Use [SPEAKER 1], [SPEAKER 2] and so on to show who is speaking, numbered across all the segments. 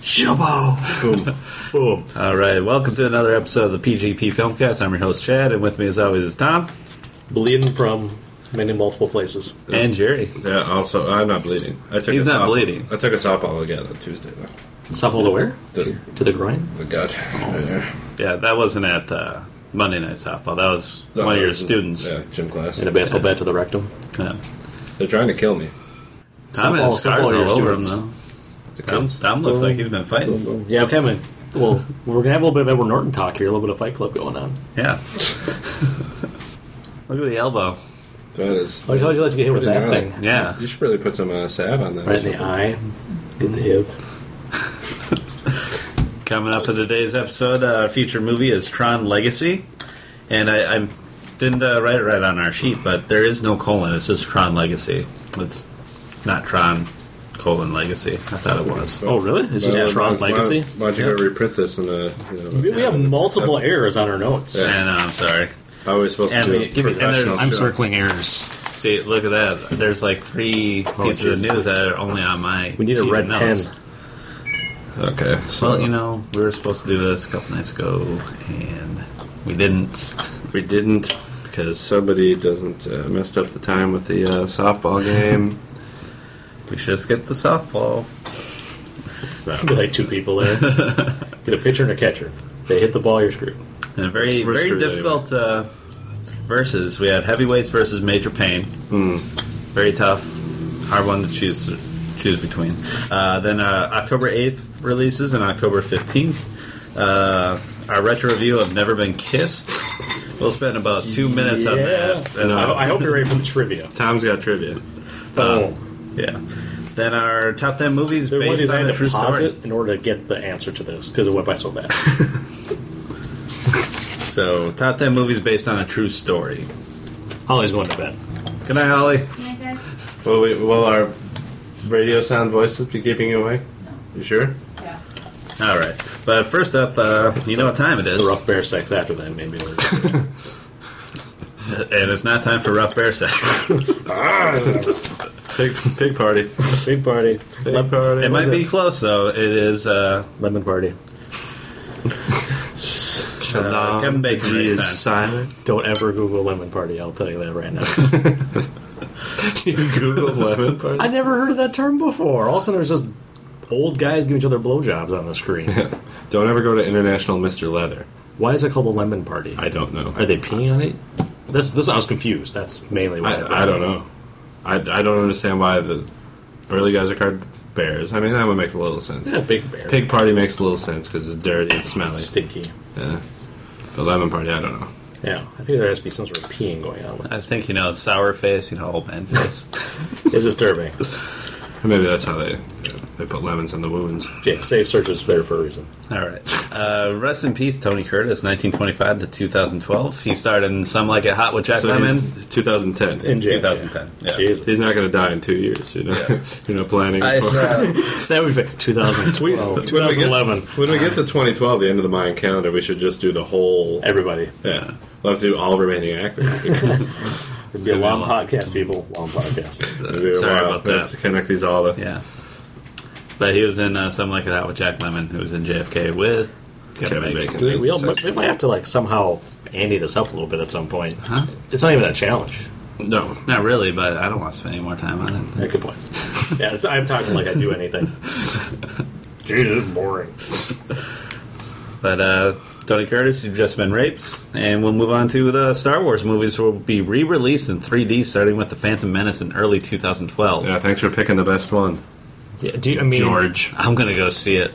[SPEAKER 1] Shabo.
[SPEAKER 2] Boom.
[SPEAKER 1] Boom.
[SPEAKER 2] All right. Welcome to another episode of the PGP Filmcast. I'm your host, Chad, and with me, as always, is Tom
[SPEAKER 3] bleeding from many multiple places.
[SPEAKER 2] and Jerry.
[SPEAKER 4] Yeah, also, I'm not bleeding. I took
[SPEAKER 2] He's
[SPEAKER 4] a
[SPEAKER 2] not
[SPEAKER 4] softball-
[SPEAKER 2] bleeding.
[SPEAKER 4] I took a softball again on Tuesday, though.
[SPEAKER 3] Supple to where?
[SPEAKER 4] The,
[SPEAKER 3] To the groin?
[SPEAKER 4] the gut.
[SPEAKER 3] Oh.
[SPEAKER 4] Yeah.
[SPEAKER 2] Yeah, that wasn't at uh, Monday Night Softball. That was one of your students.
[SPEAKER 4] Yeah, gym class.
[SPEAKER 3] And a baseball bat to the rectum?
[SPEAKER 2] Yeah.
[SPEAKER 4] They're trying to kill me.
[SPEAKER 2] Tom
[SPEAKER 3] Softball-
[SPEAKER 2] has scars
[SPEAKER 3] softball
[SPEAKER 2] all
[SPEAKER 3] your
[SPEAKER 2] over him, though.
[SPEAKER 3] students.
[SPEAKER 4] The
[SPEAKER 2] Tom,
[SPEAKER 4] kids.
[SPEAKER 2] Tom looks like he's been fighting.
[SPEAKER 3] Yeah, okay, man. Well, we're going to have a little bit of Edward Norton talk here, a little bit of Fight Club going on.
[SPEAKER 2] Yeah. Look at the elbow.
[SPEAKER 4] That is.
[SPEAKER 3] Like, how'd you like to get hit with
[SPEAKER 4] pretty
[SPEAKER 3] that
[SPEAKER 4] gnarly.
[SPEAKER 3] thing?
[SPEAKER 2] Yeah.
[SPEAKER 4] You should really put some uh, salve on that. or
[SPEAKER 3] Right in the
[SPEAKER 4] something.
[SPEAKER 3] eye, get the hip.
[SPEAKER 2] Coming up in today's episode, uh, our feature movie is Tron Legacy, and I, I didn't uh, write it right on our sheet, but there is no colon. It's just Tron Legacy. It's not Tron colon Legacy. I thought it was.
[SPEAKER 3] Oh, really? It's just
[SPEAKER 4] Well,
[SPEAKER 3] Tron
[SPEAKER 4] why-
[SPEAKER 3] Legacy?
[SPEAKER 4] Why, don't you go reprint this in a. You know,
[SPEAKER 3] We, we have
[SPEAKER 4] it's-
[SPEAKER 3] multiple errors on our notes.
[SPEAKER 4] Yeah.
[SPEAKER 2] And uh, I'm sorry.
[SPEAKER 4] How are we supposed
[SPEAKER 2] And
[SPEAKER 4] to do
[SPEAKER 2] we-
[SPEAKER 4] a
[SPEAKER 2] give me- and
[SPEAKER 4] professional?
[SPEAKER 2] there's- I'm
[SPEAKER 4] show?
[SPEAKER 5] circling errors.
[SPEAKER 2] See, look at that. There's like three pieces of
[SPEAKER 3] Jesus.
[SPEAKER 2] news that are only on my.
[SPEAKER 3] Oh, We need a
[SPEAKER 2] sheet
[SPEAKER 3] red
[SPEAKER 2] of
[SPEAKER 3] pen.
[SPEAKER 2] notes.
[SPEAKER 4] Okay. So
[SPEAKER 2] Well, you know, we were supposed to do this a couple nights ago, and we didn't.
[SPEAKER 4] We didn't because somebody doesn't uh, messed up the time with the uh, softball game.
[SPEAKER 2] We should just get the softball.
[SPEAKER 3] Be like two people there. get a pitcher and a catcher. They hit the ball, you're screwed.
[SPEAKER 2] And a very,
[SPEAKER 4] We're
[SPEAKER 2] very
[SPEAKER 4] screwed
[SPEAKER 2] difficult uh, verses. We had heavyweights versus Major Pain.
[SPEAKER 3] Hmm.
[SPEAKER 2] Very tough, hard one to choose to choose between. Uh, then uh, October eighth releases and October fifteenth. Uh, our retro review of Never Been Kissed. We'll spend about two minutes on that. And, uh,
[SPEAKER 3] I, I hope you're ready for the trivia.
[SPEAKER 4] Tom's got trivia.
[SPEAKER 3] Boom.
[SPEAKER 2] yeah. Then our top ten movies
[SPEAKER 3] There was
[SPEAKER 2] based on
[SPEAKER 3] designed
[SPEAKER 2] a
[SPEAKER 3] to
[SPEAKER 2] true
[SPEAKER 3] pause
[SPEAKER 2] story.
[SPEAKER 3] it in order to get the answer to this because it went by so fast.
[SPEAKER 2] So top ten movies based on a true story.
[SPEAKER 3] Holly's going to bed.
[SPEAKER 2] Good night, Holly.
[SPEAKER 6] Night, guys.
[SPEAKER 4] Will, we, will our radio sound voices be keeping you awake? You sure?
[SPEAKER 6] Yeah.
[SPEAKER 2] All right. But first up, uh, you know what time it is.
[SPEAKER 3] The rough bear sex after that, maybe.
[SPEAKER 2] And it's not time for rough bear sex.
[SPEAKER 4] Pig, pig party.
[SPEAKER 3] Big party. Lemon party.
[SPEAKER 2] It might be close though. It is uh,
[SPEAKER 3] Lemon party.
[SPEAKER 4] Shalom.
[SPEAKER 2] Kevin Bacon
[SPEAKER 4] He
[SPEAKER 2] right
[SPEAKER 4] is
[SPEAKER 2] then.
[SPEAKER 4] silent.
[SPEAKER 3] Don't ever Google lemon party. I'll tell you that right now.
[SPEAKER 4] Google lemon party.
[SPEAKER 3] I never heard of that term before. All of a sudden, there's just old guys giving each other blowjobs on the screen.
[SPEAKER 4] Don't ever go to International Mr. Leather.
[SPEAKER 3] Why is it called a lemon party?
[SPEAKER 4] I don't know.
[SPEAKER 3] Are they peeing on it? This, this I was confused. That's mainly why.
[SPEAKER 4] I, I don't know. I, I don't understand why the early guys are called bears. I mean, that would make a little sense.
[SPEAKER 3] It's a big bear.
[SPEAKER 4] Pig party makes a little sense because it's dirty and smelly.
[SPEAKER 3] Stinky.
[SPEAKER 4] Yeah. The lemon party, I don't know.
[SPEAKER 3] Yeah, I think there has to be some sort of peeing going on. With it.
[SPEAKER 2] I think you know sour face, you know old man face.
[SPEAKER 3] It's disturbing.
[SPEAKER 4] Or maybe that's how they they put lemons on the wounds.
[SPEAKER 3] Yeah, safe search is there for a reason.
[SPEAKER 2] All right. Uh, rest in peace, Tony Curtis, 1925 to 2012. He starred in Some Like It Hot with Jack
[SPEAKER 4] So
[SPEAKER 2] Lemmon.
[SPEAKER 4] he's 2010.
[SPEAKER 3] In jail.
[SPEAKER 2] 2010, yeah.
[SPEAKER 3] Jesus.
[SPEAKER 4] He's not going to die in two years. You know, you're not planning.
[SPEAKER 2] I
[SPEAKER 4] for-
[SPEAKER 2] saw-
[SPEAKER 3] That would be 2012,
[SPEAKER 4] When we get-
[SPEAKER 3] 2011.
[SPEAKER 4] When we get to 2012, the end of the Mayan calendar, we should just do the whole.
[SPEAKER 3] Everybody,
[SPEAKER 4] Yeah, we'll have to do all remaining actors. because
[SPEAKER 3] it'd be a long podcast, people. Long podcast.
[SPEAKER 4] it'll be a
[SPEAKER 2] Sorry
[SPEAKER 4] while
[SPEAKER 2] about
[SPEAKER 4] to-
[SPEAKER 2] that.
[SPEAKER 4] To connect these all. To,
[SPEAKER 2] yeah. But he was in uh, Some Like It Hot with Jack Lemmon, who was in JFK with Kevin,
[SPEAKER 4] Kevin Bacon.
[SPEAKER 3] We, we, all,
[SPEAKER 4] Sucks.
[SPEAKER 3] we might have to like somehow ante this up a little bit at some point. It's not even a challenge.
[SPEAKER 4] No,
[SPEAKER 2] Not really, but I don't want to spend any more time on it.
[SPEAKER 3] Yeah, good point. Yeah, it's, I'm talking like I do anything. Dude, this is boring.
[SPEAKER 2] But uh, Tony Curtis, you've just been raped, and we'll move on to the Star Wars movies, will be re-released in 3D, starting with the Phantom Menace in early 2012.
[SPEAKER 4] Yeah, thanks for picking the best one,
[SPEAKER 3] Yeah, do you, I mean,
[SPEAKER 4] George.
[SPEAKER 2] I'm gonna go see it.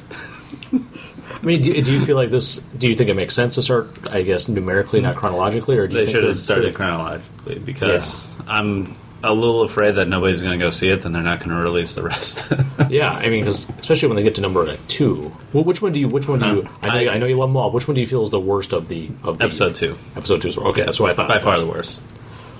[SPEAKER 3] I mean, do, do you feel like this? Do you think it makes sense to start? I guess numerically, not chronologically, or do you
[SPEAKER 2] They
[SPEAKER 3] think
[SPEAKER 2] should have
[SPEAKER 3] there's-
[SPEAKER 2] started chronologically because I'm a little afraid that nobody's gonna go see it, then they're not gonna release the rest.
[SPEAKER 3] Yeah, I mean, 'cause especially when they get to number like two. Well, which one do you? Which one do you? I know, you- I, know you love them all. Which one do you feel is the worst of the of the
[SPEAKER 2] Episode two.
[SPEAKER 3] Episode two. is- Okay, that's what I thought.
[SPEAKER 2] by far the worst.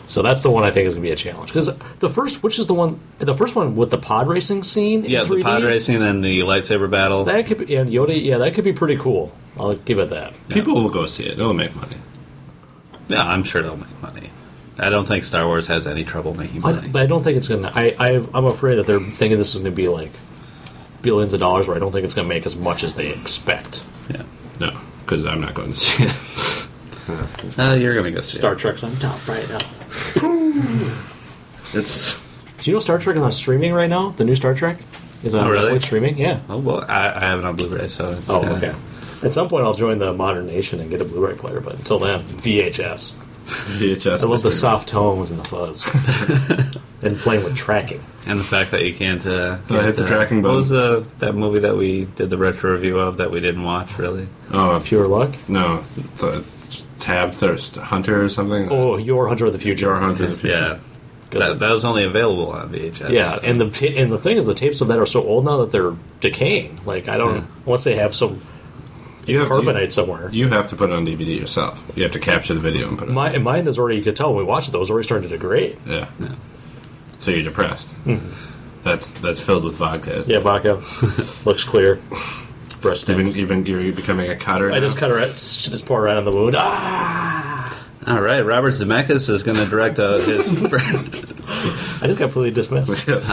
[SPEAKER 3] So that's the one I think is going to be a challenge because the first, which is the one, the first one with the pod racing scene. in
[SPEAKER 2] Yeah, the
[SPEAKER 3] 3D,
[SPEAKER 2] pod racing and the lightsaber battle.
[SPEAKER 3] That could be and Yoda. Yeah, that could be pretty cool. I'll give it that.
[SPEAKER 4] People will go see it. It'll make money.
[SPEAKER 2] Yeah, I'm sure they'll make money. I don't think Star Wars has any trouble making
[SPEAKER 3] I,
[SPEAKER 2] money.
[SPEAKER 3] but I don't think it's going to. I, I I'm afraid that they're thinking this is going to be like billions of dollars, where I don't think it's going to make as much as they expect.
[SPEAKER 2] Yeah.
[SPEAKER 4] No, because I'm not going to see it.
[SPEAKER 2] Uh, you're gonna go see. it.
[SPEAKER 1] Star Trek's on top right now.
[SPEAKER 2] It's
[SPEAKER 3] Do you know Star Trek is on streaming right now? The new Star Trek is on
[SPEAKER 2] Oh, really?
[SPEAKER 3] Netflix streaming. Yeah.
[SPEAKER 2] oh well, I, I have it on Blu-ray, so it's uh,
[SPEAKER 3] Oh,
[SPEAKER 2] kinda-
[SPEAKER 3] okay. At some point, I'll join the modern nation and get a Blu-ray player. But until then, VHS.
[SPEAKER 4] VHS.
[SPEAKER 3] I love the soft tones and the fuzz, and playing with tracking.
[SPEAKER 2] And the fact that you can't. Uh,
[SPEAKER 4] Oh, I hit the
[SPEAKER 2] can't, uh,
[SPEAKER 4] tracking
[SPEAKER 2] What
[SPEAKER 4] button.
[SPEAKER 2] was the that movie that we did the retro review of that we didn't watch really?
[SPEAKER 4] Oh, if you-
[SPEAKER 3] Pure luck.
[SPEAKER 4] no. Th- th- tab Thirst Hunter or something.
[SPEAKER 3] Oh, your Hunter of the Future.
[SPEAKER 4] Jar Hunter. of the Future.
[SPEAKER 2] Yeah,
[SPEAKER 3] 'Cause-
[SPEAKER 2] that, that was only available on VHS.
[SPEAKER 3] yeah, and the ta- and the thing is, the tapes of that are so old now that they're decaying. Like I don't unless they have some
[SPEAKER 4] You have-
[SPEAKER 3] carbonite somewhere.
[SPEAKER 4] You have to put it on DVD yourself. You have to capture the video and put it.
[SPEAKER 3] My and mine is already. You could tell when we watched it, it was already starting to degrade.
[SPEAKER 4] yeah. So you're depressed.
[SPEAKER 3] Hmm.
[SPEAKER 4] That's that's filled with vodka. isn't
[SPEAKER 3] Yeah,
[SPEAKER 4] it?
[SPEAKER 3] Baca looks clear. Breast
[SPEAKER 4] Even
[SPEAKER 3] stinks.
[SPEAKER 4] even you're becoming a cutter.
[SPEAKER 3] I
[SPEAKER 4] now?
[SPEAKER 3] just cut her. Just pour right on the wound. Ah!
[SPEAKER 2] All right, Robert Zemeckis is going to direct uh, his. friend.
[SPEAKER 3] I just got completely dismissed.
[SPEAKER 4] Yes.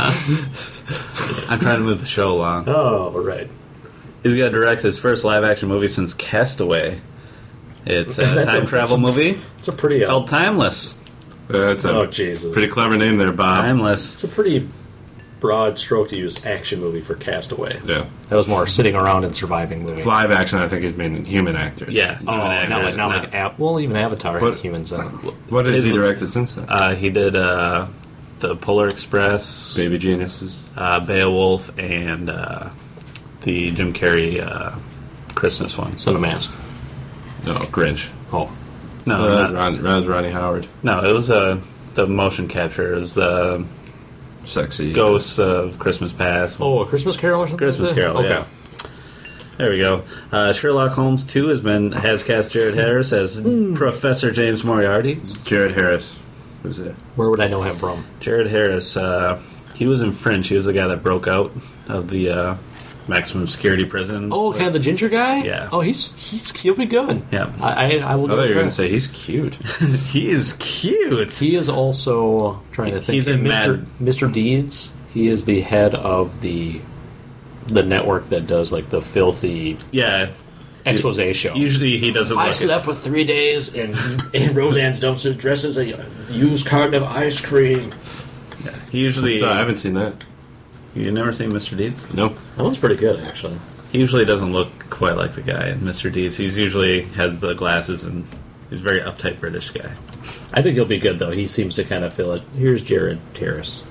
[SPEAKER 2] I'm trying to move the show along.
[SPEAKER 3] Oh, right.
[SPEAKER 2] He's going to direct his first live-action movie since Castaway. It's a
[SPEAKER 3] That's a-
[SPEAKER 2] time travel movie
[SPEAKER 3] It's a pretty. Uh,
[SPEAKER 2] called Timeless.
[SPEAKER 4] That's a
[SPEAKER 3] oh Jesus!
[SPEAKER 4] pretty clever name there,
[SPEAKER 3] Um,
[SPEAKER 4] Bob.
[SPEAKER 2] Timeless.
[SPEAKER 3] it's a pretty broad stroke to use action movie for Castaway.
[SPEAKER 4] yeah.
[SPEAKER 3] That was more sitting around and surviving movie.
[SPEAKER 4] Live action. I think he's been human actors.
[SPEAKER 2] Yeah, human
[SPEAKER 3] Oh, not like,
[SPEAKER 2] actors,
[SPEAKER 3] not
[SPEAKER 2] not-
[SPEAKER 3] like Av- well, even Avatar
[SPEAKER 4] What-
[SPEAKER 3] had humans in it.
[SPEAKER 4] What has
[SPEAKER 2] His-
[SPEAKER 4] he directed since then?
[SPEAKER 2] uh, he did uh, the Polar Express,
[SPEAKER 4] Baby Geniuses.
[SPEAKER 2] uh, Beowulf, and uh, the Jim Carrey uh, Christmas one.
[SPEAKER 3] Son of Mask.
[SPEAKER 4] No, Grinch.
[SPEAKER 3] Oh,
[SPEAKER 2] No,
[SPEAKER 4] Uh, that,
[SPEAKER 2] not-
[SPEAKER 4] was Ron, that was Ronnie Howard.
[SPEAKER 2] no, it was uh, the motion capture. It was the
[SPEAKER 4] Sexy.
[SPEAKER 2] Ghosts of Christmas Past.
[SPEAKER 3] oh, a Christmas Carol or something.
[SPEAKER 2] Christmas
[SPEAKER 3] like that?
[SPEAKER 2] Carol. Yeah. There we go. Uh, Sherlock Holmes Two has been has cast Jared Harris as
[SPEAKER 3] Hmm.
[SPEAKER 2] Professor James Moriarty.
[SPEAKER 4] Jared Harris was there.
[SPEAKER 3] Where would I know him from?
[SPEAKER 2] Jared Harris, uh, he was in Fringe. He was the guy that broke out of the uh, maximum security prison.
[SPEAKER 3] Oh, okay, the ginger guy.
[SPEAKER 2] Yeah.
[SPEAKER 3] Oh, he's he's he'll be good.
[SPEAKER 2] Yeah.
[SPEAKER 3] I I, I will. go
[SPEAKER 4] I thought you
[SPEAKER 3] with
[SPEAKER 4] were going to
[SPEAKER 3] that.
[SPEAKER 4] say he's cute.
[SPEAKER 2] he is cute.
[SPEAKER 3] He is also uh, trying to think.
[SPEAKER 2] He's
[SPEAKER 3] and
[SPEAKER 2] in
[SPEAKER 3] Mr.
[SPEAKER 2] Mad-
[SPEAKER 3] Mr. Deeds. He is the head of the the network that does like the filthy
[SPEAKER 2] yeah.
[SPEAKER 3] expose show.
[SPEAKER 2] Usually he doesn't.
[SPEAKER 1] I
[SPEAKER 2] look it.
[SPEAKER 1] slept for three days in, in Roseanne's dumpster dressed as a used carton of ice cream.
[SPEAKER 2] He usually.
[SPEAKER 4] So I haven't seen that.
[SPEAKER 2] You never seen Mr. Deeds?
[SPEAKER 4] No.
[SPEAKER 3] that one's pretty good, actually.
[SPEAKER 2] He usually doesn't look quite like the guy in Mr. Deeds. He's usually has the glasses and he's a very uptight British guy.
[SPEAKER 3] I think he'll be good though. He seems to kind of feel it. Here's Jared Terrace.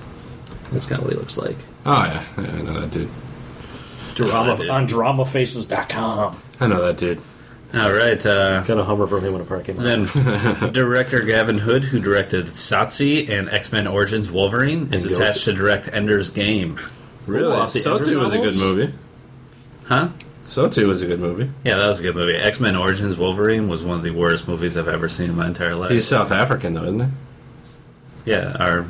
[SPEAKER 3] That's kind of what he looks like.
[SPEAKER 4] Oh, yeah. yeah. I know that dude.
[SPEAKER 2] dude.
[SPEAKER 1] Drama, on dramafaces.com.
[SPEAKER 4] I know that dude.
[SPEAKER 2] All right. Uh,
[SPEAKER 3] Got a Hummer from him in a parking lot.
[SPEAKER 2] then director Gavin Hood, who directed Satsi and X Men Origins Wolverine, is
[SPEAKER 3] And
[SPEAKER 2] attached to direct Ender's Game.
[SPEAKER 4] Really?
[SPEAKER 3] Ooh, off the
[SPEAKER 4] Sotsu
[SPEAKER 3] Ender
[SPEAKER 4] was a good
[SPEAKER 3] novels?
[SPEAKER 4] movie.
[SPEAKER 2] Huh?
[SPEAKER 4] Sotsu was a good movie.
[SPEAKER 2] Yeah, that was a good movie. X Men Origins Wolverine was one of the worst movies I've ever seen in my entire life.
[SPEAKER 4] He's South African, though, isn't he?
[SPEAKER 2] yeah, or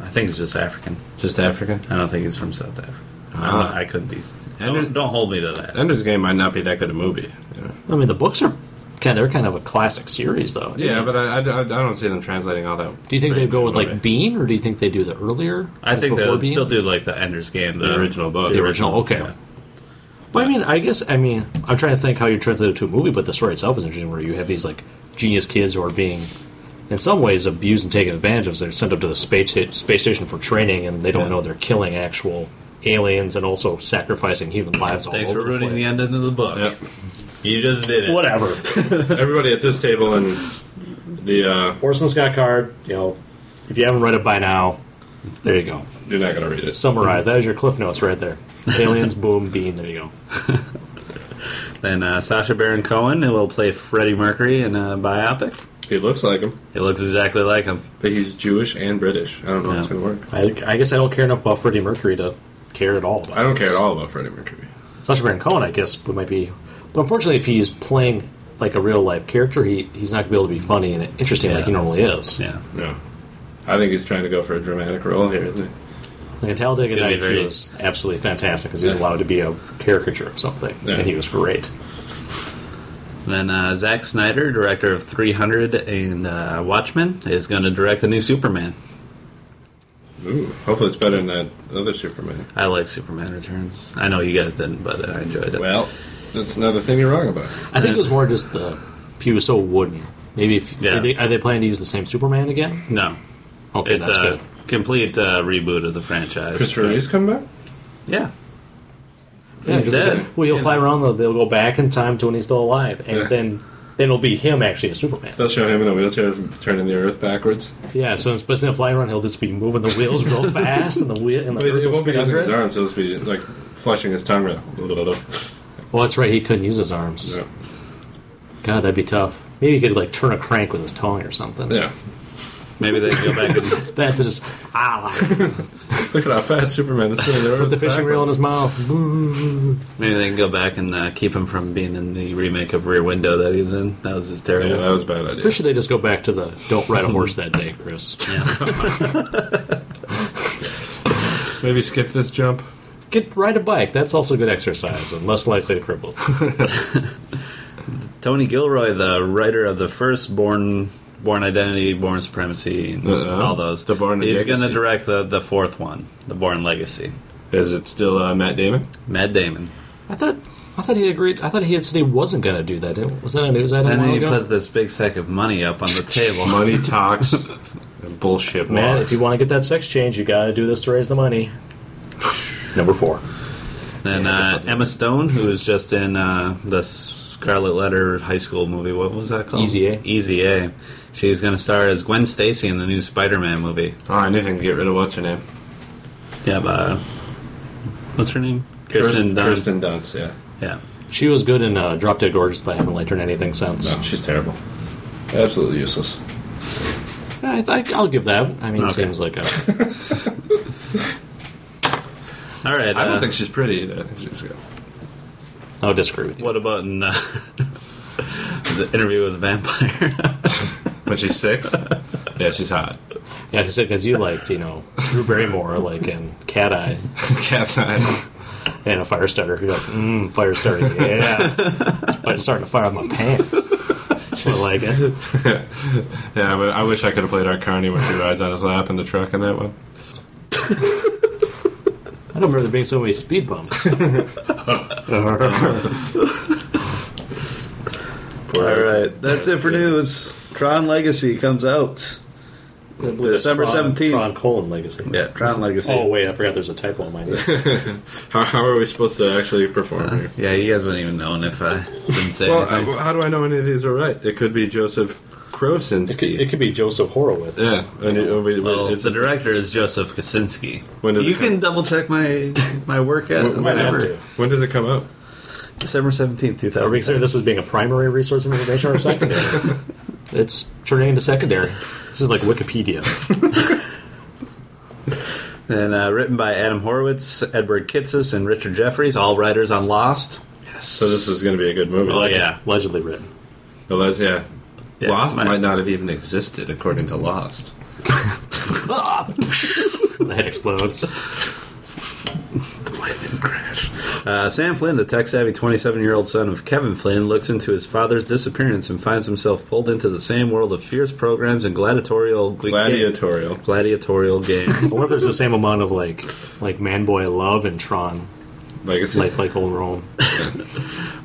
[SPEAKER 2] I think he's just African.
[SPEAKER 4] Just African.
[SPEAKER 2] I don't think he's from South Africa. I'm
[SPEAKER 4] Ah.
[SPEAKER 2] not- I couldn't be.
[SPEAKER 4] Ender's-
[SPEAKER 2] Don't, don't hold me to that.
[SPEAKER 4] Ender's Game might not be that good a movie. you know.
[SPEAKER 3] I mean, the books are kind. Of, they're kind of a classic series, though.
[SPEAKER 4] Yeah, but I, I, I don't see them translating all that.
[SPEAKER 3] Do you think they go with
[SPEAKER 4] Okay.
[SPEAKER 3] like Bean, or do you think they do the earlier?
[SPEAKER 2] I think
[SPEAKER 3] before
[SPEAKER 2] they'll,
[SPEAKER 3] Bean?
[SPEAKER 2] they'll do like the Ender's Game, the,
[SPEAKER 4] The original book.
[SPEAKER 3] the original. Okay.
[SPEAKER 2] Yeah.
[SPEAKER 3] Well, I mean, I guess I mean I'm trying to think how you translate it to a movie, but the story itself is interesting, where you have these like genius kids who are being, in some ways, abused and taken advantage of. They're sent up to the space sta- space station for training, and they don't know they're killing actual aliens and also sacrificing human lives all
[SPEAKER 2] Thanks
[SPEAKER 3] over
[SPEAKER 2] for ruining the
[SPEAKER 3] the place.
[SPEAKER 2] end of the book.
[SPEAKER 4] Yep.
[SPEAKER 2] You just did it.
[SPEAKER 3] Whatever.
[SPEAKER 4] Everybody at this table and the uh,
[SPEAKER 3] Orson Scott Card. You know, if you haven't read it by now, there you go.
[SPEAKER 4] you're not going to read it.
[SPEAKER 3] Summarize. That is your cliff notes right there. Aliens, boom, bean. There you go.
[SPEAKER 2] Then uh, Sasha Baron Cohen who will play Freddie Mercury in a biopic.
[SPEAKER 4] He looks like him,
[SPEAKER 2] It looks exactly like him.
[SPEAKER 4] but he's Jewish and British. I don't know if it's
[SPEAKER 2] Yeah.
[SPEAKER 4] going to work.
[SPEAKER 3] I, I guess I don't care enough about Freddie Mercury to care at all. About
[SPEAKER 4] I don't care at all about Freddie Mercury.
[SPEAKER 3] Sacha Baron Cohen, I guess, would might be. But unfortunately, if he's playing like a real life character, he he's not going to be able to be funny and interesting like he
[SPEAKER 2] Yeah.
[SPEAKER 3] normally is.
[SPEAKER 2] Yeah.
[SPEAKER 4] No. I think he's trying to go for a dramatic role here. isn't he?
[SPEAKER 3] Like in Talladega
[SPEAKER 2] It's gonna be
[SPEAKER 3] Nights,
[SPEAKER 2] very-
[SPEAKER 3] he was absolutely fantastic because he was
[SPEAKER 4] Yeah.
[SPEAKER 3] allowed to be a caricature of something,
[SPEAKER 4] Yeah.
[SPEAKER 3] and he was great.
[SPEAKER 2] Then uh, Zack Snyder, director of 300 and uh, Watchmen, is going to direct the new Superman.
[SPEAKER 4] Ooh, hopefully it's better than that other Superman.
[SPEAKER 2] I like Superman Returns. I know you guys didn't, but I enjoyed it.
[SPEAKER 4] Well, that's another thing you're wrong about.
[SPEAKER 3] I think it was more just the he was so wooden. Maybe if,
[SPEAKER 2] Yeah.
[SPEAKER 3] are, they, are they planning to use the same Superman again?
[SPEAKER 2] no,
[SPEAKER 3] Okay,
[SPEAKER 2] it's
[SPEAKER 3] that's
[SPEAKER 2] a
[SPEAKER 3] good.
[SPEAKER 2] complete uh, reboot of the franchise.
[SPEAKER 4] Christopher Reeve's come back?
[SPEAKER 2] Yeah.
[SPEAKER 3] Yeah,
[SPEAKER 2] he's
[SPEAKER 3] 'cause
[SPEAKER 2] dead.
[SPEAKER 3] then- Well, he'll
[SPEAKER 2] Yeah.
[SPEAKER 3] fly around. Though. They'll go back in time to when he's still alive, and
[SPEAKER 4] Yeah.
[SPEAKER 3] then then it'll be him actually as Superman.
[SPEAKER 4] They'll show him in a wheelchair turning the Earth backwards.
[SPEAKER 3] Yeah. So instead of flying around, he'll just be moving the wheels real fast, and the wheel and the
[SPEAKER 4] But it,
[SPEAKER 3] earth will
[SPEAKER 4] won't be
[SPEAKER 3] spin
[SPEAKER 4] using
[SPEAKER 3] under
[SPEAKER 4] his
[SPEAKER 3] it.
[SPEAKER 4] arms, it'll just be like flushing his tongue out.
[SPEAKER 3] Well, that's right. He couldn't use his arms.
[SPEAKER 4] Yeah.
[SPEAKER 3] God, that'd be tough. Maybe he could like turn a crank with his tongue or something.
[SPEAKER 4] yeah.
[SPEAKER 2] Maybe they can go back and
[SPEAKER 3] That's just ah,
[SPEAKER 4] Look at how fast Superman is spinning the Earth.
[SPEAKER 3] with the fishing reel in
[SPEAKER 4] backwards.
[SPEAKER 3] his mouth.
[SPEAKER 2] maybe they can go back and uh, keep him from being in the remake of Rear Window that he was in. That was just
[SPEAKER 4] Yeah,
[SPEAKER 2] terrible.
[SPEAKER 4] that was a bad idea.
[SPEAKER 3] Or should they just go back to the don't ride a horse that day, Chris?
[SPEAKER 4] Maybe skip this jump.
[SPEAKER 3] Get ride a bike. That's also good exercise and less likely to cripple.
[SPEAKER 2] Tony Gilroy, the writer of the first Born Born Identity, Born Supremacy, and
[SPEAKER 3] Uh-huh.
[SPEAKER 4] Uh-uh.
[SPEAKER 2] all those.
[SPEAKER 4] The Bourne
[SPEAKER 2] He's
[SPEAKER 4] Legacy.
[SPEAKER 2] going to direct the, the fourth one, the Born Legacy.
[SPEAKER 4] Is it still uh, Matt Damon?
[SPEAKER 2] Matt Damon.
[SPEAKER 3] I thought I thought he agreed. I thought he had said he wasn't going to do that. Didn't- Was that a news item? a
[SPEAKER 2] Then
[SPEAKER 3] while
[SPEAKER 2] he
[SPEAKER 3] ago?
[SPEAKER 2] put this big sack of money up on the table.
[SPEAKER 4] Money talks and bullshit
[SPEAKER 3] Man,
[SPEAKER 4] walks.
[SPEAKER 3] if you want to get that sex change, you got to do this to raise the money. Number four.
[SPEAKER 2] And uh, Emma Stone, who was just in uh, the Scarlet Letter high school movie. What was that called?
[SPEAKER 3] Easy A.
[SPEAKER 2] Easy A. She's going to star as Gwen Stacy in the new Spider-Man movie.
[SPEAKER 4] Oh, anything to get rid of what's her name?
[SPEAKER 2] Yeah, but, uh, what's her name? Kirsten Dunst.
[SPEAKER 4] Kirsten Dunst, yeah.
[SPEAKER 2] Yeah.
[SPEAKER 3] She was good in uh, Drop Dead Gorgeous, but I haven't liked her in anything since.
[SPEAKER 4] No, she's terrible. Absolutely useless.
[SPEAKER 3] I, I, I'll give that. I mean, it
[SPEAKER 2] Okay.
[SPEAKER 3] seems like a.
[SPEAKER 2] All right.
[SPEAKER 4] I don't
[SPEAKER 2] uh,
[SPEAKER 4] think she's pretty either. I think she's good.
[SPEAKER 3] I'll disagree with you.
[SPEAKER 2] What about in uh, the interview with the vampire?
[SPEAKER 4] When she's six? yeah, she's hot.
[SPEAKER 3] Yeah, because you liked, you know, Drew Barrymore, like in Cat Eye
[SPEAKER 4] Cat's eye.
[SPEAKER 3] and a Firestarter. You're like, mmm, Firestarter, yeah. but it's starting to fire on my pants. I like it.
[SPEAKER 4] Yeah, but I wish I could have played our Carney when she rides on his lap in the truck in that one.
[SPEAKER 3] I don't remember there being so many speed bumps.
[SPEAKER 2] All right. That's it for news. Tron Legacy comes out. December
[SPEAKER 3] Tron-
[SPEAKER 2] 17th.
[SPEAKER 3] Tron Colon Legacy.
[SPEAKER 2] Yeah, Tron Legacy.
[SPEAKER 3] Oh, wait, I forgot there's a typo on my name.
[SPEAKER 4] How, how are we supposed to actually perform here?
[SPEAKER 2] Yeah, you guys wouldn't even know if I didn't say
[SPEAKER 4] Well,
[SPEAKER 2] anything.
[SPEAKER 4] uh, how do I know any of these are right? It could be Joseph Krosinski.
[SPEAKER 3] It could be Joseph Horowitz.
[SPEAKER 4] Yeah, and it, uh, we- we-
[SPEAKER 2] Well,
[SPEAKER 4] it's
[SPEAKER 2] the director is Joseph Kaczynski.
[SPEAKER 4] When does
[SPEAKER 2] you
[SPEAKER 4] it
[SPEAKER 2] can
[SPEAKER 4] come-
[SPEAKER 2] double check my my work at
[SPEAKER 4] When-
[SPEAKER 3] Might have
[SPEAKER 2] whatever.
[SPEAKER 3] to.
[SPEAKER 4] when does it come out?
[SPEAKER 2] December seventeenth, two
[SPEAKER 3] Are we
[SPEAKER 2] thousand.
[SPEAKER 3] considering this as being a primary resource of information or secondary? it's turning into secondary. This is like Wikipedia.
[SPEAKER 2] And uh, written by Adam Horowitz, Edward Kitsis, and Richard Jeffries, all writers on Lost. Yes.
[SPEAKER 4] So this is going to be a good movie.
[SPEAKER 2] Oh yeah.
[SPEAKER 3] Allegedly written.
[SPEAKER 4] Unless- yeah.
[SPEAKER 2] Yeah,
[SPEAKER 4] Lost
[SPEAKER 2] might-
[SPEAKER 4] might. not have even existed according to Lost.
[SPEAKER 3] The head explodes.
[SPEAKER 2] Uh, Sam Flynn, the tech savvy 27 year old son of Kevin Flynn, looks into his father's disappearance and finds himself pulled into the same world of fierce programs and gladiatorial gl-
[SPEAKER 4] Gladiatorial.
[SPEAKER 2] Game. Gladiatorial game.
[SPEAKER 3] I wonder if there's the same amount of like like man boy love in Tron,
[SPEAKER 4] Legacy.
[SPEAKER 3] like like old Rome.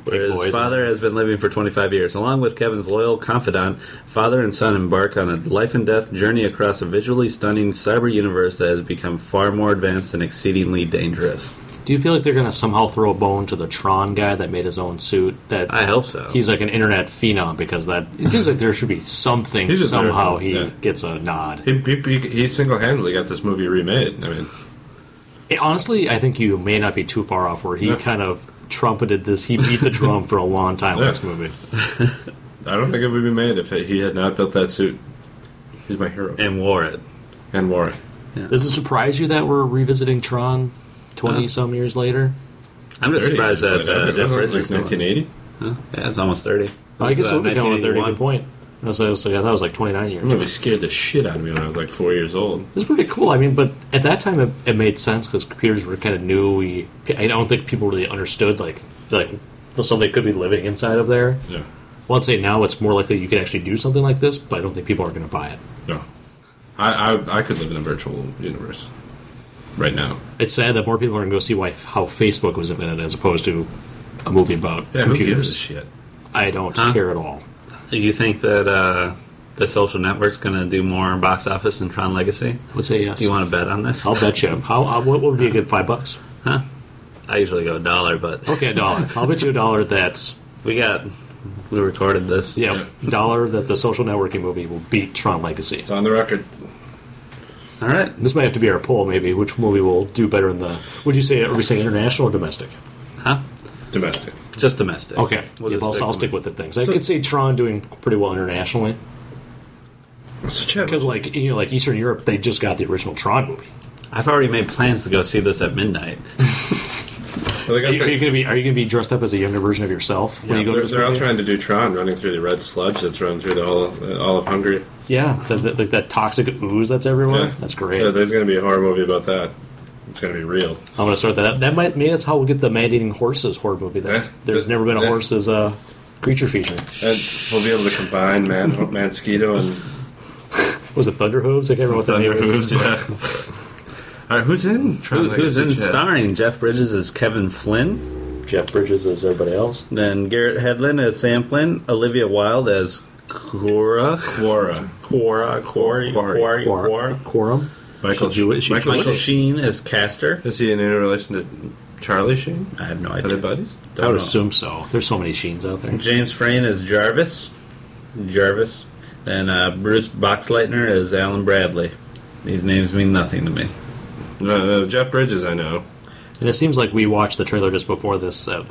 [SPEAKER 2] where
[SPEAKER 3] boys.
[SPEAKER 2] his father has been living for 25 years. Along with Kevin's loyal confidant, father and son embark on a life and death journey across a visually stunning cyber universe that has become far more advanced and exceedingly dangerous.
[SPEAKER 3] Do you feel like they're gonna somehow throw a bone to the Tron guy that made his own suit? That
[SPEAKER 2] I hope so.
[SPEAKER 3] he's like an internet phenom because that it seems like there should be something
[SPEAKER 4] He's just
[SPEAKER 3] somehow he
[SPEAKER 4] yeah.
[SPEAKER 3] gets a nod.
[SPEAKER 4] he, he, he, he single-handedly got this movie remade. I mean,
[SPEAKER 3] It- honestly, I think you may not be too far off where he
[SPEAKER 4] Yeah.
[SPEAKER 3] kind of trumpeted this. He beat the drum for a long time with
[SPEAKER 4] Yeah.
[SPEAKER 3] this movie.
[SPEAKER 4] I don't think it would be made if he had not built that suit. He's my hero.
[SPEAKER 2] and wore it.
[SPEAKER 4] And Warren.
[SPEAKER 3] Does it surprise you that we're revisiting Tron twenty
[SPEAKER 2] Uh.
[SPEAKER 3] some years later?
[SPEAKER 2] I'm just surprised that uh, Jeff Bridges.
[SPEAKER 4] Like 1980?
[SPEAKER 2] Huh? Yeah, it's almost 30.
[SPEAKER 3] I guess
[SPEAKER 2] It's,
[SPEAKER 3] it
[SPEAKER 2] uh,
[SPEAKER 3] would become a thirty
[SPEAKER 2] 1981.
[SPEAKER 3] good point. I was, I was like, I thought it was like twenty nine years.
[SPEAKER 4] That movie scared the shit out of me when I was like four years old.
[SPEAKER 3] It was pretty cool. I mean, but at that time, it, it made sense because computers were kind of new. We, I don't think people really understood like like somebody could be living inside of there.
[SPEAKER 4] Yeah.
[SPEAKER 3] Well, I'd say now it's more likely you could actually do something like this, but I don't think people are going to buy it.
[SPEAKER 4] No. I, I I could live in a virtual universe right now.
[SPEAKER 3] It's sad that more people are going to go see why how Facebook was invented as opposed to a movie about
[SPEAKER 4] Yeah, who gives a
[SPEAKER 3] computers.
[SPEAKER 4] shit?
[SPEAKER 3] I don't
[SPEAKER 2] Huh?
[SPEAKER 3] care at all.
[SPEAKER 2] Do you think that uh, the social network's going to do more box office than Tron Legacy?
[SPEAKER 3] I would say yes.
[SPEAKER 2] Do you want to bet on this?
[SPEAKER 3] I'll bet you. How, uh, what would be a good five bucks?
[SPEAKER 2] I usually go a dollar, but
[SPEAKER 3] Okay, a dollar. I'll bet you a dollar that's
[SPEAKER 2] we got we recorded this.
[SPEAKER 3] yeah, dollar that the social networking movie will beat Tron Legacy.
[SPEAKER 4] It's on the record.
[SPEAKER 2] All right.
[SPEAKER 3] This might have to be our poll, maybe. Which movie will do better in the? Would you say are we saying international or domestic?
[SPEAKER 2] Huh?
[SPEAKER 4] Domestic.
[SPEAKER 2] Just domestic.
[SPEAKER 3] Okay,
[SPEAKER 2] We'll
[SPEAKER 3] yeah,
[SPEAKER 2] just
[SPEAKER 3] I'll, I'll stick with
[SPEAKER 2] domestic.
[SPEAKER 3] the things. I could see Tron doing pretty well internationally because, like you know, like Eastern Europe, they just got the original Tron movie.
[SPEAKER 2] I've already made plans to go see this at midnight.
[SPEAKER 4] Well, they
[SPEAKER 3] Are
[SPEAKER 4] got
[SPEAKER 3] you, are you
[SPEAKER 4] the,
[SPEAKER 3] gonna be Are you gonna be dressed up as a younger version of yourself when you go to
[SPEAKER 4] they're,
[SPEAKER 3] this
[SPEAKER 4] they're all
[SPEAKER 3] movie?
[SPEAKER 4] trying to do Tron, running through the red sludge that's running through the all of, all of Hungary.
[SPEAKER 3] Yeah, that, that, like that toxic ooze that's everywhere.
[SPEAKER 4] Yeah.
[SPEAKER 3] That's great.
[SPEAKER 4] Yeah, there's going to be a horror movie about that. It's going to be real.
[SPEAKER 3] I'm gonna start that. That might maybe that's how we'll get the man eating horses horror movie. That
[SPEAKER 4] Yeah.
[SPEAKER 3] there's never been a
[SPEAKER 4] Yeah.
[SPEAKER 3] horse as a creature feature.
[SPEAKER 4] And we'll be able to combine man, Mansquito and
[SPEAKER 3] Was it Thunder Hooves? I can't remember what the name.
[SPEAKER 4] Thunder
[SPEAKER 3] of it-
[SPEAKER 4] Hooves. Yeah. All right, who's in? Tron
[SPEAKER 2] Who, who's in
[SPEAKER 4] Legacy chat?
[SPEAKER 2] starring? Jeff Bridges as Kevin Flynn,
[SPEAKER 3] Jeff Bridges as everybody else.
[SPEAKER 2] then Garrett Hedlund as Sam Flynn, Olivia Wilde as Cora,
[SPEAKER 4] Quora.
[SPEAKER 2] Cora, Corey,
[SPEAKER 4] Quarry.
[SPEAKER 2] Quarry,
[SPEAKER 3] Quor-
[SPEAKER 2] Quora.
[SPEAKER 3] Quorum.
[SPEAKER 4] Michael,
[SPEAKER 3] She- she-
[SPEAKER 4] Michael,
[SPEAKER 2] Michael
[SPEAKER 4] Sheen.
[SPEAKER 2] Sheen as Caster.
[SPEAKER 4] Is he in any relation to Charlie Sheen?
[SPEAKER 2] I have no
[SPEAKER 4] Are they
[SPEAKER 2] idea.
[SPEAKER 4] buddies?
[SPEAKER 2] Don't
[SPEAKER 3] I would
[SPEAKER 2] know.
[SPEAKER 3] assume so. There's so many Sheens out there.
[SPEAKER 2] James Frain as Jarvis. Jarvis. And uh, Bruce Boxleitner as Alan Bradley. These names mean nothing to me.
[SPEAKER 4] No, no, Jeff Bridges, I know.
[SPEAKER 3] And it seems like we watched the trailer just before this. That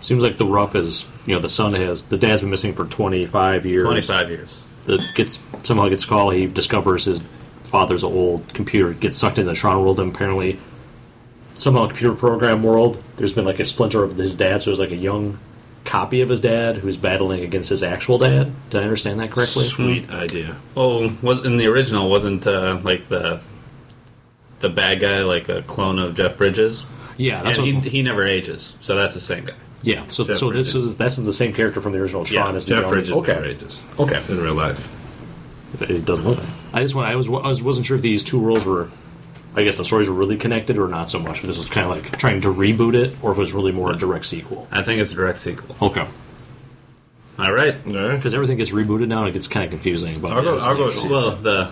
[SPEAKER 3] seems like the rough is you know the son has the dad's been missing for 25 years.
[SPEAKER 2] 25 years.
[SPEAKER 3] that gets somehow gets a call. He discovers his father's old computer gets sucked into the Tron world, and apparently somehow computer program world. There's been like a splinter of his dad, so there's like a young copy of his dad who's battling against his actual dad. Did I understand that correctly?
[SPEAKER 4] Sweet idea.
[SPEAKER 2] Well, was, in the original, wasn't uh, like the the bad guy like a clone of Jeff Bridges?
[SPEAKER 3] Yeah, that's
[SPEAKER 2] and he,
[SPEAKER 3] what-
[SPEAKER 2] he never ages, so that's the same guy.
[SPEAKER 3] yeah. So
[SPEAKER 4] Jeff
[SPEAKER 3] so this
[SPEAKER 4] Bridges.
[SPEAKER 3] is that's the same character from the original Tron
[SPEAKER 2] Yeah,
[SPEAKER 3] as the
[SPEAKER 4] Jeff
[SPEAKER 3] young-
[SPEAKER 4] Bridges
[SPEAKER 3] Okay,
[SPEAKER 4] never ages
[SPEAKER 3] okay.
[SPEAKER 4] in real life.
[SPEAKER 3] It doesn't look. I just want. I was. I was, wasn't sure if these two worlds were. I guess the stories were really connected or not so much. This was kind of like trying to reboot it, or if it was really more a direct sequel.
[SPEAKER 2] I think it's a direct sequel.
[SPEAKER 3] Okay.
[SPEAKER 2] All right.
[SPEAKER 4] No.
[SPEAKER 3] Because everything gets rebooted now, and it gets kind of confusing. But
[SPEAKER 4] I'll go-
[SPEAKER 3] this is
[SPEAKER 4] I'll go
[SPEAKER 3] the-
[SPEAKER 4] see-
[SPEAKER 2] Well, the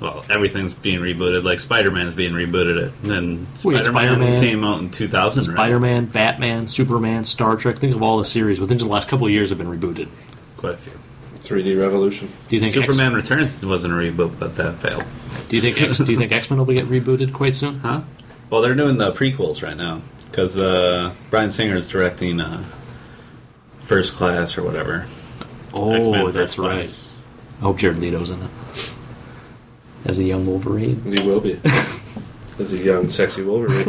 [SPEAKER 2] well, everything's being rebooted. Like Spider Man's being rebooted. It and then
[SPEAKER 3] Well, yeah,
[SPEAKER 2] Spider Man
[SPEAKER 3] Spider-Man.
[SPEAKER 2] came out in two thousand.
[SPEAKER 3] Spider-Man, Batman, Superman, Star Trek. Think of all the series within the last couple of years have been rebooted.
[SPEAKER 2] Quite a few.
[SPEAKER 4] 3D Revolution.
[SPEAKER 3] Do you think
[SPEAKER 2] Superman Returns wasn't a reboot, but that failed.
[SPEAKER 3] X, do you think X, do you think X-Men will get rebooted quite soon?
[SPEAKER 2] Huh? Well, they're doing the prequels right now because uh, Brian Singer is directing uh, First Class or whatever.
[SPEAKER 3] Oh,
[SPEAKER 2] X-Men First
[SPEAKER 3] that's right.
[SPEAKER 2] Class.
[SPEAKER 3] I hope Jared Leto's in it as a young Wolverine.
[SPEAKER 4] He will be. As a young, sexy Wolverine.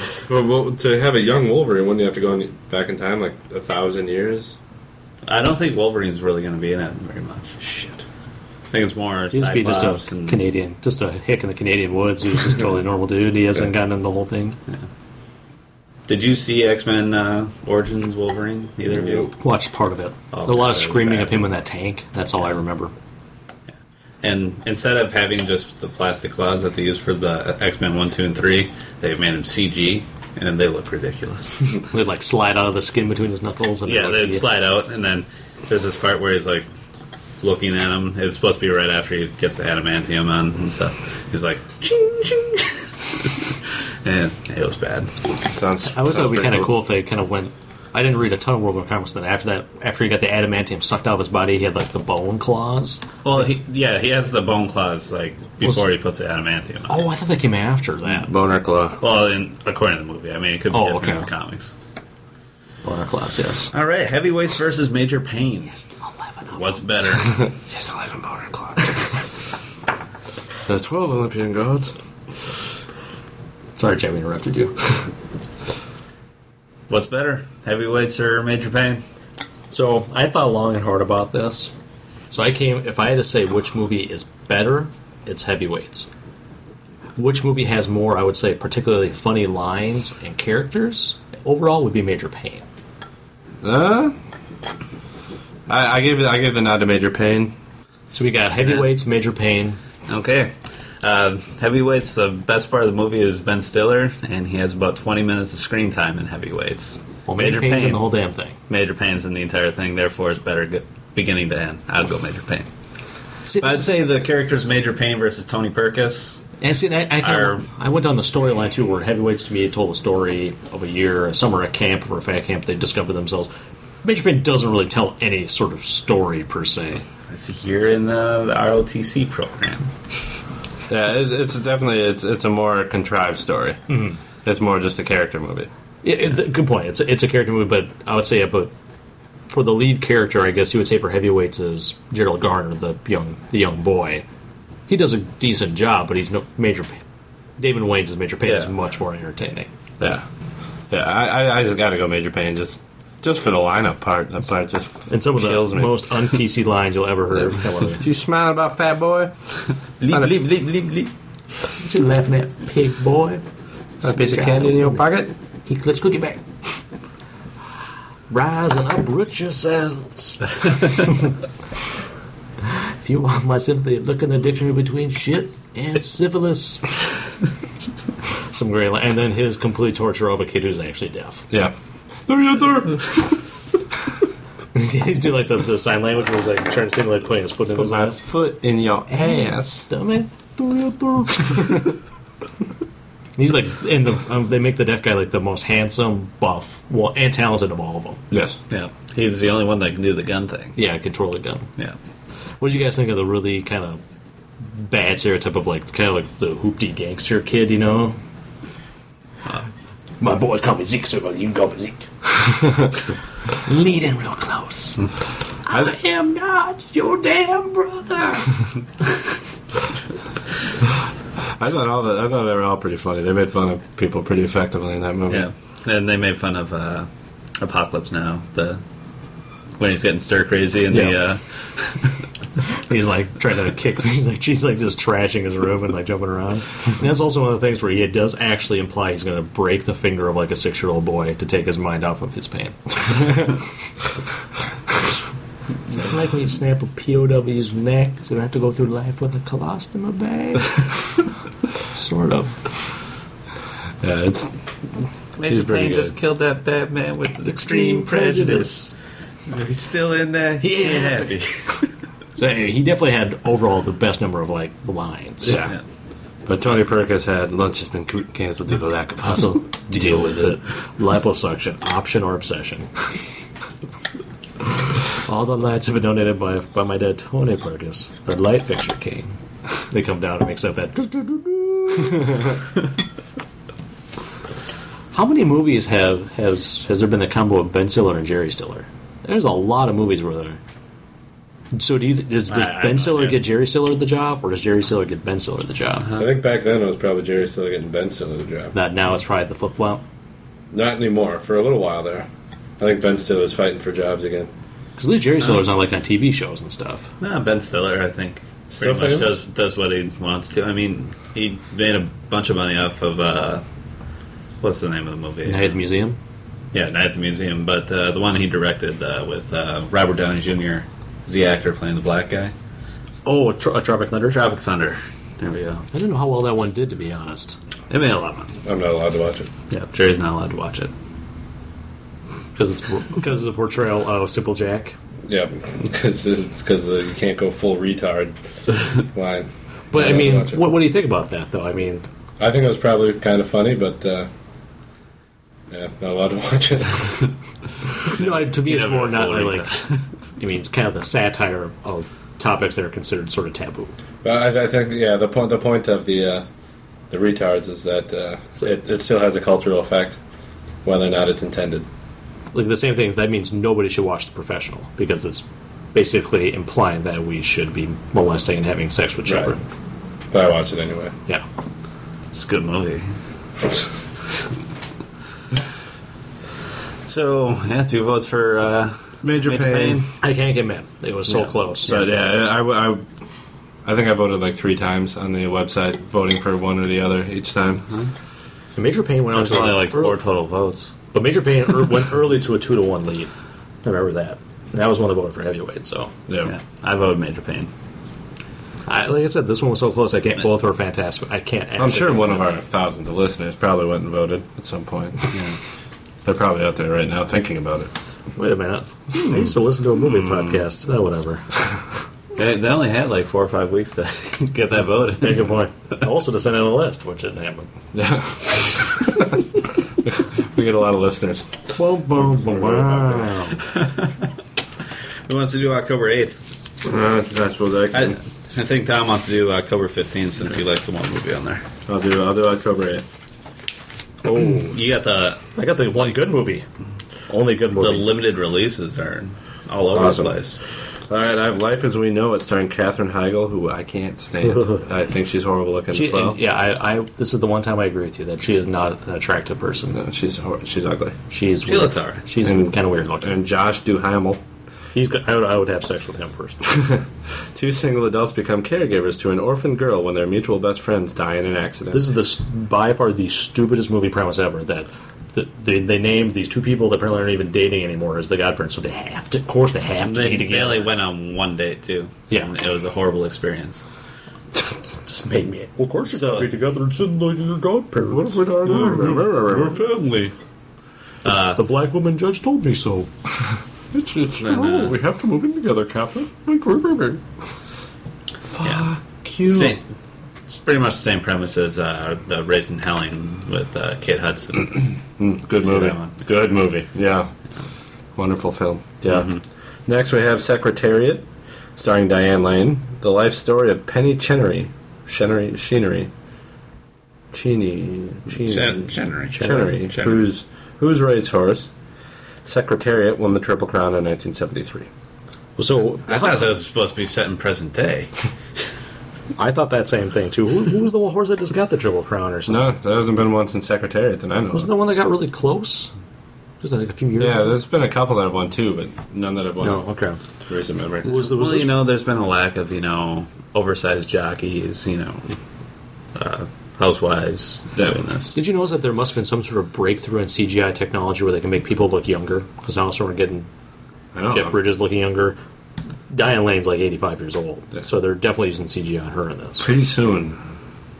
[SPEAKER 4] well, well, to have a young Wolverine, wouldn't you have to go in, back in time like a thousand years?
[SPEAKER 2] I don't think Wolverine's really going to be in it very much. Shit. I think it's more
[SPEAKER 3] He used to be
[SPEAKER 2] Cyclops
[SPEAKER 3] just a
[SPEAKER 2] and
[SPEAKER 3] Canadian, just a hick in the Canadian woods. He was just totally normal dude. He hasn't gotten in the whole thing.
[SPEAKER 2] Did you see X Men uh, Origins Wolverine? Either of you?
[SPEAKER 4] Nope.
[SPEAKER 3] Watched part of it. a
[SPEAKER 2] Oh,
[SPEAKER 3] lot of
[SPEAKER 2] that's
[SPEAKER 3] screaming
[SPEAKER 2] bad.
[SPEAKER 3] of him in that tank. That's all I remember.
[SPEAKER 2] And instead of having just the plastic claws that they use for the X Men One, Two, and Three, they made them CG, and they look ridiculous.
[SPEAKER 3] They'd like slide out of the skin between his knuckles. And
[SPEAKER 2] Yeah,
[SPEAKER 3] it
[SPEAKER 2] they'd
[SPEAKER 3] looked-
[SPEAKER 2] slide out, and then there's this part where he's like looking at him. It's supposed to be right after he gets the adamantium on and stuff. He's like, ching, ching. and it was bad.
[SPEAKER 4] Sounds.
[SPEAKER 3] I always thought
[SPEAKER 4] sounds
[SPEAKER 3] it'd be
[SPEAKER 4] pretty
[SPEAKER 3] kind of cool if they kind of went. I didn't read a ton of World War Comics. Then after that, after he got the adamantium sucked out of his body, he had like the bone claws.
[SPEAKER 2] Well, he, yeah, he has the bone claws like before he puts the adamantium on.
[SPEAKER 3] Oh, I thought they came after that.
[SPEAKER 4] Boner claw.
[SPEAKER 2] Well, in, according to the movie, I mean, it could be
[SPEAKER 3] Oh,
[SPEAKER 2] different
[SPEAKER 3] okay.
[SPEAKER 2] in the comics.
[SPEAKER 3] Boner claws, yes.
[SPEAKER 2] All right, heavyweights versus major pain.
[SPEAKER 3] Eleven. of
[SPEAKER 2] What's
[SPEAKER 3] them.
[SPEAKER 2] better?
[SPEAKER 4] Yes, eleven boner claw. the twelve Olympian gods.
[SPEAKER 3] Sorry, Jay, we interrupted you.
[SPEAKER 2] What's better, heavyweights or major pain?
[SPEAKER 3] So I thought long and hard about this. So I came. If I had to say which movie is better, it's Heavyweights. Which movie has more? I would say particularly funny lines and characters. Overall, would be Major Pain.
[SPEAKER 4] Uh, I, I gave it. I gave the nod to Major Payne.
[SPEAKER 3] So we got Heavyweights, Major Pain,
[SPEAKER 2] Okay. Uh, heavyweights, the best part of the movie is Ben Stiller, and he has about 20 minutes of screen time in Heavyweights.
[SPEAKER 3] Well, Major, Payne's in the whole damn thing.
[SPEAKER 2] Major Pain's in the entire thing, therefore it's better go- beginning to end. I'd go Major Pain.
[SPEAKER 3] See,
[SPEAKER 2] But I'd say the characters Major Pain versus Tony Perkis.
[SPEAKER 3] And see, and I, I, kind of- I went down the storyline too, where heavyweights to me told the story of a year, a summer at camp or a fat camp. They discovered themselves. Major Payne doesn't really tell any sort of story per se.
[SPEAKER 2] It's here in the, the ROTC program.
[SPEAKER 5] Yeah, it, it's definitely it's it's a more contrived story.
[SPEAKER 3] Mm-hmm.
[SPEAKER 5] It's more just a character movie.
[SPEAKER 3] It, it- th- good point. It's a, it's a character movie, but I would say, but for the lead character, I guess you would say for heavyweights is Gerald Garner, the young the young boy. He does a decent job, but he's no Major. Payne. David Wayne's Major Payne is
[SPEAKER 5] Yeah.
[SPEAKER 3] much more entertaining.
[SPEAKER 5] Yeah, yeah. I, I, I just got to go Major Pain just just for the lineup part. That part just
[SPEAKER 3] And some of the
[SPEAKER 5] kills me.
[SPEAKER 3] most un PC lines you'll ever hear. come out of it.
[SPEAKER 5] Did you smile about Fat Boy?
[SPEAKER 2] Leap, leap, leap, leap, leap.
[SPEAKER 3] you laughing at, pig boy?
[SPEAKER 5] A piece of candy in your pocket?
[SPEAKER 3] He, let's go get back. Rise and uproot yourselves. if you want my sympathy, look in the dictionary between shit and syphilis. Some great line. And then his complete torture of a kid who's actually deaf.
[SPEAKER 5] Yeah. There you there.
[SPEAKER 3] He's doing like the, the sign language where he's like trying to simulate putting his foot in
[SPEAKER 5] Put
[SPEAKER 3] his
[SPEAKER 5] my
[SPEAKER 3] ass.
[SPEAKER 5] foot in your ass.
[SPEAKER 3] Dummy. He's like, and the, um, they make the deaf guy like the most handsome, buff, well, and talented of all of them.
[SPEAKER 5] Yes.
[SPEAKER 2] Yeah. He's the only one that can do the gun thing.
[SPEAKER 3] Yeah, control the gun.
[SPEAKER 2] Yeah.
[SPEAKER 3] What did you guys think of the really kind of bad stereotype of like kind of like the hoopty gangster kid? You know,
[SPEAKER 1] Uh, My boys call me Zeke, so you call me Zeke.
[SPEAKER 3] leading real close. I am not your damn brother.
[SPEAKER 5] I thought all the I thought they were all pretty funny. They made fun of people pretty effectively in that movie.
[SPEAKER 2] Yeah. And they made fun of uh, Apocalypse Now, the when he's getting stir crazy and the.
[SPEAKER 3] Yeah.
[SPEAKER 2] Uh,
[SPEAKER 3] He's like trying to kick. He's like she's like just trashing his room and like jumping around. And that's also one of the things where he does actually imply he's going to break the finger of like a six year old boy to take his mind off of his pain. like when you snap a POW's neck, so you have to go through life with a colostomy bag. sort of.
[SPEAKER 5] Yeah, it's
[SPEAKER 2] Major
[SPEAKER 5] pretty
[SPEAKER 2] Payne
[SPEAKER 5] good.
[SPEAKER 2] just killed that Batman with his extreme prejudice. He's still in there. He ain't happy.
[SPEAKER 3] So anyway, he definitely had overall the best number of like lines.
[SPEAKER 5] yeah. But Tony Perkins had lunch has been co- canceled due to lack of hustle. Deal with it.
[SPEAKER 3] Liposuction, option or obsession. All the lights have been donated by by my dad Tony Perkins, the light fixture king. They come down and mix up that. How many movies have has has there been the combo of Ben Stiller and Jerry Stiller? There's a lot of movies where there. So do you does, does
[SPEAKER 2] I- I
[SPEAKER 3] Ben
[SPEAKER 2] don't
[SPEAKER 3] Stiller
[SPEAKER 2] know.
[SPEAKER 3] get Jerry Stiller the job, or does Jerry Stiller get Ben Stiller the job?
[SPEAKER 4] I think back then it was probably Jerry still getting Ben Stiller the job.
[SPEAKER 3] That now it's probably the flip flop.
[SPEAKER 4] Not anymore. For a little while there, I think Ben Stiller is fighting for jobs again.
[SPEAKER 3] Because at least Jerry Stiller's not like on TV shows and stuff.
[SPEAKER 2] No, Ben Stiller, I think,
[SPEAKER 4] Still
[SPEAKER 2] pretty much
[SPEAKER 4] famous?
[SPEAKER 2] does does what he wants to. I mean, he made a bunch of money off of uh, what's the name of the movie?
[SPEAKER 3] Night at the museum.
[SPEAKER 2] Yeah, Night at the Museum. But uh, the one he directed uh, with uh, Robert Downey Jr. is the actor playing the black guy.
[SPEAKER 3] Oh, a, tro- a Tropic Thunder. I
[SPEAKER 2] uh, Tropic Thunder. There we go.
[SPEAKER 3] didn't know how well that one did, to be honest.
[SPEAKER 2] It made a lot of money.
[SPEAKER 4] I'm not allowed to watch it.
[SPEAKER 2] Yeah, Jerry's not allowed to watch it.
[SPEAKER 3] Because it's because it's a portrayal of Simple Jack.
[SPEAKER 4] Yeah, because it's because you can't go full retard line.
[SPEAKER 3] But I
[SPEAKER 4] Yeah,
[SPEAKER 3] mean,
[SPEAKER 4] gotcha.
[SPEAKER 3] what, what do you think about that, though? I mean,
[SPEAKER 4] I think it was probably kind of funny, but uh, yeah, not allowed to watch it.
[SPEAKER 3] no, I- to me, it's
[SPEAKER 2] never
[SPEAKER 3] more
[SPEAKER 2] go
[SPEAKER 3] not
[SPEAKER 2] full
[SPEAKER 3] like. I mean, it's kind of the satire of, of topics that are considered sort of taboo.
[SPEAKER 4] But I, I think yeah, the point the point of the uh, the retards is that uh, it, it still has a cultural effect, whether or not it's intended.
[SPEAKER 3] Like the same thing. That means nobody should watch The Professional because it's basically implying that we should be molesting and having sex with
[SPEAKER 4] Right.
[SPEAKER 3] children.
[SPEAKER 4] But I watch it anyway.
[SPEAKER 3] Yeah.
[SPEAKER 2] It's a good movie. So yeah, two votes for uh,
[SPEAKER 5] Major,
[SPEAKER 2] Major
[SPEAKER 5] Pain.
[SPEAKER 2] Pain.
[SPEAKER 3] I can't get mad. It was so
[SPEAKER 2] Yeah.
[SPEAKER 3] close.
[SPEAKER 5] But yeah, I, I, I think I voted like three times on the website, voting for one or the other each time.
[SPEAKER 3] And Major Payne went on
[SPEAKER 2] There's
[SPEAKER 3] to
[SPEAKER 2] only like four
[SPEAKER 3] early-
[SPEAKER 2] total votes.
[SPEAKER 3] But Major Payne er- went early to a two to one lead. I remember that. And that was one that voted for heavyweight. So
[SPEAKER 5] Yeah.
[SPEAKER 2] Yeah, I voted Major Pain.
[SPEAKER 3] I, like I said, this one was so close. I can't. Both were fantastic. I can't.
[SPEAKER 4] I'm
[SPEAKER 3] actually-
[SPEAKER 4] sure one of our thousands of listeners probably went and voted at some point. They're probably out there right now thinking about it.
[SPEAKER 3] Wait a minute. I used to listen to a movie podcast. Oh, whatever.
[SPEAKER 2] They, they only had like four or five weeks to get that vote.
[SPEAKER 3] Make
[SPEAKER 2] in.
[SPEAKER 3] a point. Also to send in a list, which didn't happen.
[SPEAKER 4] Yeah. we get a lot of listeners.
[SPEAKER 2] Who wants to do October 8th?
[SPEAKER 4] Uh, I suppose
[SPEAKER 2] I, I think Tom wants to do October 15th since he likes the one movie on there.
[SPEAKER 4] will do. I'll do October eighth.
[SPEAKER 2] You got the
[SPEAKER 3] I got the one good movie. Only good
[SPEAKER 2] the
[SPEAKER 3] movie.
[SPEAKER 2] limited releases are all over
[SPEAKER 4] Awesome.
[SPEAKER 2] the place.
[SPEAKER 4] All right, I have Life as We Know It, starring Katherine Heigl, who I can't stand. I think she's horrible looking
[SPEAKER 3] She-
[SPEAKER 4] as well.
[SPEAKER 3] yeah, I, I. This is the one time I agree with you that she is not an attractive person.
[SPEAKER 4] No, she's hor- she's ugly.
[SPEAKER 3] She's
[SPEAKER 2] She looks alright.
[SPEAKER 3] She's
[SPEAKER 4] And-
[SPEAKER 3] kind of weird looking.
[SPEAKER 4] And Josh Duhamel.
[SPEAKER 3] He's. go- I would, I would have sex with him first.
[SPEAKER 4] Two single adults become caregivers to an orphan girl when their mutual best friends die in an accident.
[SPEAKER 3] This is the st- by far the stupidest movie premise ever. That that they, they named these two people that apparently aren't even dating anymore as the godparents, so they have to. Of course, they have to be
[SPEAKER 2] They, they
[SPEAKER 3] together.
[SPEAKER 2] only went on one date too.
[SPEAKER 3] Yeah.
[SPEAKER 2] And it was a horrible experience.
[SPEAKER 3] just made me. Well, of course, you
[SPEAKER 2] So-
[SPEAKER 3] gotta be together and sitting like your godparents.
[SPEAKER 4] what if we don't?
[SPEAKER 2] family.
[SPEAKER 3] the black woman judge told me so.
[SPEAKER 4] It's, it's the
[SPEAKER 2] Then, uh,
[SPEAKER 4] rule. We have to move in together, Catherine. Like, we're, we're, we're.
[SPEAKER 2] Yeah.
[SPEAKER 4] Cute.
[SPEAKER 2] Same, it's pretty much the same premise as uh, the Raisin Helling with uh, Kate Hudson. uh,
[SPEAKER 4] Good
[SPEAKER 2] See
[SPEAKER 4] movie.
[SPEAKER 2] that one.
[SPEAKER 4] Good movie. Yeah. Wonderful film. Yeah.
[SPEAKER 2] Mm-hmm.
[SPEAKER 4] Next, we have Secretariat, starring Diane Lane. The life story of Penny Chenery. Chenery. Sheenery. Cheney. Cheney.
[SPEAKER 2] Chen- Chenery.
[SPEAKER 4] Chenery.
[SPEAKER 2] Chenery.
[SPEAKER 4] Who's, who's racehorse? Secretariat won the Triple Crown in 1973.
[SPEAKER 3] So
[SPEAKER 2] I thought that was supposed to be set in present day.
[SPEAKER 3] I thought that same thing too. Who, who was the horse that just got the triple crown or something?
[SPEAKER 4] No, there hasn't been one since Secretariat that I know.
[SPEAKER 3] Wasn't
[SPEAKER 4] of.
[SPEAKER 3] the one that got really close? Just like a few years.
[SPEAKER 4] Yeah,
[SPEAKER 3] ago?
[SPEAKER 4] there's been a couple that have won too, but none that have won.
[SPEAKER 3] No, okay.
[SPEAKER 4] in Recent memory.
[SPEAKER 3] Was the was
[SPEAKER 2] well,
[SPEAKER 3] this,
[SPEAKER 2] you know, there's been a lack of you know oversized jockeys, you know, uh, housewives
[SPEAKER 4] Yeah.
[SPEAKER 2] doing this.
[SPEAKER 3] Did you notice that there must have been some sort of breakthrough in CGI technology where they can make people look younger? Because now we're getting
[SPEAKER 4] I don't
[SPEAKER 3] Jeff
[SPEAKER 4] know.
[SPEAKER 3] Bridges looking younger. Diane Lane's like 85 years old,
[SPEAKER 4] Yeah.
[SPEAKER 3] so they're definitely using CGI on her in this.
[SPEAKER 4] Pretty soon,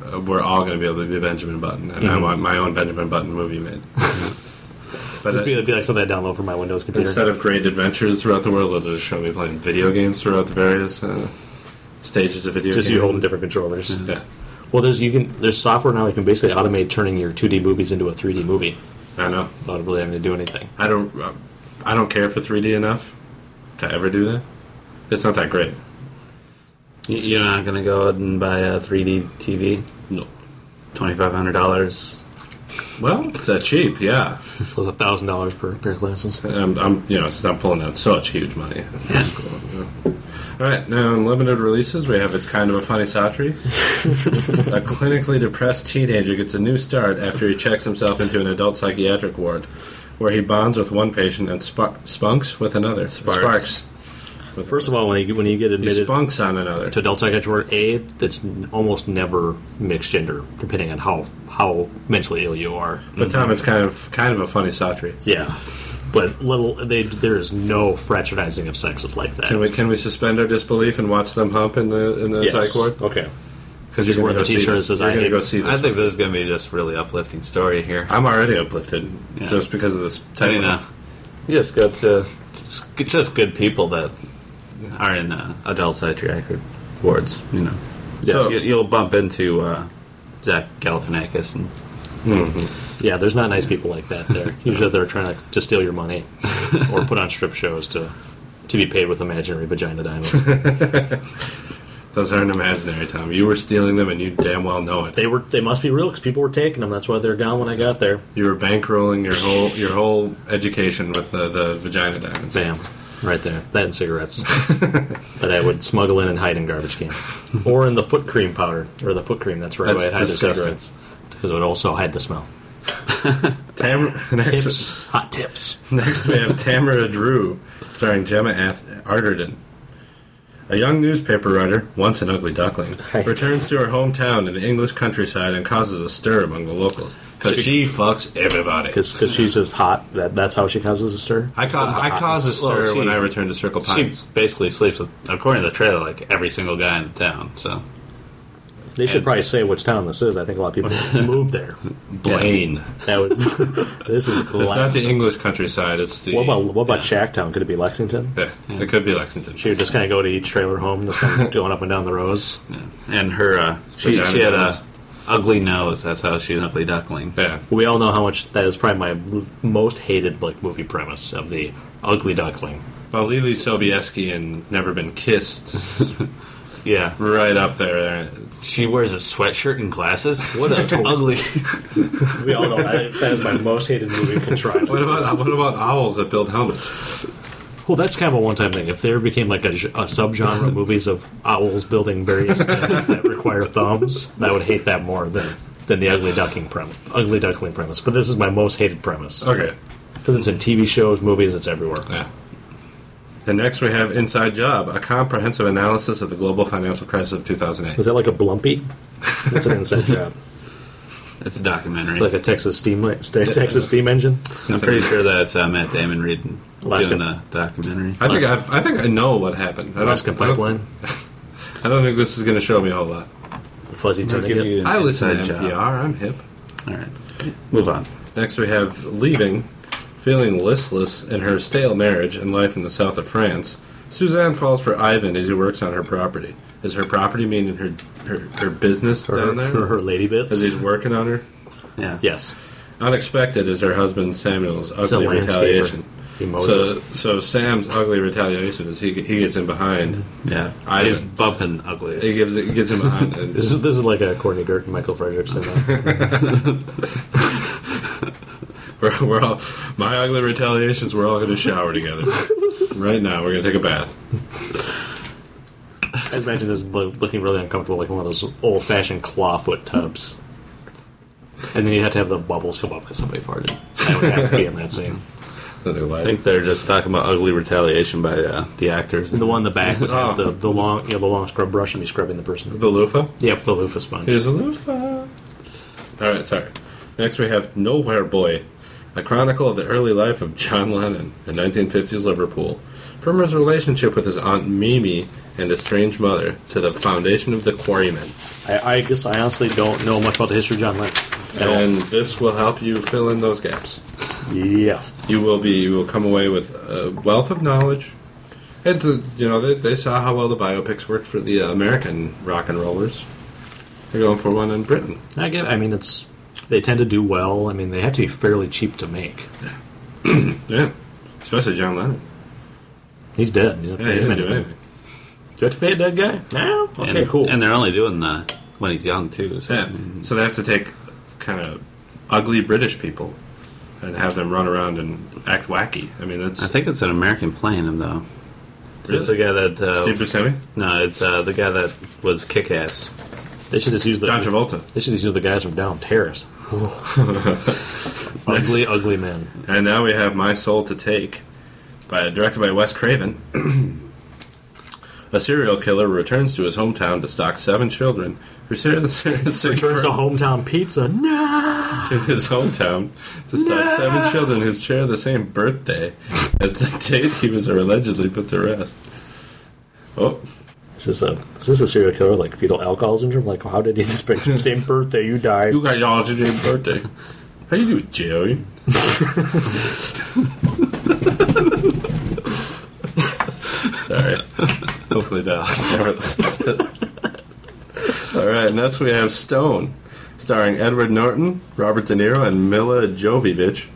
[SPEAKER 4] uh, we're all going to be able to be Benjamin Button, and I
[SPEAKER 3] Mhm.
[SPEAKER 4] want my own Benjamin Button movie made. but
[SPEAKER 3] Just be,
[SPEAKER 4] uh,
[SPEAKER 3] it'd be like something I download from my Windows computer.
[SPEAKER 4] instead of great adventures throughout the world, it'll just show me playing video games throughout the various uh, stages of video.
[SPEAKER 3] just
[SPEAKER 4] game.
[SPEAKER 3] you holding different controllers.
[SPEAKER 4] Yeah.
[SPEAKER 3] Well, there's you can there's software now that can basically automate turning your 2D movies into a 3D movie
[SPEAKER 4] I know.
[SPEAKER 3] without really having to do anything.
[SPEAKER 4] I don't. Uh, I don't care for 3D enough to ever do that. It's not that great.
[SPEAKER 2] You- You're not gonna go out and buy a 3D TV,
[SPEAKER 4] No.
[SPEAKER 2] twenty five hundred dollars.
[SPEAKER 4] Well, it's that cheap. Yeah.
[SPEAKER 3] Plus a thousand dollars per pair of glasses.
[SPEAKER 4] I'm, I'm you know, since I'm pulling out such huge money. All right, now in limited releases, we have It's Kind of a Funny Satri. a clinically depressed teenager gets a new start after he checks himself into an adult psychiatric ward, where he bonds with one patient and spark- spunks with another.
[SPEAKER 2] Sparks.
[SPEAKER 3] First of all, when you when you get
[SPEAKER 4] He
[SPEAKER 3] admitted
[SPEAKER 4] spunks on another.
[SPEAKER 3] to adult psychiatry ward A, that's n- almost never mixed gender, depending on how how mentally ill you are.
[SPEAKER 4] But Tom, it's kind of kind of a funny Satri.
[SPEAKER 3] Yeah, but little they there is no fraternizing of sexes like that.
[SPEAKER 4] Can we can we suspend our disbelief and watch them hump in the in the
[SPEAKER 3] Yes.
[SPEAKER 4] psych ward?
[SPEAKER 3] Okay.
[SPEAKER 4] Because
[SPEAKER 3] Just wear
[SPEAKER 4] gonna
[SPEAKER 3] the
[SPEAKER 4] go see
[SPEAKER 3] t-shirt that
[SPEAKER 4] this.
[SPEAKER 3] says,
[SPEAKER 4] You're
[SPEAKER 3] "I
[SPEAKER 4] gonna
[SPEAKER 3] hate
[SPEAKER 4] go
[SPEAKER 3] it."
[SPEAKER 4] see this.
[SPEAKER 2] I think this is gonna be just really uplifting story here.
[SPEAKER 4] I'm already uplifted
[SPEAKER 2] Yeah.
[SPEAKER 4] just because of this.
[SPEAKER 2] I mean, uh, you just go to just good- just good people that are in uh, adult psychiatric wards. You know,
[SPEAKER 4] So-
[SPEAKER 2] you, you'll bump into uh, Zach Galifianakis and
[SPEAKER 3] Yeah, there's not nice people like that there. Usually they're trying to, to steal your money or put on strip shows to to be paid with imaginary vagina diamonds.
[SPEAKER 4] Those aren't imaginary, Tom. You were stealing them, and you damn well know it.
[SPEAKER 3] they were they must be real because people were taking them. That's why they're gone when I got there.
[SPEAKER 4] You were bankrolling your whole your whole education with the, the vagina diamonds.
[SPEAKER 3] Bam. Right there. That and cigarettes that I would smuggle in and hide in garbage cans. Or in the foot cream powder. Or the foot cream. That's where
[SPEAKER 4] That's
[SPEAKER 3] I would hide the
[SPEAKER 4] disgusting.
[SPEAKER 3] cigarettes. Because it would also hide the smell.
[SPEAKER 4] Tam-
[SPEAKER 3] Tips.
[SPEAKER 4] next,
[SPEAKER 3] Hot tips.
[SPEAKER 4] next we have Tamara Drew, starring Gemma Ath- Arterton. A young newspaper writer, once an ugly duckling,
[SPEAKER 3] Hi.
[SPEAKER 4] returns to her hometown in the English countryside and causes a stir among the locals. because she fucks everybody.
[SPEAKER 3] because she's just hot. That that's how she causes a stir.
[SPEAKER 4] I cause I cause a stir
[SPEAKER 2] Well, she-
[SPEAKER 4] when I return to Circle
[SPEAKER 2] She
[SPEAKER 4] Pines.
[SPEAKER 2] basically sleeps with, according to the trailer, like every single guy in the town. So
[SPEAKER 3] They should probably say which town this is. I think a lot of people moved there.
[SPEAKER 4] Blaine.
[SPEAKER 3] That would. this is.
[SPEAKER 4] It's not
[SPEAKER 3] Black.
[SPEAKER 4] the English countryside. It's the
[SPEAKER 3] What about what about Shacktown? Could it be Lexington?
[SPEAKER 4] Yeah, it could be Lexington.
[SPEAKER 3] She would just kind of go to each trailer home, just kind of going up and down the rows.
[SPEAKER 2] and her uh, she,
[SPEAKER 4] Vagina
[SPEAKER 2] she had
[SPEAKER 4] diamonds.
[SPEAKER 2] a ugly nose. That's how she was an ugly duckling.
[SPEAKER 4] yeah,
[SPEAKER 3] We all know how much that is probably my mo- most hated like movie premise of the ugly duckling.
[SPEAKER 4] well, Lily Sobieski and Never Been Kissed,
[SPEAKER 2] Yeah,
[SPEAKER 4] right up there.
[SPEAKER 2] she wears a sweatshirt and glasses. What a ugly.
[SPEAKER 3] We all know that, that is my most hated movie contrivance.
[SPEAKER 4] What about what about owls that build helmets?
[SPEAKER 3] Well, that's kind of a one-time thing. If there became like a, g- a subgenre of movies of owls building various things that require thumbs, I would hate that more than than the ugly ducking premise. Ugly duckling premise, but this is my most hated premise
[SPEAKER 4] Okay,
[SPEAKER 3] because it's in TV shows, movies, it's everywhere.
[SPEAKER 4] yeah. And next we have Inside Job, a comprehensive analysis of the global financial crisis of 2008.
[SPEAKER 3] Is that like a blumpy? That's an inside job,
[SPEAKER 2] It's a documentary.
[SPEAKER 3] like a Texas steam li- st- Texas steam engine.
[SPEAKER 2] I'm pretty sure that's uh, Matt Damon reading
[SPEAKER 3] Alaska.
[SPEAKER 2] doing the documentary.
[SPEAKER 4] I think I've, I think I know what happened. I don't-
[SPEAKER 3] Alaska
[SPEAKER 4] I don't,
[SPEAKER 3] pipeline,
[SPEAKER 4] I don't think this is going to show me a whole lot.
[SPEAKER 3] fuzzy
[SPEAKER 2] give you
[SPEAKER 3] tourniquet.
[SPEAKER 2] an
[SPEAKER 4] I listen to
[SPEAKER 2] inside job.
[SPEAKER 4] NPR. I'm hip.
[SPEAKER 2] All right, move on.
[SPEAKER 4] Next, we have leaving, feeling listless in her stale marriage and life in the south of France. Suzanne falls for Ivan as he works on her property. Is her property meaning her her, her business
[SPEAKER 3] Or
[SPEAKER 4] down
[SPEAKER 3] her, or
[SPEAKER 4] there?
[SPEAKER 3] her lady
[SPEAKER 4] As
[SPEAKER 3] bits.
[SPEAKER 4] he's working on her.
[SPEAKER 2] Yeah,
[SPEAKER 3] Yes,
[SPEAKER 4] Unexpected is her husband Samuel's ugly
[SPEAKER 3] landscaper.
[SPEAKER 4] retaliation.
[SPEAKER 3] he mows it.
[SPEAKER 4] So, so Sam's ugly retaliation is he he gets in behind.
[SPEAKER 2] yeah.
[SPEAKER 4] I-
[SPEAKER 2] He's bumping uglies.
[SPEAKER 4] He gives he gets in behind. And
[SPEAKER 3] This is this is like a Courtney Gert and Michael Fredrickson. uh,
[SPEAKER 4] we're, we're all my ugly retaliations. We're all going to shower together. right now, we're going to take a bath.
[SPEAKER 3] I just imagine this lo- looking really uncomfortable, like one of those old-fashioned clawfoot tubs. And then you have to have the bubbles come up because somebody farted. That would have to be in that scene.
[SPEAKER 2] I think they're just talking about ugly retaliation by uh, the actors.
[SPEAKER 3] The one in the back, would have
[SPEAKER 4] Oh.
[SPEAKER 3] the the long you know the long scrub brush and be scrubbing the person.
[SPEAKER 4] The loofah.
[SPEAKER 3] Yep, the loofah sponge.
[SPEAKER 4] Here's a loofah. All right, sorry. Next we have Nowhere Boy, a chronicle of the early life of John Lennon in 1950s Liverpool, from his relationship with his aunt Mimi and his strange mother to the foundation of the Quarrymen.
[SPEAKER 3] I, I guess I honestly don't know much about the history of John Lennon.
[SPEAKER 4] And this will help you fill in those gaps.
[SPEAKER 3] Yeah,
[SPEAKER 4] You will be you will come away with a wealth of knowledge. And to, you know they, they saw how well the biopics worked for the uh, American rock and rollers. They're going for one in Britain.
[SPEAKER 3] I get. I mean, it's they tend to do well. I mean, they have to be fairly cheap to make.
[SPEAKER 4] Yeah, especially John Lennon.
[SPEAKER 3] He's dead. You don't have to
[SPEAKER 4] Yeah, he
[SPEAKER 3] pay him
[SPEAKER 4] didn't do
[SPEAKER 3] anything.
[SPEAKER 4] anything.
[SPEAKER 3] Do you have to pay a dead guy? No.
[SPEAKER 2] and,
[SPEAKER 3] Okay, cool.
[SPEAKER 2] And they're only doing the when he's young too. So I
[SPEAKER 4] Yeah.
[SPEAKER 2] mean,
[SPEAKER 4] So they have to take kind of ugly British people and have them run around and act wacky. I mean, that's
[SPEAKER 2] I think it's an American playing him though. Is this the
[SPEAKER 4] Really?
[SPEAKER 2] guy that? Uh,
[SPEAKER 4] Steve Buscemi,
[SPEAKER 2] no, it's uh, the guy that was Kick-Ass.
[SPEAKER 3] they should just use the
[SPEAKER 4] John Travolta,
[SPEAKER 3] They should just use the guys from Down Terrace. ugly, ugly men.
[SPEAKER 4] and now we have My Soul to Take, by directed by Wes Craven. A serial killer returns to his hometown to stalk seven children who seriously
[SPEAKER 3] Returns to hometown pizza. No.
[SPEAKER 4] to his hometown to stalk seven children who share the same birthday as the date he was allegedly put to rest. Oh,
[SPEAKER 3] Is this a is this a serial killer like fetal alcohol syndrome? Like how did he just pick the same birthday you died?
[SPEAKER 4] You got y'all's your birthday. How you doing, Jerry? Sorry. Hopefully Dallas never listens to this. All right, next we have Stone, starring Edward Norton, Robert De Niro, and Mila Jovovich.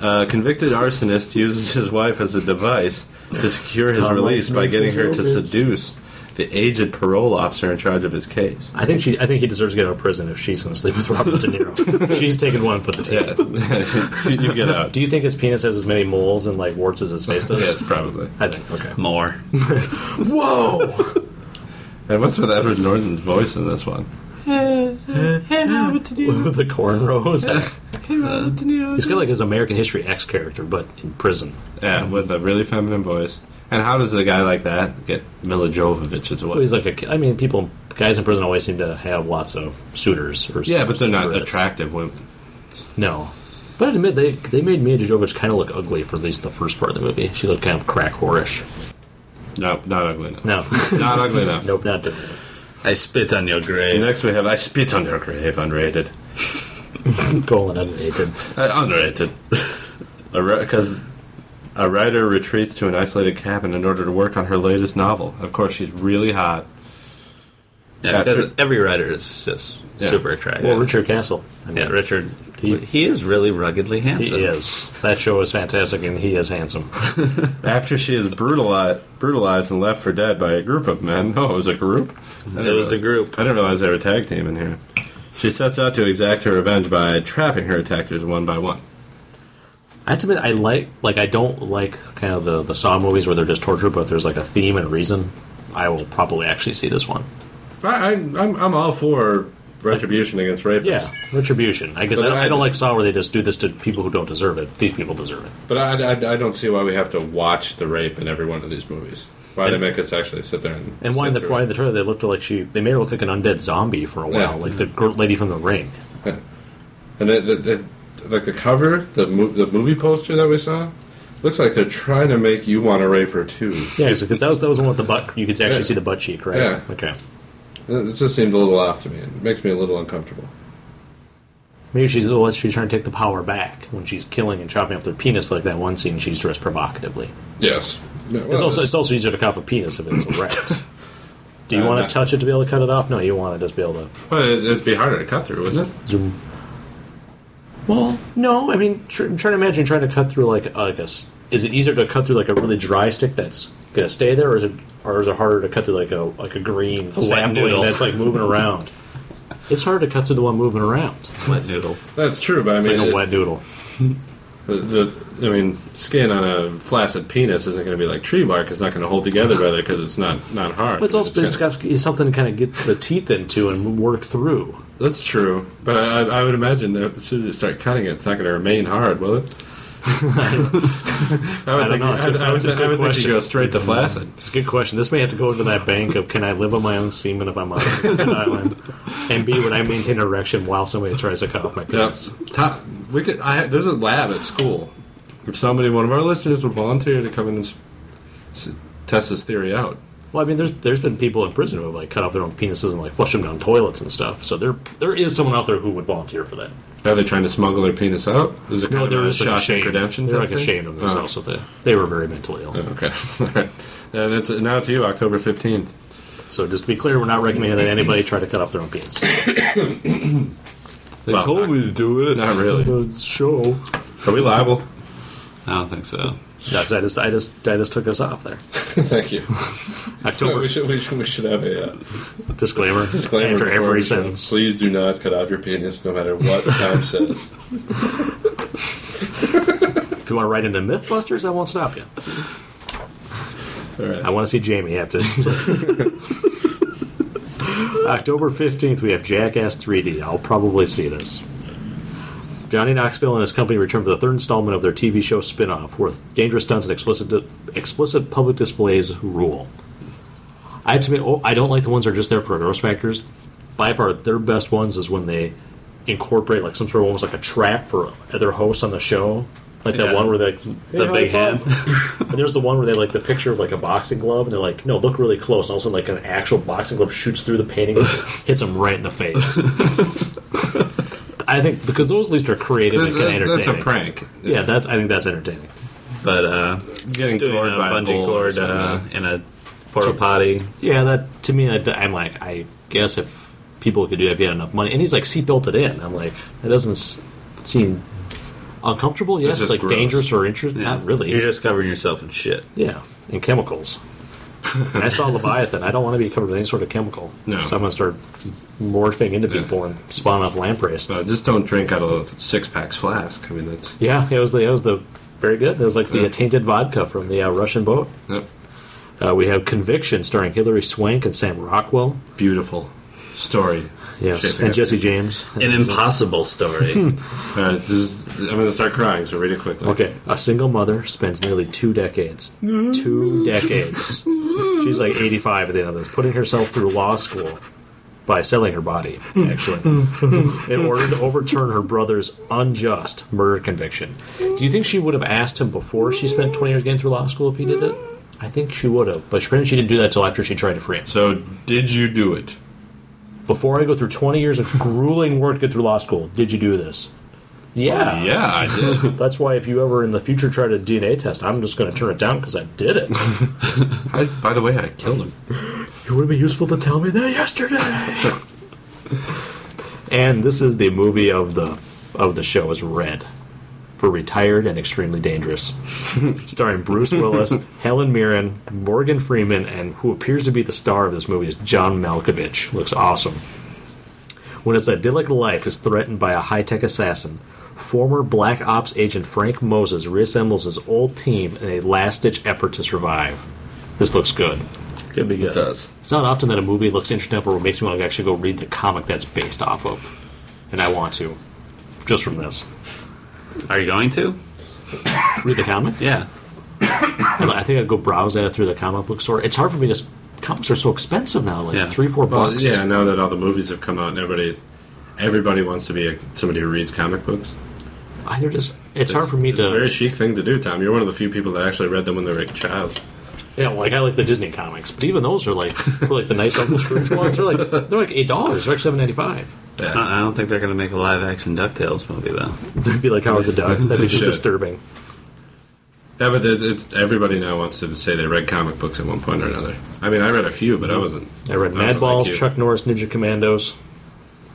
[SPEAKER 4] A convicted arsonist uses his wife as a device to secure his release by getting her to seduce the aged parole officer in charge of his case.
[SPEAKER 3] I think she. I think he deserves to get out of prison if she's going to sleep with Robert De Niro. she's taking one for the team.
[SPEAKER 4] Yeah, you, you get out.
[SPEAKER 3] Do you think his penis has as many moles and like warts as his face does?
[SPEAKER 4] Yes, probably.
[SPEAKER 3] I think. Okay.
[SPEAKER 2] More.
[SPEAKER 4] Whoa! and what's with Edward Norton's voice in this one?
[SPEAKER 3] With the cornrows. He's got like his American History X character, but in prison.
[SPEAKER 4] Yeah, with a really feminine voice. And how does a guy like that get Mila Jovovich as well?
[SPEAKER 3] Oh, He's like a. I mean, people, guys in prison always seem to have lots of suitors. Or
[SPEAKER 4] Yeah, but they're not
[SPEAKER 3] suitorettes.
[SPEAKER 4] attractive women.
[SPEAKER 3] No. But I admit, they they made Mia Jovovich kind of look ugly for at least the first part of the movie. She looked kind of crack whorish.
[SPEAKER 4] No, not ugly enough.
[SPEAKER 3] No.
[SPEAKER 4] Not ugly enough.
[SPEAKER 3] nope, not doing
[SPEAKER 2] I spit on your grave.
[SPEAKER 4] Next, we have I Spit on Your Grave, unrated.
[SPEAKER 3] it. Colon unrated.
[SPEAKER 4] Uh, underrated. Because a writer retreats to an isolated cabin in order to work on her latest novel. Of course, she's really hot.
[SPEAKER 2] Yeah, because every writer is just
[SPEAKER 4] Yeah.
[SPEAKER 2] super attractive.
[SPEAKER 3] Well, Richard Castle. I mean,
[SPEAKER 2] yeah, Richard.
[SPEAKER 3] He-
[SPEAKER 2] He, is really ruggedly
[SPEAKER 3] He
[SPEAKER 2] handsome.
[SPEAKER 3] is. That show is fantastic, and he is handsome.
[SPEAKER 4] After she is brutalized, brutalized and left for dead by a group of men. Oh, it was a group?
[SPEAKER 2] It was a group.
[SPEAKER 4] I didn't realize they were a tag team in here. She sets out to exact her revenge by trapping her attackers one by one.
[SPEAKER 3] I have to admit, I like like I don't like kind of the the Saw movies where they're just torture, but if there's like a theme and a reason, I will probably actually see this one.
[SPEAKER 4] I, I, I'm, I'm all for retribution against rapists.
[SPEAKER 3] Yeah, retribution. I guess I
[SPEAKER 4] But
[SPEAKER 3] don't, I
[SPEAKER 4] I-
[SPEAKER 3] don't like Saw where they just do this to people who don't deserve it. These people deserve it.
[SPEAKER 4] But I, I, I don't see why we have to watch the rape in every one of these movies. Why they make us actually sit there and
[SPEAKER 3] And why in the
[SPEAKER 4] sit through
[SPEAKER 3] why
[SPEAKER 4] it.
[SPEAKER 3] in the trailer they looked like she they made her look like an undead zombie for a while,
[SPEAKER 4] Yeah.
[SPEAKER 3] like the girl, lady from the ring.
[SPEAKER 4] and the, the, the, like the cover, the mo- the movie poster that we saw, looks like they're trying to make you want to rape her too.
[SPEAKER 3] Yeah, because that was that was the one with the butt. You could actually
[SPEAKER 4] Yeah.
[SPEAKER 3] see the butt cheek, right?
[SPEAKER 4] Yeah.
[SPEAKER 3] Okay.
[SPEAKER 4] It just seemed a little off to me. It makes me a little uncomfortable.
[SPEAKER 3] Maybe she's well, she's trying to take the power back when she's killing and chopping off their penis, like that one scene. She's dressed provocatively.
[SPEAKER 4] Yes. No, well,
[SPEAKER 3] It's also
[SPEAKER 4] it's-
[SPEAKER 3] it's also easier to cut off a penis if it's erect. Do you
[SPEAKER 4] Uh,
[SPEAKER 3] want
[SPEAKER 4] no.
[SPEAKER 3] to touch it to be able to cut it off? No, you want to just be able to
[SPEAKER 4] Well, it- it'd be harder to cut through, wouldn't it?
[SPEAKER 3] zoom. Well, no. I mean, tr- I'm trying to imagine trying to cut through like like a. s- Is it easier to cut through like a really dry stick that's gonna stay there, or is it or is it harder to cut through like a like a green sapling
[SPEAKER 2] noodle.
[SPEAKER 3] that's like moving around? It's hard to cut through the one moving around,
[SPEAKER 2] Wet noodle.
[SPEAKER 4] That's true, but I mean,
[SPEAKER 3] like a
[SPEAKER 4] it-
[SPEAKER 3] wet noodle.
[SPEAKER 4] the, the- I mean, skin on a flaccid penis isn't going to be like tree bark. It's not going to hold together better because it's not not hard.
[SPEAKER 3] But it's also it's
[SPEAKER 4] gonna-
[SPEAKER 3] got something to kind of get the teeth into and work through.
[SPEAKER 4] That's true, but I, I I would imagine that as soon as you start cutting it, it's not going to remain hard, will it? I would
[SPEAKER 3] don't
[SPEAKER 4] think,
[SPEAKER 3] know. It's a-
[SPEAKER 4] I, I would,
[SPEAKER 3] it's a
[SPEAKER 4] think- I
[SPEAKER 3] good
[SPEAKER 4] would think you
[SPEAKER 3] question.
[SPEAKER 4] go straight to flaccid.
[SPEAKER 3] It's a good question. This may have to go into that bank of can I live on my own semen if I'm on an island, and B would I maintain an erection while somebody tries to cut off my
[SPEAKER 4] Yeah.
[SPEAKER 3] penis?
[SPEAKER 4] Top, we could. I, there's a lab at school. If somebody, one of our listeners, would volunteer to come in and s- s- test this theory out,
[SPEAKER 3] Well, I mean, there's there's been people in prison who have like cut off their own penises and like flush them down toilets and stuff. So there there is someone out there who would volunteer for that.
[SPEAKER 4] are they trying to smuggle their penis out? Is it kind
[SPEAKER 3] No,
[SPEAKER 4] of
[SPEAKER 3] there
[SPEAKER 4] a
[SPEAKER 3] is like
[SPEAKER 4] Shawshank
[SPEAKER 3] ashamed.
[SPEAKER 4] Redemption?
[SPEAKER 3] They're
[SPEAKER 4] type
[SPEAKER 3] like
[SPEAKER 4] thing?
[SPEAKER 3] ashamed of
[SPEAKER 4] Oh,
[SPEAKER 3] themselves. that they they were very mentally ill.
[SPEAKER 4] okay. All right. And it's now it's you, October fifteenth.
[SPEAKER 3] So just to be clear, we're not recommending that anybody try to cut off their own penis.
[SPEAKER 4] They told me to do it. Not really.
[SPEAKER 3] show.
[SPEAKER 4] Are we liable?
[SPEAKER 2] I don't think so.
[SPEAKER 3] No, 'cause I just I just I just took us off there.
[SPEAKER 7] Thank you.
[SPEAKER 3] October
[SPEAKER 7] we should we should we should have a uh,
[SPEAKER 3] disclaimer.
[SPEAKER 7] disclaimer
[SPEAKER 3] after
[SPEAKER 7] before
[SPEAKER 3] every
[SPEAKER 7] we go.
[SPEAKER 3] sentence.
[SPEAKER 7] Please do not cut off your penis, no matter what Tom says.
[SPEAKER 3] If you want to write into MythBusters, I won't stop you.
[SPEAKER 4] All right.
[SPEAKER 3] I want to see Jamie have to. October 15th, we have Jackass 3D. I'll probably see this. Johnny Knoxville and his company return for the third installment of their TV show spin-off, where dangerous stunts and explicit explicit public displays rule. I admit, oh, I don't like the ones that are just there for gross factors. By far, their best ones is when they incorporate like some sort of almost like a trap for other hosts on the show, like that
[SPEAKER 2] Yeah.
[SPEAKER 3] one where they, the
[SPEAKER 2] how
[SPEAKER 3] big
[SPEAKER 2] fun.
[SPEAKER 3] hand. and there's the one where they like the picture of like a boxing glove, and they're like, "No, look really close." And all of a sudden, like an actual boxing glove shoots through the painting, and hits him right in the face. I think because those at least are creative and kind of entertaining.
[SPEAKER 4] that's a prank.
[SPEAKER 3] Yeah, that's. I think that's entertaining.
[SPEAKER 2] But uh,
[SPEAKER 4] Getting
[SPEAKER 2] doing a
[SPEAKER 4] gored by a bull
[SPEAKER 2] bungee
[SPEAKER 4] or
[SPEAKER 2] cord
[SPEAKER 4] something.
[SPEAKER 2] uh, in a porta potty.
[SPEAKER 3] Yeah, that to me, that, I'm like, I guess if people could do that, if you had enough money, and he's like, see, built it in. I'm like, it doesn't s- seem uncomfortable. Yes,
[SPEAKER 4] is
[SPEAKER 3] like
[SPEAKER 4] gross.
[SPEAKER 3] dangerous or interesting. Not really.
[SPEAKER 2] You're just covering yourself in shit.
[SPEAKER 3] yeah, and chemicals. And I saw Leviathan. I don't want to be covered with any sort of chemical.
[SPEAKER 4] No.
[SPEAKER 3] So I'm gonna start morphing into people and spawn off lampreys.
[SPEAKER 4] Uh, just don't drink out of six packs flask. I mean, that's
[SPEAKER 3] Yeah, it was the it was the very good. It was like the tainted vodka from the uh, Russian boat.
[SPEAKER 4] yep.
[SPEAKER 3] Uh, we have Conviction starring Hilary Swank and Sam Rockwell.
[SPEAKER 4] beautiful story.
[SPEAKER 3] Yes,
[SPEAKER 4] Shaping
[SPEAKER 3] and
[SPEAKER 4] up.
[SPEAKER 3] Jesse James.
[SPEAKER 2] An impossible story.
[SPEAKER 4] All right, Uh, this is, I'm going to start crying, so read it quickly.
[SPEAKER 3] Okay, a single mother spends nearly two decades. Two decades. She's like 85 at the end of this, putting herself through law school by selling her body, actually, in order to overturn her brother's unjust murder conviction. Do you think she would have asked him before she spent 20 years getting through law school if he did it? I think she would have, but she she didn't do that until after she tried to free him. So
[SPEAKER 4] So, did you do it?
[SPEAKER 3] before I go through 20 years of grueling work to get through law school, did you do this? Yeah.
[SPEAKER 4] Yeah, I did.
[SPEAKER 3] That's why if you ever in the future try to DNA test, I'm just going to turn it down because I did it.
[SPEAKER 4] I, by the way, I killed him.
[SPEAKER 3] It would have been useful to tell me that yesterday. and this is the movie of the of the show is Red for retired and extremely dangerous, starring Bruce Willis, Helen Mirren, Morgan Freeman, and who appears to be the star of this movie is John Malkovich. Looks awesome. When his idyllic life is threatened by a high-tech assassin, former Black Ops agent Frank Moses reassembles his old team in a last-ditch effort to survive. This looks good. Could be good.
[SPEAKER 4] It does.
[SPEAKER 3] It's not often that a movie looks interesting enough or makes me want to actually go read the comic that's based off of. And I want to. Just from this.
[SPEAKER 2] Are you going to?
[SPEAKER 3] Read the comic?
[SPEAKER 2] Yeah.
[SPEAKER 3] And I think I'd go browse that through the comic book store. It's hard for me to. s- Comics are so expensive now, like
[SPEAKER 2] Yeah.
[SPEAKER 3] three, four
[SPEAKER 4] Well,
[SPEAKER 3] bucks.
[SPEAKER 4] yeah. Now that all the movies have come out, and everybody, everybody wants to be a, somebody who reads comic books.
[SPEAKER 3] I, they're just. It's, hard for me
[SPEAKER 4] It's a
[SPEAKER 3] to.
[SPEAKER 4] very chic thing to do, Tom. You're one of the few people that actually read them when they were a child.
[SPEAKER 3] Yeah, well, like I like the Disney comics, but even those are like for like the nice Uncle Scrooge ones. They're like they're like eight dollars. They're like seven ninety five.
[SPEAKER 4] Yeah.
[SPEAKER 2] Uh, I I don't think they're going to make a live action DuckTales movie, though.
[SPEAKER 3] They'd be like Howard the Duck. That'd be just
[SPEAKER 4] Shit.
[SPEAKER 3] disturbing.
[SPEAKER 4] Yeah, but it's, it's everybody now wants to say they read comic books at one point or another. I mean, I read a few, but I wasn't.
[SPEAKER 3] I read
[SPEAKER 4] wasn't
[SPEAKER 3] Mad Balls,
[SPEAKER 4] you.
[SPEAKER 3] Chuck Norris, Ninja Commandos,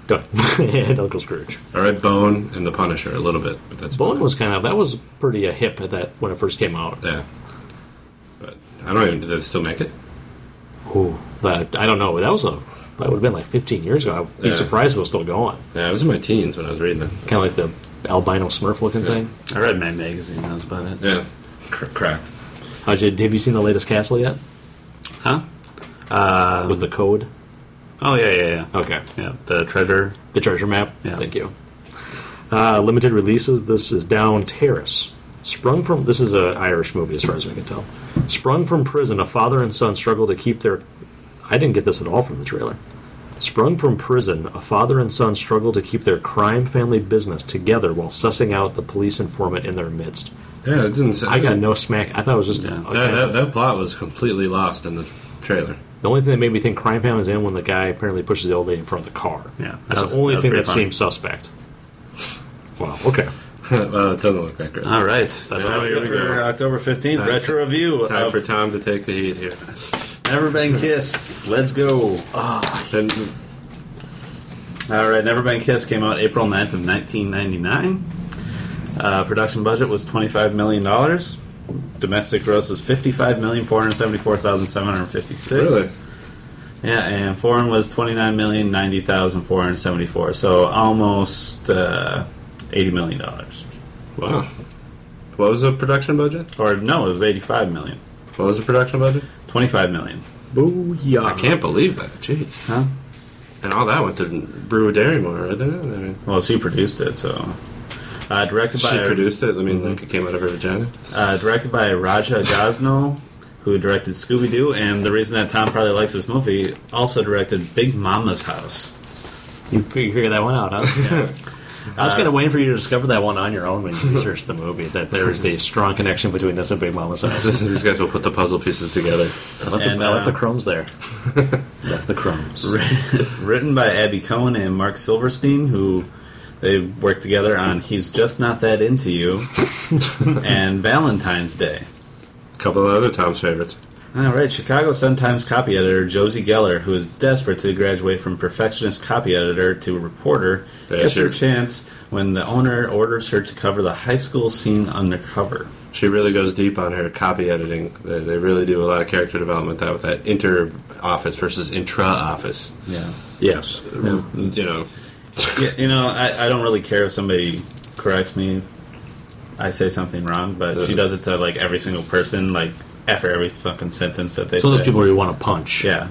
[SPEAKER 3] Duck, and Uncle Scrooge.
[SPEAKER 4] I read Bone and The Punisher a little bit, but that's about
[SPEAKER 3] Bone
[SPEAKER 4] it.
[SPEAKER 3] was kind of that was pretty a hip at that when it first came out.
[SPEAKER 4] yeah. But I don't even. Did they still make it?
[SPEAKER 3] Ooh, that I don't know. That was a that would have been like 15 years ago. I'd be
[SPEAKER 4] Yeah.
[SPEAKER 3] surprised if it was still going.
[SPEAKER 4] Yeah, I was in my teens when I was reading it.
[SPEAKER 3] Kind of like the albino Smurf looking thing.
[SPEAKER 2] I read Mad Magazine. That was about it.
[SPEAKER 4] Yeah, Cr- cracked.
[SPEAKER 3] How'd you, have you seen the latest Castle yet?
[SPEAKER 2] Huh?
[SPEAKER 3] With the code.
[SPEAKER 2] Oh yeah, yeah, yeah.
[SPEAKER 3] Okay.
[SPEAKER 2] Yeah, the treasure.
[SPEAKER 3] The treasure map.
[SPEAKER 2] Yeah.
[SPEAKER 3] Thank you. Uh, limited releases. This is Down Terrace. Sprung from this is an Irish movie, as far as we can tell. Sprung from prison, a father and son struggle to keep their. I didn't get this at all from the trailer. Sprung from prison, a father and son struggle to keep their crime family business together while sussing out the police informant in their midst.
[SPEAKER 4] Yeah, it didn't. Say,
[SPEAKER 3] I got no smack. I thought it was just
[SPEAKER 2] Yeah.
[SPEAKER 4] That, that, that plot was completely lost in the trailer.
[SPEAKER 3] the only thing that made me think crime family is in when the guy apparently pushes the old lady in front of the car.
[SPEAKER 2] Yeah,
[SPEAKER 3] that's
[SPEAKER 2] that was-
[SPEAKER 3] the only
[SPEAKER 2] that was
[SPEAKER 3] thing
[SPEAKER 2] pretty
[SPEAKER 3] that
[SPEAKER 2] funny.
[SPEAKER 3] seemed suspect. Wow. Okay.
[SPEAKER 4] well, it doesn't look that great.
[SPEAKER 3] Uh,
[SPEAKER 2] All right. That's
[SPEAKER 4] Yeah.
[SPEAKER 2] all
[SPEAKER 4] That's
[SPEAKER 2] we
[SPEAKER 4] it
[SPEAKER 2] got.
[SPEAKER 4] for go.
[SPEAKER 2] October fifteenth
[SPEAKER 4] Time retro
[SPEAKER 2] review
[SPEAKER 4] Time
[SPEAKER 3] uh,
[SPEAKER 4] for Tom to take the heat here.
[SPEAKER 2] Never Been Kissed. Let's go.
[SPEAKER 4] And
[SPEAKER 2] All right, Never Been Kissed came out April 9th of 1999. Uh, production budget was $25 million. Domestic gross was $55,474,756.
[SPEAKER 4] really,
[SPEAKER 2] Yeah, and foreign was $29,090,474. So almost uh, $80 million.
[SPEAKER 4] wow. What was the production budget?
[SPEAKER 2] Or no, it was $85 million.
[SPEAKER 4] What was the production budget?
[SPEAKER 2] $25 million.
[SPEAKER 3] Booyah.
[SPEAKER 4] I can't believe that. Jeez.
[SPEAKER 2] Huh?
[SPEAKER 4] And all that went to Brew Derrymore, didn't it? I mean,
[SPEAKER 2] Well, she produced it, so. Uh, directed
[SPEAKER 4] she
[SPEAKER 2] by
[SPEAKER 4] produced it. I mean, like it came out of her vagina.
[SPEAKER 2] uh, directed by Raja Gosnell, who directed Scooby Doo, and the reason that Tom probably likes this movie, also directed Big Mama's House.
[SPEAKER 3] You fig- figure that one out, huh? I
[SPEAKER 2] Uh,
[SPEAKER 3] was kind of waiting for you to discover that one on your own when you researched the movie, that there is a strong connection between this and Big Mama's House.
[SPEAKER 4] These guys will put the puzzle pieces together.
[SPEAKER 3] I left,
[SPEAKER 2] And,
[SPEAKER 3] the, I left
[SPEAKER 2] uh,
[SPEAKER 3] the crumbs there. left the crumbs.
[SPEAKER 2] Written by Abby Cohen and Mark Silverstein, who they worked together on He's Just Not That Into You and Valentine's Day.
[SPEAKER 4] couple of other Tom's favorites.
[SPEAKER 2] All right, Chicago Sun-Times copy editor Josie Geller, who is desperate to graduate from perfectionist copy editor to reporter,
[SPEAKER 4] Yeah,
[SPEAKER 2] gets her
[SPEAKER 4] sure.
[SPEAKER 2] chance when the owner orders her to cover the high school scene undercover.
[SPEAKER 4] She really goes deep on her copy editing. They, they really do a lot of character development that with that inter office versus intra office.
[SPEAKER 2] Yeah.
[SPEAKER 3] Yes.
[SPEAKER 4] You know,
[SPEAKER 2] yeah you know, I, I don't really care if somebody corrects me. I say something wrong, but she does it to like every single person, like after every fucking sentence that they
[SPEAKER 3] So those
[SPEAKER 2] say.
[SPEAKER 3] people you want to punch.
[SPEAKER 2] yeah.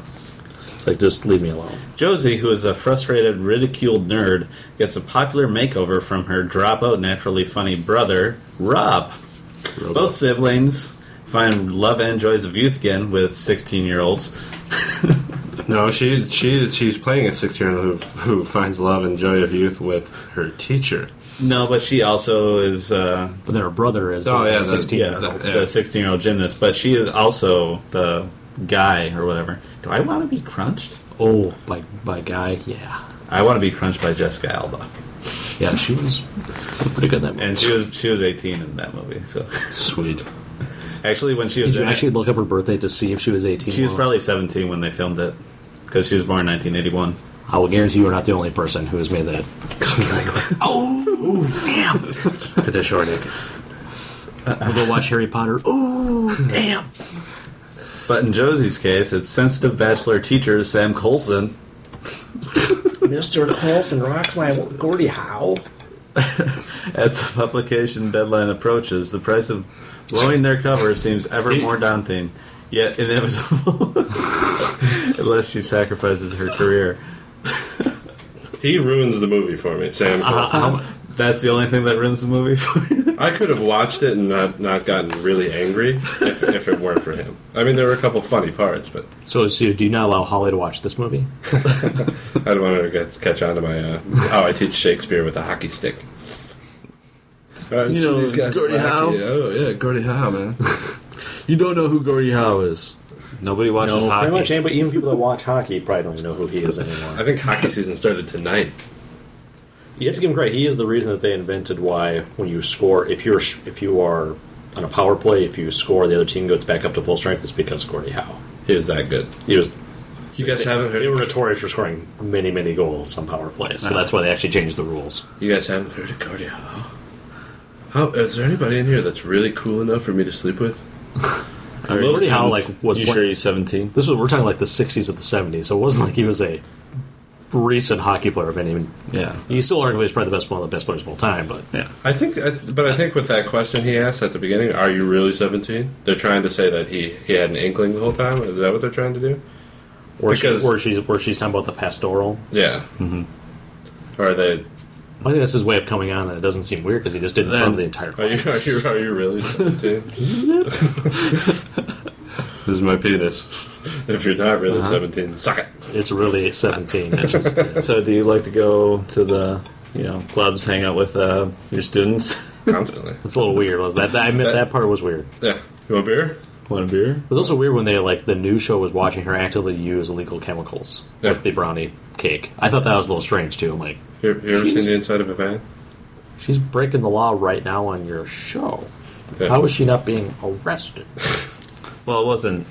[SPEAKER 3] It's like, just leave me alone.
[SPEAKER 2] Josie, who is a frustrated, ridiculed nerd, gets a popular makeover from her dropout, naturally funny brother, Rob. Both siblings find love and joys of youth again with 16 year olds.
[SPEAKER 5] No, she she she's playing a six year old who who finds love and joy of youth with her teacher.
[SPEAKER 2] No, but she also is uh,
[SPEAKER 3] But then her brother is
[SPEAKER 5] Oh, yeah, the-
[SPEAKER 3] sixteen.
[SPEAKER 2] yeah,
[SPEAKER 5] the- yeah.
[SPEAKER 2] the 16 year old gymnast, but she is also the guy or whatever. Do I want to be crunched?
[SPEAKER 3] Oh, by by guy, yeah,
[SPEAKER 2] I want to be crunched by Jessica Alba,
[SPEAKER 3] yeah. She was pretty good in that movie.
[SPEAKER 2] and she was she was 18 in that movie. So
[SPEAKER 3] sweet.
[SPEAKER 2] actually, when she was
[SPEAKER 3] Did you
[SPEAKER 2] in it-
[SPEAKER 3] actually look up her birthday to see if she was eighteen?
[SPEAKER 2] she was
[SPEAKER 3] Well,
[SPEAKER 2] probably 17 when they filmed it because she was born in 1981.
[SPEAKER 3] I will guarantee you are not the only person who has made that. "Oh,
[SPEAKER 5] Put that short naked.
[SPEAKER 3] Uh, We'll go watch Harry Potter. Oh, damn.
[SPEAKER 2] But in Josie's case, it's sensitive bachelor teacher Sam Colson.
[SPEAKER 1] Mr. Colson rocks my Gordy Howe.
[SPEAKER 2] As the publication deadline approaches, the price of blowing their cover seems ever more daunting, yet inevitable, unless she sacrifices her career.
[SPEAKER 4] He ruins the movie for me, Sam. Coulson.
[SPEAKER 2] That's the only thing that ruins the movie for you.
[SPEAKER 4] I could have watched it and not, not gotten really angry if, if it weren't for him. I mean, there were a couple funny parts, but
[SPEAKER 3] So, so do you not allow Holly to watch this movie?
[SPEAKER 4] I don't want to get, catch on to my uh, how I teach Shakespeare with a hockey stick. Uh,
[SPEAKER 5] You
[SPEAKER 4] so
[SPEAKER 5] know,
[SPEAKER 4] these guys
[SPEAKER 5] Gordie
[SPEAKER 4] were
[SPEAKER 5] Howe.
[SPEAKER 4] hockey,
[SPEAKER 5] Oh yeah, Gordie Howe, man. you don't know who Gordie Howe is.
[SPEAKER 2] Nobody watches
[SPEAKER 1] No, pretty much
[SPEAKER 2] hockey.
[SPEAKER 1] anybody, even people that watch hockey, probably don't know who he is anymore.
[SPEAKER 4] I think hockey season started tonight.
[SPEAKER 1] You have to give him credit. He is the reason that they invented why when you score, if you're sh- if you are on a power play, if you score, the other team goes back up to full strength. It's because of Gordy Howe.
[SPEAKER 4] He was that good.
[SPEAKER 1] He was.
[SPEAKER 4] You guys haven't
[SPEAKER 1] They were
[SPEAKER 4] heard.
[SPEAKER 1] notorious for scoring many, many goals on power plays, so that's why they actually changed the rules.
[SPEAKER 4] You guys haven't heard of Gordie Howe. How is there anybody in here that's really cool enough for me to sleep with?
[SPEAKER 3] Gordy Howe like was
[SPEAKER 2] you
[SPEAKER 3] play-
[SPEAKER 2] sure you're 17?
[SPEAKER 3] This was we're talking like the '60s of the '70s, so it wasn't like he was a recent hockey player of any. even-
[SPEAKER 2] Yeah.
[SPEAKER 3] He's still arguably is probably the best one of the best players of all time, but
[SPEAKER 2] Yeah.
[SPEAKER 4] I think, I- but I think with that question he asked at the beginning, "Are you really 17? They're trying to say that he he had an inkling the whole time. Is that what they're trying to do?
[SPEAKER 3] where,
[SPEAKER 4] Because-
[SPEAKER 3] she, where she's where she's talking about the pastoral,
[SPEAKER 4] Yeah. Mm-hmm. Or are they?
[SPEAKER 3] I think that's his way of coming on, and it doesn't seem weird because he just didn't
[SPEAKER 2] Then-
[SPEAKER 3] run the entire.
[SPEAKER 4] Are you? Are you? Are you really 17?
[SPEAKER 5] This is my penis.
[SPEAKER 4] if you're not really
[SPEAKER 3] Uh-huh.
[SPEAKER 4] 17, suck it.
[SPEAKER 3] It's really 17 inches.
[SPEAKER 2] So do you like to go to the, you know, clubs, hang out with uh, your students?
[SPEAKER 4] Constantly.
[SPEAKER 3] It's a little weird. Was that I admit
[SPEAKER 4] That-
[SPEAKER 3] that part was weird.
[SPEAKER 4] yeah. You want beer?
[SPEAKER 2] Want a beer?
[SPEAKER 3] It was also weird when they like the news show was watching her actively use illegal chemicals
[SPEAKER 4] Yeah.
[SPEAKER 3] with the brownie cake. I thought that was a little strange too. I'm like,
[SPEAKER 4] You, you ever seen the inside of a van?
[SPEAKER 3] she's breaking the law right now on your show.
[SPEAKER 4] Yeah.
[SPEAKER 3] How is she not being arrested?
[SPEAKER 2] Well, it wasn't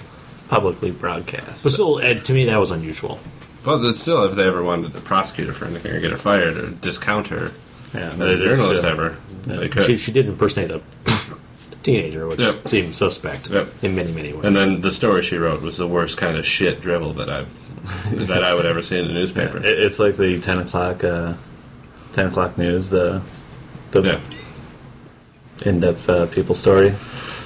[SPEAKER 2] publicly broadcast.
[SPEAKER 3] But still, Ed, to me that was unusual.
[SPEAKER 5] But it's still, if they ever wanted to prosecute her for anything or get her fired or discount her,
[SPEAKER 2] yeah,
[SPEAKER 5] as a
[SPEAKER 2] it's,
[SPEAKER 5] journalist
[SPEAKER 2] uh,
[SPEAKER 5] ever, they could.
[SPEAKER 3] She, she did impersonate a teenager, which
[SPEAKER 5] Yep.
[SPEAKER 3] seemed suspect
[SPEAKER 5] Yep.
[SPEAKER 3] in many many ways.
[SPEAKER 5] And then the story she wrote was the worst kind of shit drivel that I've that I would ever see in a newspaper.
[SPEAKER 2] It- It's like the ten o'clock, uh, ten o'clock news, the the
[SPEAKER 5] yeah.
[SPEAKER 2] in-depth uh, people story.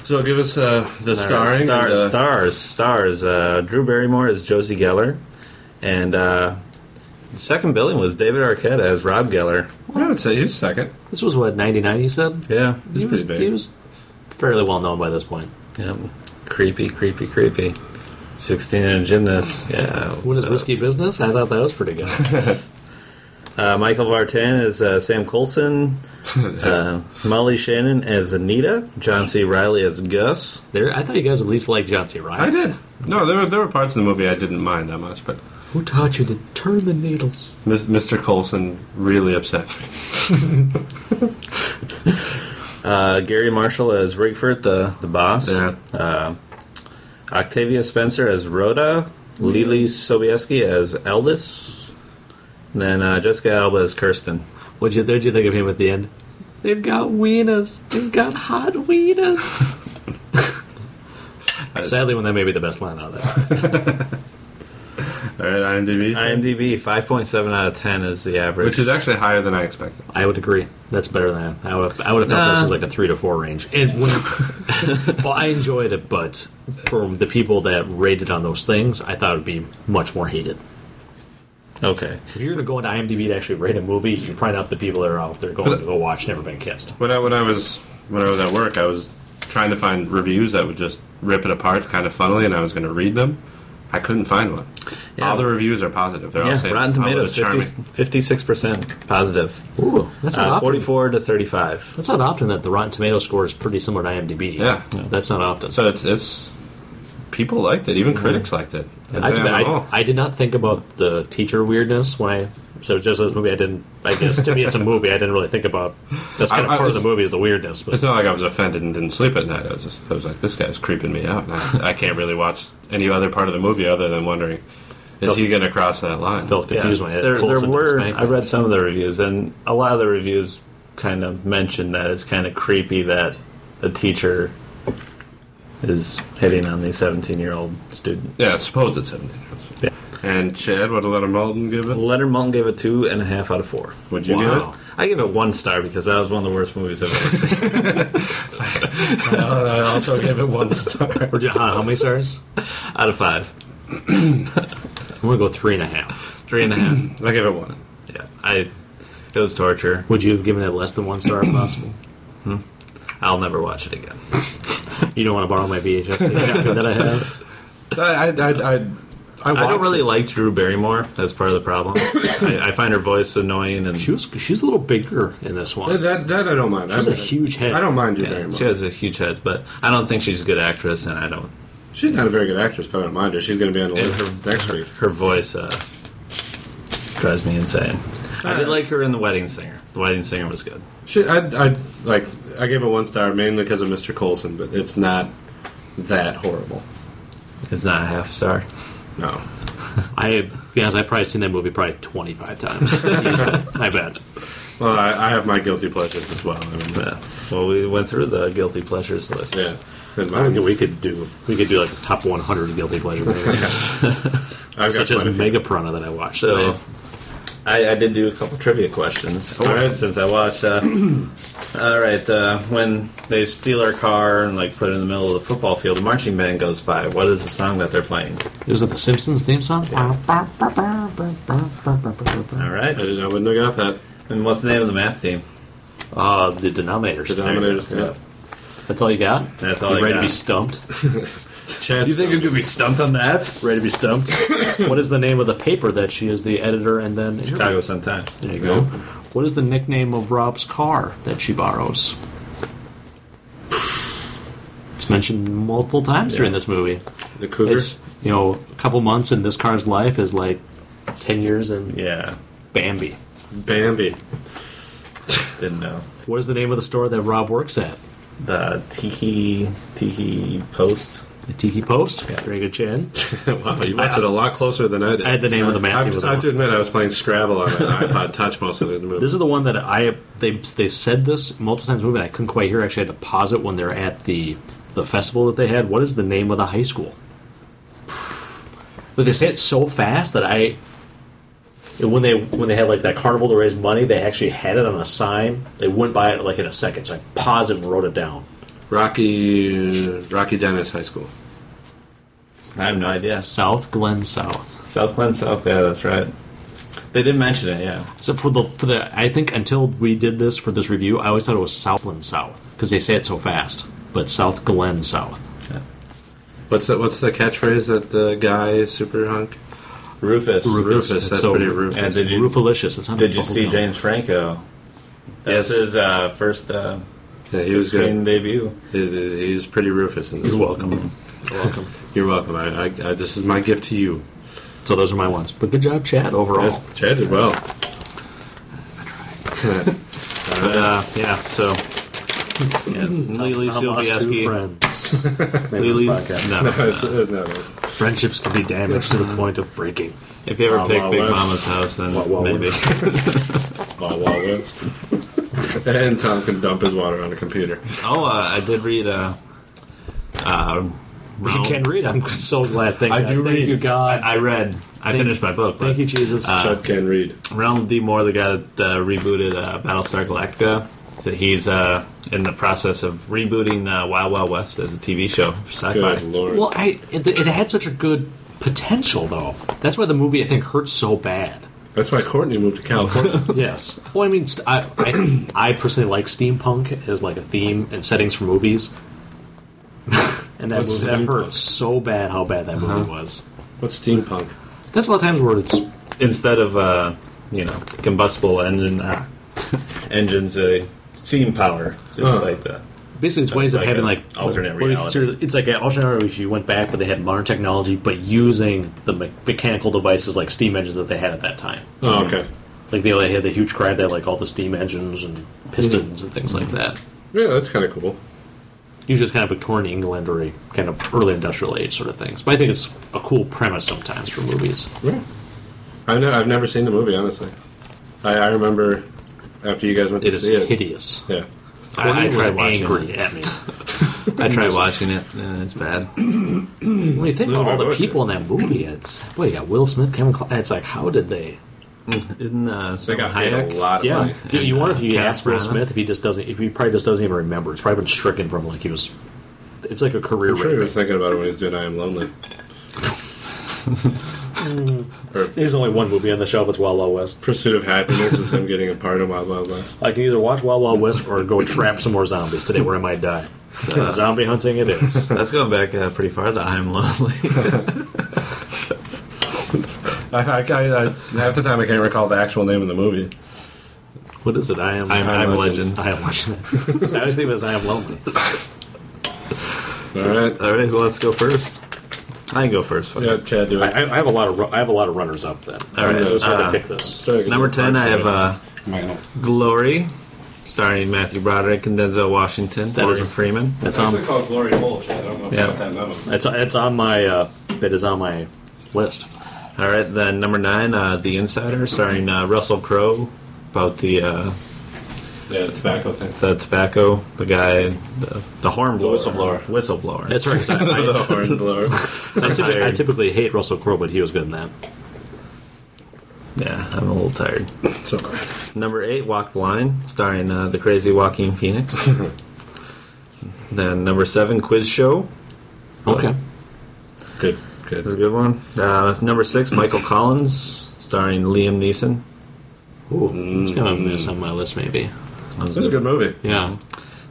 [SPEAKER 5] So give us uh, the starring.
[SPEAKER 2] Star-
[SPEAKER 5] and, uh,
[SPEAKER 2] stars, stars. Uh, Drew Barrymore is Josie Geller, and uh, the second billing was David Arquette as Rob Geller.
[SPEAKER 5] I would say he's second.
[SPEAKER 3] this was what 99 you said.
[SPEAKER 2] Yeah,
[SPEAKER 5] He's
[SPEAKER 3] He was,
[SPEAKER 5] pretty big.
[SPEAKER 3] he was fairly well known by this point.
[SPEAKER 2] yeah. creepy, creepy, creepy. Sixteen and a gymnast. Yeah.
[SPEAKER 3] What is
[SPEAKER 2] so-
[SPEAKER 3] risky business? I thought that was pretty good.
[SPEAKER 2] Uh, Michael Vartan as uh, Sam Colson. uh, Molly Shannon as Anita. John C. Riley as Gus.
[SPEAKER 3] there, I thought you guys at least liked John C. Ryan.
[SPEAKER 5] I did. No, there were there were parts of the movie I didn't mind that much, but
[SPEAKER 3] Who taught you to turn the needles?
[SPEAKER 5] Mis- Mr. Colson really upset me.
[SPEAKER 2] Uh, Gary Marshall as Rigford, the, the boss.
[SPEAKER 5] Yeah.
[SPEAKER 2] Uh, Octavia Spencer as Rhoda. Lily Sobieski as Eldis. And then uh, Jessica Alba as Kirsten.
[SPEAKER 3] What'd you, what'd you think of him at the end? They've got wieners. They've got hot wieners. Sadly, when that may be the best line out of that.
[SPEAKER 5] All right, IMDb,
[SPEAKER 2] IMDb 5.7 out of 10 is the average.
[SPEAKER 5] which is actually higher than I expected.
[SPEAKER 3] I would agree. That's better than I would. I would have thought this was like a three to four range. And when, well, I enjoyed it, but for the people that rated on those things, I thought it would be much more hated.
[SPEAKER 2] okay.
[SPEAKER 3] If you're going to go into IMDb to actually rate a movie, you're probably not the people that are out there going to go watch Never Been Kissed.
[SPEAKER 5] When I when I was when I was at work, I was trying to find reviews that would just rip it apart, kind of funnily, and I was going to read them.
[SPEAKER 8] I couldn't find one.
[SPEAKER 2] Yeah.
[SPEAKER 8] All the reviews are positive. They're all
[SPEAKER 2] Yeah,
[SPEAKER 8] saying
[SPEAKER 2] Rotten
[SPEAKER 8] "Oh, it was
[SPEAKER 2] Tomatoes,
[SPEAKER 8] charming."
[SPEAKER 2] 56 percent positive.
[SPEAKER 1] Ooh, that's not
[SPEAKER 2] Uh,
[SPEAKER 1] often.
[SPEAKER 2] Forty-four to thirty-five.
[SPEAKER 1] That's not often that the Rotten Tomato score is pretty similar to IMDb.
[SPEAKER 8] Yeah.
[SPEAKER 1] that's not often.
[SPEAKER 8] So it's it's people liked it. Even critics liked it. oh. I'd
[SPEAKER 1] I,
[SPEAKER 8] say on the
[SPEAKER 1] I,
[SPEAKER 8] whole.
[SPEAKER 1] I did not think about the teacher weirdness when I so just this movie. I didn't. I guess to me, it's a movie. I didn't really think about. That's kind of
[SPEAKER 8] I- I-
[SPEAKER 1] part of the
[SPEAKER 8] it's-
[SPEAKER 1] movie is the weirdness. But
[SPEAKER 8] It's not like I was offended and didn't sleep at night. I was just, I was like, this guy's creeping me out. I, I can't really watch any other part of the movie other than wondering, is he going to cross that line?
[SPEAKER 1] felt confused when I had
[SPEAKER 2] there,
[SPEAKER 1] Coulson
[SPEAKER 2] there
[SPEAKER 1] and
[SPEAKER 2] were.
[SPEAKER 1] Spank.
[SPEAKER 2] I read some of the reviews, and a lot of the reviews kind of mentioned that it's kind of creepy that a teacher is hitting on the seventeen-year-old student.
[SPEAKER 8] Yeah, I suppose it's 17
[SPEAKER 2] Yeah.
[SPEAKER 8] And Chad, what did Leonard Malton give it?
[SPEAKER 2] Leonard Maltin gave it two and a half out of four.
[SPEAKER 8] Would you give
[SPEAKER 1] Wow.
[SPEAKER 8] it?
[SPEAKER 2] I give it one star because that was one of the worst movies I've ever seen.
[SPEAKER 8] I also gave it one star.
[SPEAKER 1] Or do- huh, how many stars?
[SPEAKER 2] out of five,
[SPEAKER 1] I'm gonna go three and a half.
[SPEAKER 2] three and a half.
[SPEAKER 8] I gave it one.
[SPEAKER 2] Yeah, I. It was torture.
[SPEAKER 1] Would you have given it less than one star if possible?
[SPEAKER 2] I'll never watch it again.
[SPEAKER 1] You don't want to borrow my VHS tape copy that I have.
[SPEAKER 8] I, I, I, I, I
[SPEAKER 2] I don't
[SPEAKER 8] watched
[SPEAKER 2] really
[SPEAKER 8] it.
[SPEAKER 2] like Drew Barrymore. That's part of the problem. I, I find her voice annoying, and
[SPEAKER 1] She was, she's a little bigger in this
[SPEAKER 4] That,
[SPEAKER 1] one.
[SPEAKER 4] that, that I don't mind.
[SPEAKER 1] She's
[SPEAKER 4] I,
[SPEAKER 1] a huge head.
[SPEAKER 4] I don't mind you very
[SPEAKER 2] yeah,
[SPEAKER 4] much.
[SPEAKER 2] she has a huge head. But I don't think she's a good actress, and I don't.
[SPEAKER 4] She's not a very good actress, but I don't mind her. She's going to be on the list next week.
[SPEAKER 2] Her voice uh, drives me insane. I did like her in The Wedding Singer. The Wedding Singer was good.
[SPEAKER 4] She, I, I like. I gave it one star mainly because of Mr. Colson, but it's not that horrible.
[SPEAKER 2] It's not a half star.
[SPEAKER 4] No,
[SPEAKER 1] I, to be honest, I've probably seen that movie probably 25 times. Easily. I bet.
[SPEAKER 4] well, I, I have my guilty pleasures as well. I mean,
[SPEAKER 2] But, well, we went through the guilty pleasures list.
[SPEAKER 4] yeah, And
[SPEAKER 1] I
[SPEAKER 4] mine-
[SPEAKER 1] think we could do we could do like top 100 guilty pleasure movies,
[SPEAKER 4] I've got
[SPEAKER 1] such as
[SPEAKER 4] quite a few.
[SPEAKER 1] Mega Piranha that I watched.
[SPEAKER 2] So
[SPEAKER 1] So
[SPEAKER 2] I, I did do a couple trivia questions.
[SPEAKER 4] All right.
[SPEAKER 2] Since I watched. Uh, all right, uh, when they steal our car and like put it in the middle of the football field, the marching band goes by. What is the song that they're playing?
[SPEAKER 1] it was it the Simpsons theme song.
[SPEAKER 2] All
[SPEAKER 4] I,
[SPEAKER 2] right.
[SPEAKER 4] didn't, I wouldn't have got that.
[SPEAKER 2] And what's the name of the math team?
[SPEAKER 1] Uh, the Denominators.
[SPEAKER 4] The Dominators. Yeah.
[SPEAKER 1] That's all you got.
[SPEAKER 2] That's all
[SPEAKER 1] you
[SPEAKER 2] I
[SPEAKER 1] ready
[SPEAKER 2] got.
[SPEAKER 1] to be stumped?
[SPEAKER 4] Chad's
[SPEAKER 2] You think you're gonna be stumped on that?
[SPEAKER 1] ready to be stumped? what is the name of the paper that she is the editor and then
[SPEAKER 2] Chicago sometimes.
[SPEAKER 1] There you go. What is the nickname of Rob's car that she borrows? It's mentioned multiple times during this movie.
[SPEAKER 4] the Cougars.
[SPEAKER 1] It's you know a couple months in this car's life is like ten years in
[SPEAKER 2] Yeah.
[SPEAKER 1] Bambi.
[SPEAKER 4] Bambi.
[SPEAKER 2] Didn't know.
[SPEAKER 1] What is the name of the store that Rob works at?
[SPEAKER 2] The Tiki Tiki Post.
[SPEAKER 1] The Tiki Post. Very good, Chan.
[SPEAKER 4] wow, you watched it a lot closer than I did.
[SPEAKER 1] I had the name of the man.
[SPEAKER 4] I have, I have to admit, I was playing Scrabble on my iPod Touch most of the movie.
[SPEAKER 1] This is the one that I they they said this multiple times in the movie. And I couldn't quite hear. I actually had to pause it when they're at the the festival that they had. What is the name of the high school? But they say it so fast that I when they when they had like that carnival to raise money, they actually had it on a sign. They went by it like in a second. So I paused it and wrote it down.
[SPEAKER 4] Rocky uh, Rocky Dennis High School.
[SPEAKER 2] I have no idea.
[SPEAKER 1] South Glen South.
[SPEAKER 2] South Glen South. Yeah, that's right. They did mention it. Yeah.
[SPEAKER 1] So for the for the I think until we did this for this review, I always thought it was Southland South because they say it so fast. But South Glen South.
[SPEAKER 4] What's the, what's the catchphrase that the guy super hunk?
[SPEAKER 2] Rufus.
[SPEAKER 4] Rufus,
[SPEAKER 1] It's
[SPEAKER 4] that's pretty Rufus.
[SPEAKER 2] And did you-
[SPEAKER 1] Rufalicious. It's not
[SPEAKER 2] Did you
[SPEAKER 1] bubblegum.
[SPEAKER 2] see James Franco? That's
[SPEAKER 4] Yes.
[SPEAKER 2] his uh, first uh,
[SPEAKER 4] Yeah, he was
[SPEAKER 2] screen
[SPEAKER 4] good.
[SPEAKER 2] debut.
[SPEAKER 4] He- He's he's pretty Rufus in this.
[SPEAKER 1] You're
[SPEAKER 4] one.
[SPEAKER 1] welcome. You're welcome.
[SPEAKER 4] You're welcome. I, I, I, this is my gift to you.
[SPEAKER 1] So those are my ones. But good job, Chad, overall.
[SPEAKER 4] Chad did well.
[SPEAKER 1] But, uh, yeah, so
[SPEAKER 2] Yeah. Lily
[SPEAKER 1] Tom lost two friends.
[SPEAKER 2] Lily. No.
[SPEAKER 4] It's- uh, no, no.
[SPEAKER 1] Friendships can be damaged to the point of breaking.
[SPEAKER 2] If you ever
[SPEAKER 4] Wild
[SPEAKER 2] pick
[SPEAKER 4] Wild
[SPEAKER 2] Big
[SPEAKER 4] West.
[SPEAKER 2] Mama's house, then
[SPEAKER 4] Wild Wild
[SPEAKER 2] maybe.
[SPEAKER 4] Wild Wild West. and Tom can dump his water on a computer.
[SPEAKER 2] oh, uh, I did read. Uh, uh,
[SPEAKER 1] You
[SPEAKER 2] Round-
[SPEAKER 1] can read. I'm so glad. Thank
[SPEAKER 4] I
[SPEAKER 1] God.
[SPEAKER 4] do
[SPEAKER 1] Thank
[SPEAKER 4] read.
[SPEAKER 1] you, God. Uh,
[SPEAKER 2] I read. I finished my book.
[SPEAKER 1] Thank
[SPEAKER 2] but-
[SPEAKER 1] you, Jesus.
[SPEAKER 4] Chad can read.
[SPEAKER 2] Realm D. Moore, the guy that uh, rebooted uh, Battlestar Galactica, that he's uh, in the process of rebooting uh, Wild Wild West as a TV show for sci-fi.
[SPEAKER 4] Good lord.
[SPEAKER 1] well, I it, it had such a good potential, though. That's why the movie I think hurts so bad.
[SPEAKER 4] That's why Courtney moved to California.
[SPEAKER 1] Yes. Well, I mean, st- I, I, I personally like steampunk as like a theme and settings for movies. and that,
[SPEAKER 4] What's
[SPEAKER 1] movie, that Uh-huh.
[SPEAKER 4] steampunk?
[SPEAKER 1] hurt so bad how bad that movie was.
[SPEAKER 4] What's steampunk?
[SPEAKER 1] That's a lot of times where it's
[SPEAKER 3] Instead of uh, you know combustible engine uh, engines, uh, steam power. Just
[SPEAKER 4] Huh.
[SPEAKER 3] like that.
[SPEAKER 1] basically it's ways of
[SPEAKER 3] like
[SPEAKER 1] having
[SPEAKER 3] a
[SPEAKER 1] like
[SPEAKER 3] alternate
[SPEAKER 1] what we
[SPEAKER 3] reality.
[SPEAKER 1] consider- it's like an alternate reality if you went back, but they had modern technology, but using the me- mechanical devices like steam engines that they had at that time.
[SPEAKER 4] Oh, okay.
[SPEAKER 1] Like they like, had the huge crowd that had like all the steam engines and pistons and things like that.
[SPEAKER 4] Yeah, that's kind of cool.
[SPEAKER 1] Usually it's kind of Victorian England or a kind of early industrial age sort of things. But I think it's a cool premise sometimes for movies.
[SPEAKER 4] Yeah. I've, ne- I've never seen the movie, honestly. I, I remember after you guys went
[SPEAKER 1] It
[SPEAKER 4] to
[SPEAKER 1] is
[SPEAKER 4] see it.
[SPEAKER 1] hideous.
[SPEAKER 4] Yeah.
[SPEAKER 1] I, I
[SPEAKER 3] Courtney was
[SPEAKER 1] was
[SPEAKER 3] watching
[SPEAKER 1] angry at me.
[SPEAKER 2] I tried watching it, and it's bad.
[SPEAKER 1] When you think about all the
[SPEAKER 4] voice,
[SPEAKER 1] people in that movie, it's boy, you got Will Smith, Kevin. Cla- it's like how did they?
[SPEAKER 2] Isn't uh,
[SPEAKER 4] They got paid a lot of money.
[SPEAKER 1] you, you wonder if you
[SPEAKER 2] Kenneth
[SPEAKER 1] ask Will
[SPEAKER 2] Branagh.
[SPEAKER 1] Smith if he just doesn't, if he probably just doesn't even remember. It's probably been stricken from like he was. It's like a career
[SPEAKER 4] I'm sure he
[SPEAKER 1] rape.
[SPEAKER 4] was thinking about it when he was doing I Am Lonely.
[SPEAKER 9] There's only one movie on the shelf. It's Wild Wild West.
[SPEAKER 4] Pursuit of Happiness is him getting a part in Wild Wild West.
[SPEAKER 1] I can either watch Wild Wild West or go trap some more zombies today, where I might die. Zombie hunting it is.
[SPEAKER 2] That's going back uh, pretty far. The I'm lonely.
[SPEAKER 4] I, I, I, I, half the time I can't recall the actual name of the movie.
[SPEAKER 1] What is it? I am.
[SPEAKER 2] I'm- I'm legend.
[SPEAKER 1] I am legend. I always think of it as I am lonely.
[SPEAKER 4] All right.
[SPEAKER 2] All right, well, let's go first.
[SPEAKER 3] I can go first. fuck it.
[SPEAKER 4] Yeah, Chad, do it.
[SPEAKER 1] I, I have a lot of ru- I have a lot of runners up then.
[SPEAKER 2] All right,
[SPEAKER 1] It was hard
[SPEAKER 2] uh,
[SPEAKER 1] to pick this.
[SPEAKER 4] Sorry,
[SPEAKER 2] Number ten, I have uh,
[SPEAKER 4] Michael.
[SPEAKER 2] Glory, starring Matthew Broderick and Denzel Washington. That is a Freeman.
[SPEAKER 1] That's on.
[SPEAKER 4] called Glory Hole, Chad. I don't know if
[SPEAKER 2] Yeah.
[SPEAKER 4] you got that memo.
[SPEAKER 1] It's it's on my. Uh, it is on my list.
[SPEAKER 2] All right, then number nine, uh, The Insider, starring uh, Russell Crowe, about the uh,
[SPEAKER 4] Yeah, the tobacco thing.
[SPEAKER 2] the tobacco, the guy, the, the hornblower,
[SPEAKER 4] whistleblower.
[SPEAKER 2] whistleblower.
[SPEAKER 1] That's right. 'cause I, I,
[SPEAKER 4] the horn blower.
[SPEAKER 1] I, typically, I
[SPEAKER 2] tired.
[SPEAKER 1] typically hate Russell Crowe, but he was good in that.
[SPEAKER 2] yeah, I'm a little tired.
[SPEAKER 4] So,
[SPEAKER 2] Number eight, Walk the Line, starring uh, the crazy Joaquin Phoenix. then number seven, Quiz Show,
[SPEAKER 1] Okay.
[SPEAKER 4] good.
[SPEAKER 2] That's a
[SPEAKER 4] Good.
[SPEAKER 2] good one. Uh, that's number six, Michael Collins, starring Liam Neeson.
[SPEAKER 1] Ooh, it's gonna miss on my list, maybe.
[SPEAKER 4] It was a good movie.
[SPEAKER 1] Yeah.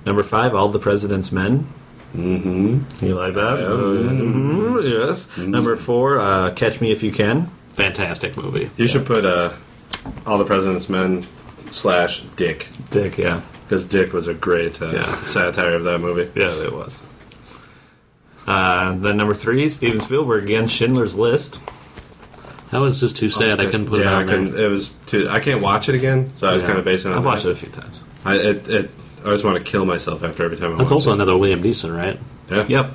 [SPEAKER 2] Number five, All the President's Men. Mm-hmm. You like that?
[SPEAKER 4] Oh,
[SPEAKER 2] Mm-hmm. Yes. Number four, uh, Catch Me If You Can.
[SPEAKER 1] Fantastic movie.
[SPEAKER 4] You should put uh, All the President's Men slash Dick.
[SPEAKER 2] Dick, yeah.
[SPEAKER 4] Because Dick was a great uh,
[SPEAKER 2] Yeah.
[SPEAKER 4] satire of that movie.
[SPEAKER 2] Yeah, it was. Uh, then number three, Steven Spielberg again, Schindler's List.
[SPEAKER 1] That was just too sad. I couldn't put
[SPEAKER 4] yeah,
[SPEAKER 1] it on
[SPEAKER 4] I couldn't,
[SPEAKER 1] there.
[SPEAKER 4] It was too. I can't watch it again, so I was
[SPEAKER 2] Yeah.
[SPEAKER 4] kind of basing it on.
[SPEAKER 2] I've
[SPEAKER 4] that.
[SPEAKER 2] watched it a few times.
[SPEAKER 4] I it, it I just want to kill myself after every time I
[SPEAKER 1] That's
[SPEAKER 4] watch
[SPEAKER 1] also another William Neeson, right?
[SPEAKER 4] it. Yeah.
[SPEAKER 2] Yep.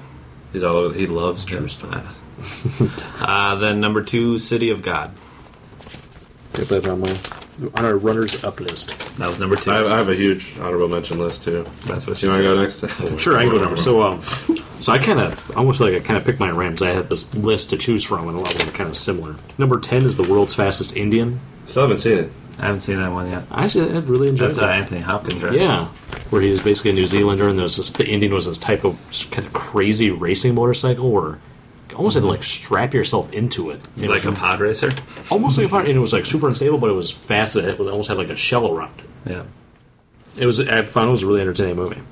[SPEAKER 4] He's all over, he loves true stories.
[SPEAKER 2] Uh, then number two, City of God.
[SPEAKER 1] That's on my on our runners up list.
[SPEAKER 2] That was number two.
[SPEAKER 4] I, have, I have a huge honorable mention list too.
[SPEAKER 2] That's what
[SPEAKER 4] Do
[SPEAKER 2] she
[SPEAKER 4] you want to
[SPEAKER 2] said.
[SPEAKER 4] go next?
[SPEAKER 1] Sure, I can go number. So, um, so I kind of I almost feel like I kind of picked my Rams. I had this list to choose from, and a lot of them are kind of similar. Number ten is the world's fastest Indian.
[SPEAKER 4] Still haven't seen it.
[SPEAKER 2] I haven't seen that one yet.
[SPEAKER 1] I actually I really enjoyed
[SPEAKER 2] That's uh,
[SPEAKER 1] that.
[SPEAKER 2] Anthony Hopkins, right?
[SPEAKER 1] Yeah, where he was basically a New Zealander, and there was this, the Indian was this type of kind of crazy racing motorcycle where you almost had to like strap yourself into it, It
[SPEAKER 2] Like
[SPEAKER 1] was
[SPEAKER 2] a pod racer.
[SPEAKER 1] almost like a fire, and it was like super unstable, but it was fast. and It was almost had like a shell around it.
[SPEAKER 2] Yeah.
[SPEAKER 1] It was I found it was a really entertaining movie.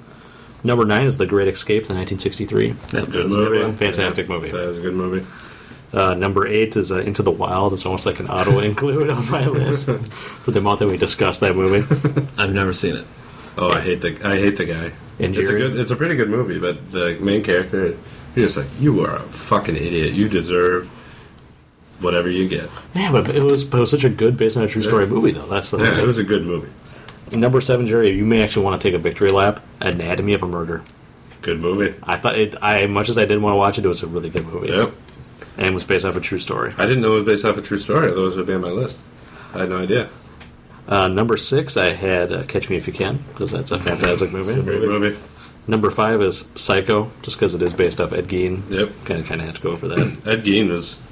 [SPEAKER 1] Number nine is The Great Escape, the 1963.
[SPEAKER 2] That
[SPEAKER 4] Good
[SPEAKER 2] was-
[SPEAKER 4] movie.
[SPEAKER 1] Fantastic movie.
[SPEAKER 4] That was a good movie.
[SPEAKER 1] Uh, number eight is uh, Into the Wild. It's almost like an auto include on my list for the amount that we discussed that movie.
[SPEAKER 2] I've never seen it.
[SPEAKER 4] Oh, I hate the I hate the guy. it's
[SPEAKER 1] And
[SPEAKER 4] a
[SPEAKER 1] Jerry?
[SPEAKER 4] good. It's a pretty good movie, but the main character, you're just like you are a fucking idiot. You deserve whatever you get.
[SPEAKER 1] Yeah, but it was, but it was such a good based on a true story movie though. That's the
[SPEAKER 4] Yeah,
[SPEAKER 1] thing.
[SPEAKER 4] it was a good movie.
[SPEAKER 1] Number seven, Jerry, you may actually want to take a victory lap. Anatomy of a Murder.
[SPEAKER 4] Good movie.
[SPEAKER 1] I thought it. I much as I didn't want to watch it, it was a really good movie.
[SPEAKER 4] Yep.
[SPEAKER 1] And it was based off a true story.
[SPEAKER 4] I didn't know it was based off a true story. Those would be on my list. I had no idea.
[SPEAKER 1] Uh, number six, I had uh, Catch Me If You Can because that's a fantastic movie.
[SPEAKER 4] Great movie.
[SPEAKER 1] Number five is Psycho, just because it is based off Ed Gein.
[SPEAKER 4] Yep.
[SPEAKER 1] Kind of, kind of had to go for that.
[SPEAKER 4] Ed Gein is,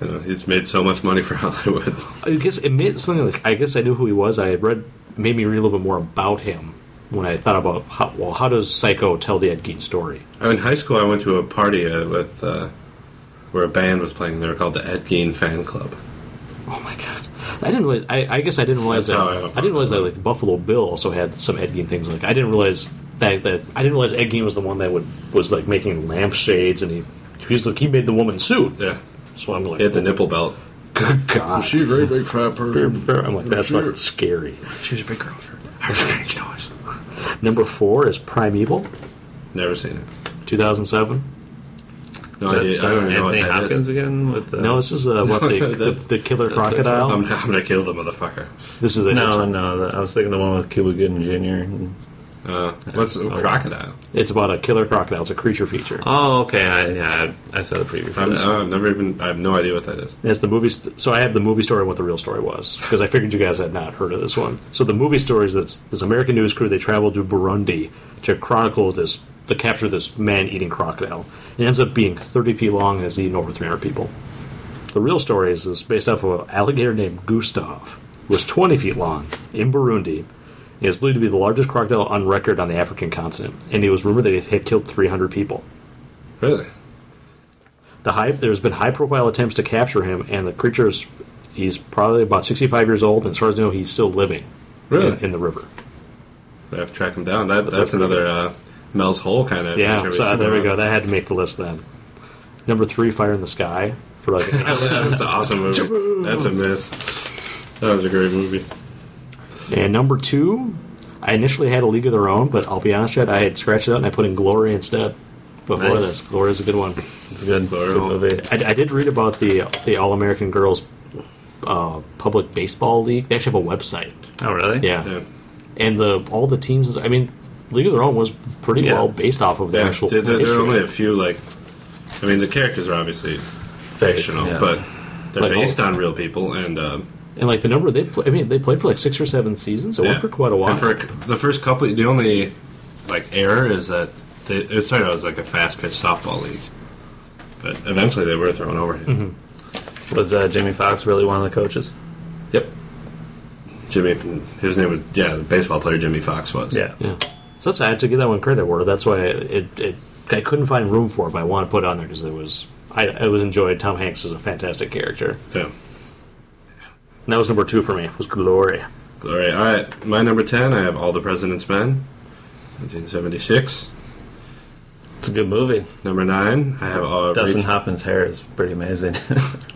[SPEAKER 4] you know, he's made so much money for Hollywood.
[SPEAKER 1] I guess it made something like I guess I knew who he was. I had read made me read a little bit more about him when I thought about how well how does Psycho tell the Ed Gein story?
[SPEAKER 4] In high school, I went to a party uh, with uh, where a band was playing. They were called the Ed Gein Fan Club.
[SPEAKER 1] Oh my god! I didn't realize. I, I guess I didn't realize
[SPEAKER 4] That's how I
[SPEAKER 1] that.
[SPEAKER 4] found
[SPEAKER 1] I, didn't realize that like Buffalo Bill also had some Ed Gein things. Like I didn't realize that that I didn't realize Ed Gein was the one that would was like making lampshades and he he was like he made the woman sue.
[SPEAKER 4] Yeah,
[SPEAKER 1] So I'm like,
[SPEAKER 4] Hit the nipple belt.
[SPEAKER 1] good God.
[SPEAKER 10] She a great big fat person.
[SPEAKER 1] I'm like, that's
[SPEAKER 10] Sure.
[SPEAKER 1] fucking scary.
[SPEAKER 10] She's a big girl. Her strange noise.
[SPEAKER 1] Number four is Primeval,
[SPEAKER 4] Never seen it.
[SPEAKER 1] 2007.
[SPEAKER 4] No idea. I don't even know what
[SPEAKER 2] Anthony
[SPEAKER 4] that
[SPEAKER 2] Hopkins
[SPEAKER 4] is.
[SPEAKER 2] again with the
[SPEAKER 1] No, this is uh, what the, the, the killer crocodile.
[SPEAKER 4] I'm, I'm gonna kill the um, motherfucker.
[SPEAKER 1] this is the
[SPEAKER 2] no, no. the- I was thinking the one with Cuba Gooden Jr.
[SPEAKER 4] Uh, what's a crocodile?
[SPEAKER 1] It's, it's about a killer crocodile. It's a creature feature.
[SPEAKER 2] Oh, okay. I, yeah, I, I saw the preview. For
[SPEAKER 4] I'm, oh,
[SPEAKER 2] that.
[SPEAKER 4] I've never even. I have no idea what that is.
[SPEAKER 1] It's the movie. St- so I have the movie story and what the real story was because I figured you guys had not heard of this one. So the movie story is this, this American news crew they travel to Burundi to chronicle this the capture of this man eating crocodile. It ends up being 30 feet long and has eaten over 300 people. The real story is this based off of an alligator named Gustav, who was 20 feet long in Burundi. He was believed to be the largest crocodile on record on the African continent, and it was rumored that it had killed 300 people.
[SPEAKER 4] Really?
[SPEAKER 1] The high, there's been high-profile attempts to capture him, and the creature's he's probably about 65 years old, and as far as I know, he's still living
[SPEAKER 4] Really?
[SPEAKER 1] in, in the river.
[SPEAKER 4] I have to track him down. That, that's another uh, Mel's Hole kind of.
[SPEAKER 1] Yeah,
[SPEAKER 4] adventure
[SPEAKER 1] so
[SPEAKER 4] should
[SPEAKER 1] there we
[SPEAKER 4] go
[SPEAKER 1] go.
[SPEAKER 4] on.
[SPEAKER 1] That had to make the list then. Number three, Fire in the Sky. For like,
[SPEAKER 4] Yeah, that's an awesome movie. That's a miss. That was a great movie.
[SPEAKER 1] and number two, I initially had a League of Their Own, but I'll be honest, yet I had scratched it out and I put in Glory instead. But boy,
[SPEAKER 2] Nice.
[SPEAKER 1] this Glory is a good one.
[SPEAKER 2] it's a good, good movie.
[SPEAKER 1] I, I did read about the the All American Girls uh, Public Baseball League. They actually have a website.
[SPEAKER 2] Oh, really?
[SPEAKER 1] Yeah.
[SPEAKER 4] Yeah.
[SPEAKER 1] and the all the teams. I mean, League of Their Own was pretty
[SPEAKER 2] Yeah.
[SPEAKER 1] well based off of the
[SPEAKER 4] Yeah,
[SPEAKER 1] actual.
[SPEAKER 4] there, there, there are
[SPEAKER 1] history.
[SPEAKER 4] only a few like. I mean, the characters are obviously fictional,
[SPEAKER 2] yeah.
[SPEAKER 4] but they're
[SPEAKER 1] Like,
[SPEAKER 4] based
[SPEAKER 1] oh.
[SPEAKER 4] on real people, and um,
[SPEAKER 1] and like the number they, play, I mean, they played for like six or seven seasons. It
[SPEAKER 4] yeah.
[SPEAKER 1] went for quite a while.
[SPEAKER 4] And for a c- the first couple, the only like error is that they, it started out as like a fast pitch softball league, but eventually they were thrown over
[SPEAKER 1] Mm-hmm.
[SPEAKER 4] him.
[SPEAKER 2] Was uh, Jamie Foxx really one of the coaches?
[SPEAKER 4] Yep. Jimmy, his name was yeah, the baseball player Jimmy Fox was.
[SPEAKER 1] yeah, so that's I had to give that one credit where that's why it, it I couldn't find room for it, but I wanted to put it on there because it was I, I was enjoyed. Tom Hanks is a fantastic character.
[SPEAKER 4] Yeah.
[SPEAKER 1] And that was number two for me. Was Glory.
[SPEAKER 4] Glory. All right, my number ten. I have All the President's Men, 1976.
[SPEAKER 2] It's a good movie.
[SPEAKER 4] Number nine, I have uh,
[SPEAKER 2] Dustin
[SPEAKER 4] Rage-
[SPEAKER 2] Hoffman's hair is pretty amazing.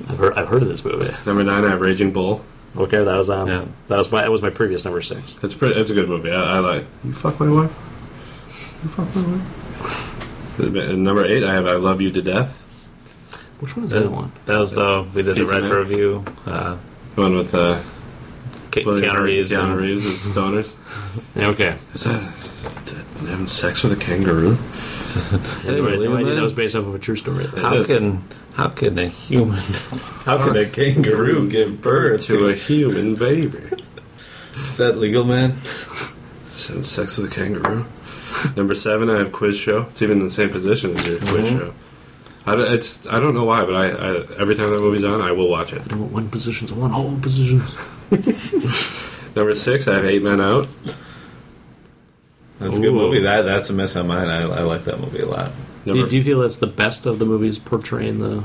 [SPEAKER 1] I've heard, I've heard of this movie.
[SPEAKER 4] Number nine, I have Raging Bull.
[SPEAKER 1] Okay, that was um,
[SPEAKER 2] Yeah.
[SPEAKER 1] that was my that was my previous number six.
[SPEAKER 4] It's pretty. It's a good movie. I, I like. You fuck my wife. You fuck my wife. And number eight, I have I love you to death.
[SPEAKER 1] Which one is that
[SPEAKER 2] that,
[SPEAKER 1] one?
[SPEAKER 2] that was though we did the
[SPEAKER 4] Pizza Man.
[SPEAKER 2] retro review. Uh,
[SPEAKER 4] The one with uh,
[SPEAKER 2] Ke-
[SPEAKER 4] William-
[SPEAKER 2] Keanu Reeves. and-
[SPEAKER 4] Keanu Reeves as stoners.
[SPEAKER 1] Yeah, Okay,
[SPEAKER 4] Is that, is that having sex with a kangaroo?
[SPEAKER 1] anyway,
[SPEAKER 2] believe
[SPEAKER 1] no
[SPEAKER 2] it,
[SPEAKER 1] idea
[SPEAKER 2] man.
[SPEAKER 1] that was based off of a true story.
[SPEAKER 2] How
[SPEAKER 4] is.
[SPEAKER 2] can how can a human?
[SPEAKER 11] How could a kangaroo give birth
[SPEAKER 4] To a human baby.
[SPEAKER 11] Is that legal, man?
[SPEAKER 4] It's having sex with a kangaroo. number seven, I have quiz show. It's even in the same position as your quiz
[SPEAKER 11] Mm-hmm.
[SPEAKER 4] show. I, don't- it's I don't know why, but I, I every time that movie's on, I will watch it.
[SPEAKER 1] Number one positions, one whole positions.
[SPEAKER 4] Number six, I have Eight Men Out.
[SPEAKER 11] That's a good
[SPEAKER 1] Ooh.
[SPEAKER 11] movie. That that's a miss on mine. I, I like that movie a lot.
[SPEAKER 4] Number
[SPEAKER 1] do you feel that's the best of the movies portraying the?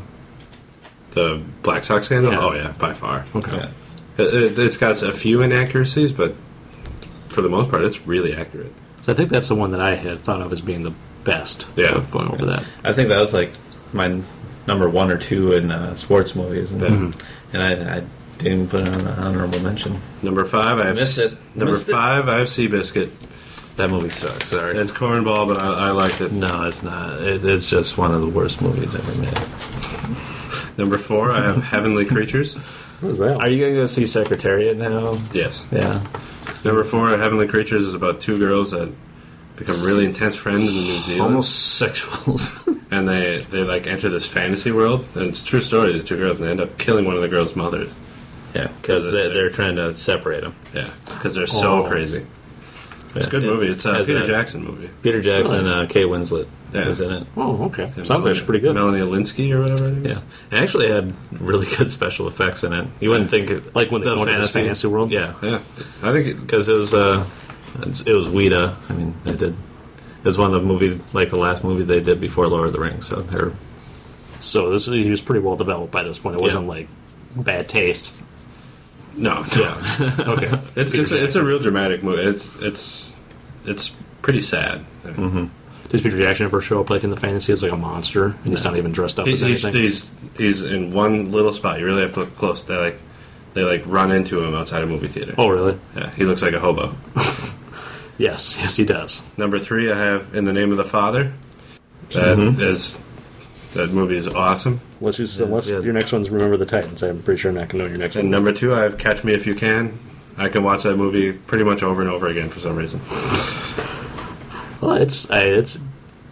[SPEAKER 4] The Black Sox scandal?
[SPEAKER 1] Yeah.
[SPEAKER 4] Oh, yeah, by far.
[SPEAKER 1] Okay.
[SPEAKER 11] Yeah.
[SPEAKER 4] It, it, it's got a few inaccuracies, but for the most part, it's really accurate.
[SPEAKER 1] So I think that's the one that I had thought of as being the best.
[SPEAKER 4] Yeah.
[SPEAKER 1] of going over that.
[SPEAKER 11] I think that was like my n- number one or two in uh, sports movies, and, and I, I didn't put it on an honorable mention.
[SPEAKER 4] Number five, I have
[SPEAKER 11] Missed
[SPEAKER 4] s-
[SPEAKER 11] it.
[SPEAKER 4] number
[SPEAKER 11] Missed it.
[SPEAKER 4] five, I have Seabiscuit.
[SPEAKER 2] That movie sucks. Sorry.
[SPEAKER 4] It's cornball, but I, I liked it.
[SPEAKER 2] no, it's not. It, it's just one of the worst movies ever made.
[SPEAKER 4] Number four, I have Heavenly Creatures.
[SPEAKER 1] What was that?
[SPEAKER 2] Are you gonna go see Secretariat now?
[SPEAKER 4] Yes.
[SPEAKER 2] Yeah.
[SPEAKER 4] Number four, Heavenly Creatures is about two girls that become really intense friends in New Zealand,
[SPEAKER 2] Homosexuals.
[SPEAKER 4] and they they like enter this fantasy world. And it's a true story. These two girls, and they end up killing one of the girls' mothers.
[SPEAKER 2] yeah, because they, they're trying to separate them.
[SPEAKER 4] Yeah, because they're so
[SPEAKER 1] Oh.
[SPEAKER 4] crazy. It's a good
[SPEAKER 2] Yeah.
[SPEAKER 4] movie. It's a
[SPEAKER 2] Has
[SPEAKER 4] Peter
[SPEAKER 2] a-
[SPEAKER 4] Jackson movie.
[SPEAKER 2] Peter Jackson, uh, Kate Winslet
[SPEAKER 4] Yeah.
[SPEAKER 2] was in it.
[SPEAKER 1] oh, okay.
[SPEAKER 4] And
[SPEAKER 1] Sounds
[SPEAKER 4] Melanie-
[SPEAKER 1] actually pretty good.
[SPEAKER 4] Melanie Alinsky or whatever. her name is.
[SPEAKER 2] Yeah, it actually had really good special effects in it. You wouldn't think it,
[SPEAKER 1] Like when they go into this fantasy world?
[SPEAKER 2] Yeah,
[SPEAKER 4] Yeah, I think it,
[SPEAKER 2] because it was uh, it's- it was Weta. I mean, they did. It was one of the movies, like the last movie they did before Lord of the Rings. So they're
[SPEAKER 1] So this is, he was pretty well developed by this point. It wasn't like bad taste.
[SPEAKER 4] no, no.
[SPEAKER 1] Okay.
[SPEAKER 2] Mm-hmm.
[SPEAKER 4] it's it's a, it's a real dramatic movie. It's it's it's pretty sad.
[SPEAKER 1] Does Peter Jackson ever show up like in the fantasy as like a monster and he's not even dressed up
[SPEAKER 4] He's,
[SPEAKER 1] as
[SPEAKER 4] he's,
[SPEAKER 1] anything?
[SPEAKER 4] he's, he's in one little spot. You really have to look close. They like they like run into him outside a movie theater.
[SPEAKER 1] oh, really?
[SPEAKER 4] Yeah, he looks like a hobo.
[SPEAKER 1] Yes, yes, he does.
[SPEAKER 4] Number three, I have In the Name of the Father. That
[SPEAKER 2] Mm-hmm.
[SPEAKER 4] is that movie is awesome.
[SPEAKER 3] Unless, you, unless
[SPEAKER 2] yeah.
[SPEAKER 3] your next one's Remember the Titans, I'm pretty sure I'm not going to know your next
[SPEAKER 4] And
[SPEAKER 3] one.
[SPEAKER 4] number two, I have Catch Me If You Can. I can watch that movie pretty much over and over again for some reason.
[SPEAKER 1] Well, it's I, it's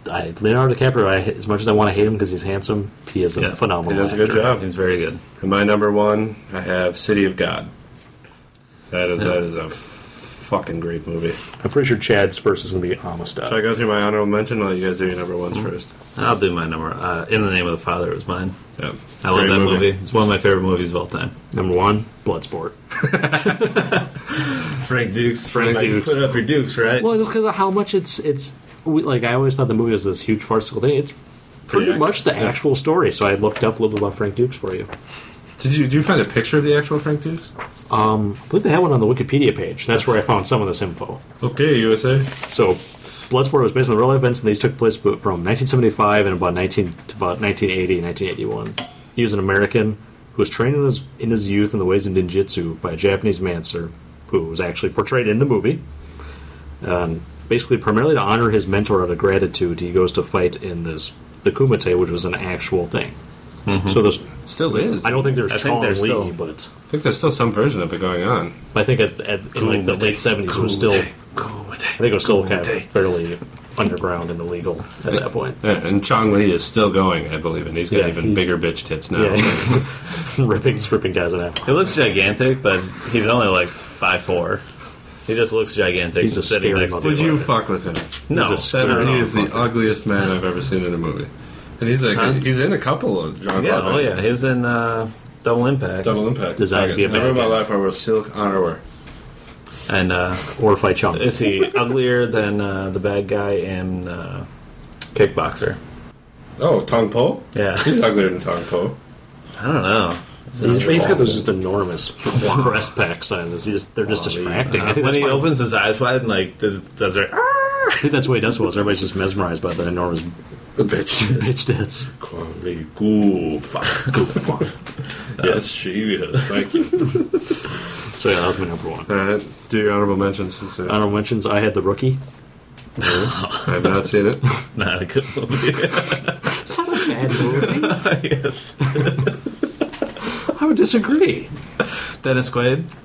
[SPEAKER 1] I, Leonardo DiCaprio. I, as much as I want to hate him because he's handsome, he is a
[SPEAKER 2] Yeah,
[SPEAKER 1] phenomenal.
[SPEAKER 4] He does a good
[SPEAKER 1] actor.
[SPEAKER 4] job.
[SPEAKER 2] He's very good.
[SPEAKER 4] And my number one, I have City of God. That is that is a f- fucking great movie.
[SPEAKER 3] I'm pretty sure Chad's first is going to be Amistad.
[SPEAKER 4] Should I go through my honorable mention? I'll let you guys do your number
[SPEAKER 2] Mm-hmm.
[SPEAKER 4] ones first.
[SPEAKER 2] I'll do my number. Uh, In the Name of the Father was mine.
[SPEAKER 4] Yeah.
[SPEAKER 2] I love
[SPEAKER 4] Great
[SPEAKER 2] that movie. It's one of my favorite movies of all time.
[SPEAKER 1] Number one, Bloodsport.
[SPEAKER 2] Frank Dukes.
[SPEAKER 4] Frank
[SPEAKER 2] Like,
[SPEAKER 4] Dukes.
[SPEAKER 2] Put up your Dukes, right?
[SPEAKER 1] Well, just because of how much it's it's we, like I always thought the movie was this huge farcical thing. It's pretty
[SPEAKER 4] Pretty
[SPEAKER 1] much the actual story. So I looked up a little bit about Frank Dukes for you.
[SPEAKER 4] Did you do you find a picture of the actual Frank Dukes?
[SPEAKER 1] I believe they had one on the Wikipedia page. That's where I found some of this info.
[SPEAKER 4] Okay, USA.
[SPEAKER 1] So, Bloodsport was based on real life events, and these took place bo- from 1975 and about 19 to about 1980, 1981. He was an American who was trained in his, in his youth in the ways of ninjutsu by a Japanese mancer who was actually portrayed in the movie. Um, basically, primarily to honor his mentor out of gratitude, he goes to fight in this the Kumite, which was an actual thing. So there's,
[SPEAKER 4] Still is.
[SPEAKER 1] I don't think there's
[SPEAKER 2] I think
[SPEAKER 1] Chong Lee,
[SPEAKER 2] there's still-
[SPEAKER 1] but
[SPEAKER 4] I think there's still some version of it going on.
[SPEAKER 1] I think at, at in like the late 70s it was still I think it was still kind of fairly underground and illegal at that point.
[SPEAKER 4] Yeah, and Chong Li is still going, I believe, and he's got
[SPEAKER 1] Yeah,
[SPEAKER 4] even
[SPEAKER 1] he-
[SPEAKER 4] bigger bitch tits now.
[SPEAKER 1] Yeah, ripping, stripping guys in half.
[SPEAKER 2] He looks gigantic, but he's only like five four. He just looks gigantic.
[SPEAKER 1] He's a
[SPEAKER 2] sitting
[SPEAKER 1] scary
[SPEAKER 2] next to
[SPEAKER 1] mother-
[SPEAKER 4] Would you
[SPEAKER 2] him.
[SPEAKER 4] fuck with him?
[SPEAKER 2] No,
[SPEAKER 1] he's a
[SPEAKER 2] I don't
[SPEAKER 4] That-
[SPEAKER 2] know.
[SPEAKER 4] he is the ugliest man I've ever seen in a movie. And he's like, he's in a couple of John
[SPEAKER 2] Yeah,
[SPEAKER 4] Carpenter.
[SPEAKER 2] oh yeah, he's in uh, Double Impact,
[SPEAKER 4] Double Impact.
[SPEAKER 1] Does that
[SPEAKER 4] Fuck
[SPEAKER 1] be
[SPEAKER 4] it.
[SPEAKER 1] a
[SPEAKER 4] Never in my
[SPEAKER 1] bad guy?
[SPEAKER 4] life I wore silk underwear.
[SPEAKER 2] and uh,
[SPEAKER 1] Or fight Chung.
[SPEAKER 2] is he uglier than uh, the bad guy in uh, Kickboxer?
[SPEAKER 4] Oh, Tong Po?
[SPEAKER 2] Yeah.
[SPEAKER 4] He's uglier than Tong Po.
[SPEAKER 2] I don't know.
[SPEAKER 1] He's, he's got those just enormous breast packs on. He's just, they're just distracting. I, think
[SPEAKER 2] when
[SPEAKER 1] that's
[SPEAKER 2] he
[SPEAKER 1] why,
[SPEAKER 2] opens his eyes wide and like does, does her,
[SPEAKER 1] I think that's why he does well. is Everybody's just mesmerized by the enormous
[SPEAKER 4] The bitch.
[SPEAKER 1] bitch tits.
[SPEAKER 4] Call me goo fuck. Goo fuck. yes, she is. Thank you.
[SPEAKER 1] So yeah, that was my number one.
[SPEAKER 4] All right, Uh, do your honorable mentions. Since I
[SPEAKER 1] Honorable mentions: I had the rookie.
[SPEAKER 4] I have not seen it.
[SPEAKER 2] not a good movie.
[SPEAKER 1] It's not a bad movie.
[SPEAKER 2] yes.
[SPEAKER 1] I would disagree.
[SPEAKER 2] Dennis Quaid, uh,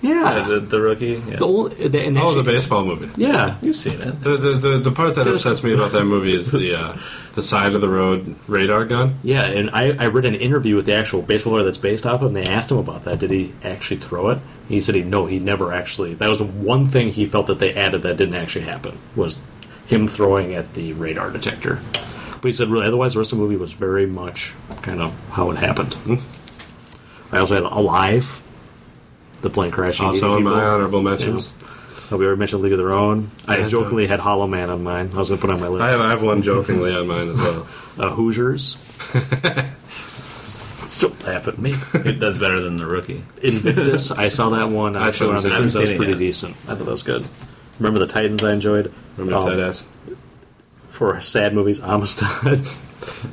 [SPEAKER 1] Yeah,
[SPEAKER 2] the, the rookie. Yeah.
[SPEAKER 1] the old the, and
[SPEAKER 4] Oh, the
[SPEAKER 1] actually-
[SPEAKER 4] baseball movie.
[SPEAKER 1] yeah.
[SPEAKER 2] You've seen it.
[SPEAKER 4] The, the, the, the part that upsets me about that movie is the uh, the side of the road radar gun.
[SPEAKER 1] Yeah, and I, I read an interview with the actual baseball player that's based off of, and they asked him about that. Did he actually throw it? He said he no, he never actually. That was the one thing he felt that they added that didn't actually happen was him throwing at the radar detector. But he said really, otherwise the rest of the movie was very much kind of how it happened.
[SPEAKER 4] Mm-hmm.
[SPEAKER 1] I also had Alive, the plane crashing.
[SPEAKER 4] Also in
[SPEAKER 1] people.
[SPEAKER 4] my honorable mentions.
[SPEAKER 1] Uh, we already mentioned League of Their Own. I
[SPEAKER 4] Yeah,
[SPEAKER 1] jokingly had Hollow Man on mine. I was going to put it on my list.
[SPEAKER 4] I have I have one jokingly on mine as well.
[SPEAKER 1] uh, Hoosiers. Don't laugh at me.
[SPEAKER 2] It does better than the rookie.
[SPEAKER 1] Invictus. I saw that one. I
[SPEAKER 4] I've
[SPEAKER 1] saw it on
[SPEAKER 4] seen it.
[SPEAKER 1] the cruise. That
[SPEAKER 2] I've
[SPEAKER 1] was
[SPEAKER 2] seen it,
[SPEAKER 1] pretty
[SPEAKER 2] yeah.
[SPEAKER 1] decent. I thought that was good. Remember the Titans? I enjoyed.
[SPEAKER 4] Remember
[SPEAKER 1] Um,
[SPEAKER 4] that ass?
[SPEAKER 1] for sad movies, Amistad.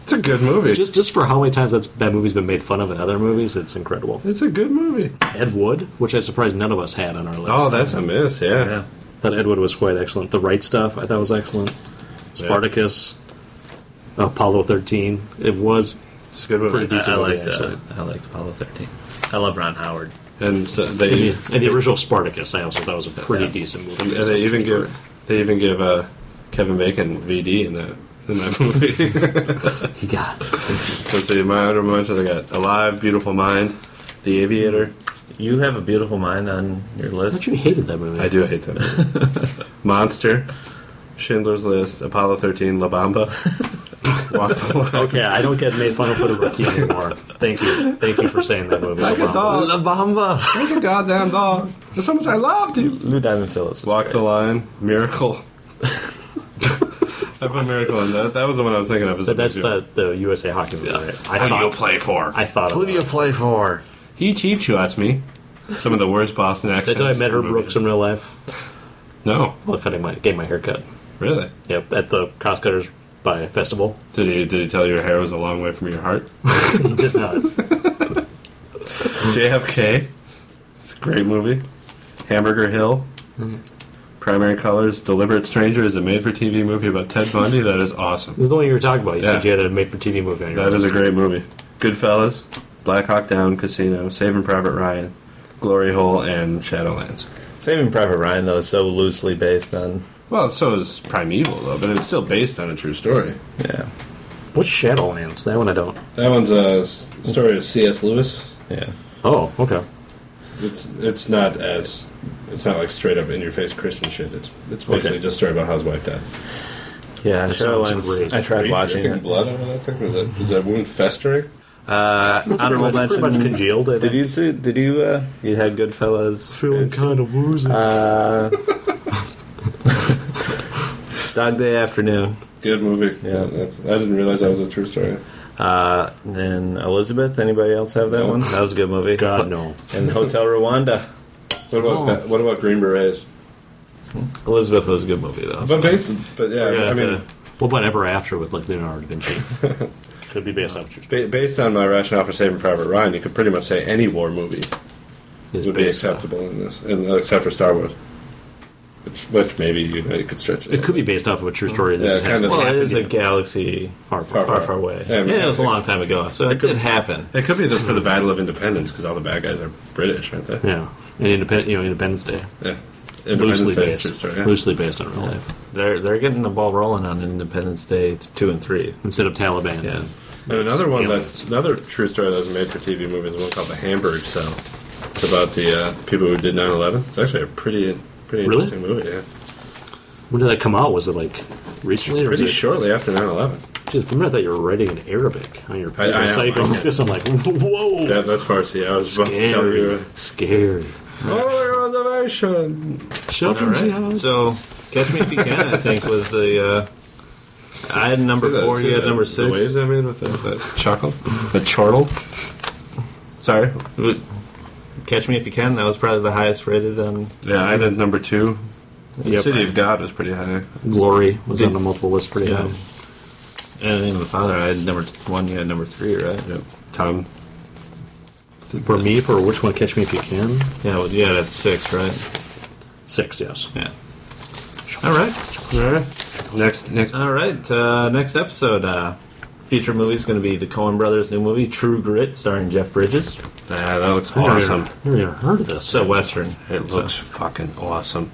[SPEAKER 4] It's a good movie.
[SPEAKER 1] just just for how many times that's that movie's been made fun of in other movies, it's incredible.
[SPEAKER 4] it's a good movie.
[SPEAKER 1] Ed Wood, which I surprised none of us had on our list.
[SPEAKER 4] Oh, that's a miss. Yeah.
[SPEAKER 2] Yeah.
[SPEAKER 1] Thought Ed Wood was quite excellent. The Right Stuff, I thought was excellent. Spartacus, Apollo thirteen. It was
[SPEAKER 4] it's a good movie.
[SPEAKER 1] Pretty decent
[SPEAKER 2] I, I
[SPEAKER 1] movie,
[SPEAKER 2] liked uh,
[SPEAKER 1] actually.
[SPEAKER 2] I liked Apollo thirteen. I love Ron Howard.
[SPEAKER 4] And so they
[SPEAKER 1] and the original Spartacus. I also thought was a pretty decent
[SPEAKER 4] and
[SPEAKER 1] movie.
[SPEAKER 4] they even give they even give uh, Kevin Bacon VD in that in that movie.
[SPEAKER 1] He got.
[SPEAKER 4] so see, my honorable mentions I got Alive, Beautiful Mind, The Aviator.
[SPEAKER 2] You have a beautiful mind on your
[SPEAKER 1] But
[SPEAKER 2] list.
[SPEAKER 1] you hated that movie.
[SPEAKER 4] I do hate that movie. Monster, Schindler's List, Apollo 13, La Bamba. Walk the Line.
[SPEAKER 1] Okay, I don't get made fun of for the rookie anymore. Thank you, thank you for saying that movie.
[SPEAKER 4] Like a
[SPEAKER 1] Obama.
[SPEAKER 4] dog.
[SPEAKER 2] La Bamba.
[SPEAKER 4] Like a goddamn dog. That's how much I loved you.
[SPEAKER 2] Lou Diamond Phillips. is
[SPEAKER 4] Walk
[SPEAKER 2] great.
[SPEAKER 4] the Line, Miracle. I put Miracle in that. That was the one I was thinking of.
[SPEAKER 1] But that's the, the USA hockey movie, right? I
[SPEAKER 4] Who do you
[SPEAKER 1] thought.
[SPEAKER 4] play for?
[SPEAKER 1] I thought. Of that.
[SPEAKER 2] play for?
[SPEAKER 4] He cheap shots me. Some of the worst Boston accents.
[SPEAKER 1] That's how I met
[SPEAKER 4] in
[SPEAKER 1] her
[SPEAKER 4] movies.
[SPEAKER 1] Brooks in real life.
[SPEAKER 4] No.
[SPEAKER 1] Well, cutting my getting my haircut.
[SPEAKER 4] Really?
[SPEAKER 1] Yep, at the Cost Cutters by Festival.
[SPEAKER 4] Did he did he tell you your hair was a long way from your heart?
[SPEAKER 1] He did not.
[SPEAKER 4] JFK. It's a great movie. Hamburger Hill.
[SPEAKER 1] Mm-hmm.
[SPEAKER 4] Primary Colors. Deliberate Stranger is a made-for-TV movie about Ted Bundy. That is awesome.
[SPEAKER 1] This is the one you were talking about. You
[SPEAKER 4] Yeah.
[SPEAKER 1] said you had a made-for-TV movie on your
[SPEAKER 4] That is a
[SPEAKER 1] list.
[SPEAKER 4] great movie. Goodfellas, Black Hawk Down, Casino, Saving Private Ryan, Glory Hole, and Shadowlands.
[SPEAKER 2] Saving Private Ryan though is so loosely based on.
[SPEAKER 4] Well, so is Primeval though, but it's still based on a true story.
[SPEAKER 2] Yeah,
[SPEAKER 1] What's Shadowlands? That one I don't.
[SPEAKER 4] That one's a s- story of C.S. Lewis.
[SPEAKER 2] yeah.
[SPEAKER 1] Oh, okay.
[SPEAKER 4] It's it's not as it's not like straight up in your face Christian shit. It's it's basically
[SPEAKER 1] Okay.
[SPEAKER 4] just a story about how his wife died.
[SPEAKER 2] Yeah,
[SPEAKER 1] sounds
[SPEAKER 2] Shadowlands.
[SPEAKER 1] great.
[SPEAKER 2] I
[SPEAKER 4] Are
[SPEAKER 2] tried
[SPEAKER 4] you
[SPEAKER 2] watching
[SPEAKER 4] dripping
[SPEAKER 2] it.
[SPEAKER 4] blood out of that thing? Is that, is that wound festering?
[SPEAKER 2] Uh, honorable
[SPEAKER 1] pretty much-
[SPEAKER 2] mention.
[SPEAKER 1] pretty much congealed, I
[SPEAKER 2] Did
[SPEAKER 1] think.
[SPEAKER 2] you see? Did you? Uh, you had Goodfellas.
[SPEAKER 1] kind of woozy.
[SPEAKER 2] Uh, Dog Day Afternoon.
[SPEAKER 4] Good movie.
[SPEAKER 2] Yeah.
[SPEAKER 4] that's, I didn't realize that was a true story.
[SPEAKER 2] Uh, and Elizabeth. Anybody else have that one? That was a good movie.
[SPEAKER 1] God no.
[SPEAKER 2] And Hotel Rwanda.
[SPEAKER 4] What
[SPEAKER 2] Oh.
[SPEAKER 4] about what about Green Berets?
[SPEAKER 2] Elizabeth was a good movie though.
[SPEAKER 4] But based, but yeah,
[SPEAKER 2] Yeah,
[SPEAKER 4] I
[SPEAKER 2] it's
[SPEAKER 4] mean.
[SPEAKER 2] a-
[SPEAKER 1] What about Ever After with like Leonardo da Vinci? Could be based off true.
[SPEAKER 4] Ba- based on my rationale for Saving Private Ryan, you could pretty much say any war movie
[SPEAKER 1] Is
[SPEAKER 4] would be
[SPEAKER 1] based off-
[SPEAKER 4] acceptable in this, in, except for Star Wars, which which maybe you, know, you could stretch.
[SPEAKER 1] It could be based off of a true story. That
[SPEAKER 4] Yeah,
[SPEAKER 1] just has
[SPEAKER 4] kinda.
[SPEAKER 1] to
[SPEAKER 2] Well, it
[SPEAKER 1] happen
[SPEAKER 2] is a
[SPEAKER 1] in
[SPEAKER 2] galaxy
[SPEAKER 1] far,
[SPEAKER 4] far,
[SPEAKER 1] far,
[SPEAKER 4] far,
[SPEAKER 2] far, far away.
[SPEAKER 4] Yeah,
[SPEAKER 2] Yeah,
[SPEAKER 4] I mean,
[SPEAKER 2] it was a long time ago, so it did happen.
[SPEAKER 4] It could be the, for the Battle of Independence because all the bad guys are British, aren't they?
[SPEAKER 1] Yeah, and independent. You know, Independence Day,
[SPEAKER 4] Yeah.
[SPEAKER 1] loosely
[SPEAKER 4] Independence Day is
[SPEAKER 1] based,
[SPEAKER 4] true story. yeah.
[SPEAKER 1] loosely based on real life
[SPEAKER 2] They're they're getting the ball rolling on Independence Day two and three.
[SPEAKER 1] instead of Taliban.
[SPEAKER 2] Yeah.
[SPEAKER 4] And another one
[SPEAKER 1] Yeah.
[SPEAKER 4] that's another true story that was made for TV movie is one called The Hamburg Cell. It's about the uh, people who did 9/11. It's actually a pretty pretty
[SPEAKER 1] Really?
[SPEAKER 4] interesting movie. Yeah,
[SPEAKER 1] When did that come out? Was it like recently? Or was
[SPEAKER 4] pretty
[SPEAKER 1] it,
[SPEAKER 4] shortly after 9/11.
[SPEAKER 1] Jeez, for a minute I thought you were writing in Arabic on your
[SPEAKER 4] I- I am,
[SPEAKER 1] site.
[SPEAKER 4] I am.
[SPEAKER 1] I'm like, whoa,
[SPEAKER 4] Yeah, that's Farsi. I was about to tell
[SPEAKER 1] scary,
[SPEAKER 4] you.
[SPEAKER 1] scary.
[SPEAKER 4] Oh, reservation.
[SPEAKER 1] Shut
[SPEAKER 2] All right. So, Catch Me If You Can, I think, was the. Uh, I had number
[SPEAKER 4] See that-
[SPEAKER 2] four.
[SPEAKER 4] see
[SPEAKER 2] You had
[SPEAKER 4] that-
[SPEAKER 2] number
[SPEAKER 4] The waves
[SPEAKER 2] six.
[SPEAKER 4] I made with the, the chuckle, the chortle. Sorry.
[SPEAKER 2] Catch Me If You Can. That was probably the highest rated on.
[SPEAKER 4] Yeah, I did number two.
[SPEAKER 1] Yep.
[SPEAKER 4] City of God was pretty high.
[SPEAKER 1] Glory was on the multiple list pretty
[SPEAKER 2] Yeah.
[SPEAKER 1] high.
[SPEAKER 2] And in the father, I had number one. You had number three, right?
[SPEAKER 4] Yep. Tom.
[SPEAKER 1] For me, for which one? Catch me if you can.
[SPEAKER 2] Yeah. Well, yeah. That's six, right?
[SPEAKER 1] Six, yes.
[SPEAKER 2] Yeah. All right.
[SPEAKER 4] All right. Next, next.
[SPEAKER 2] All right. Uh, next episode. Uh, feature movie is going to be the Coen Brothers' new movie, True Grit, starring Jeff Bridges.
[SPEAKER 4] Ah, that looks
[SPEAKER 1] Never-
[SPEAKER 4] awesome.
[SPEAKER 1] Never even heard of this.
[SPEAKER 2] So Western.
[SPEAKER 4] It looks fucking awesome.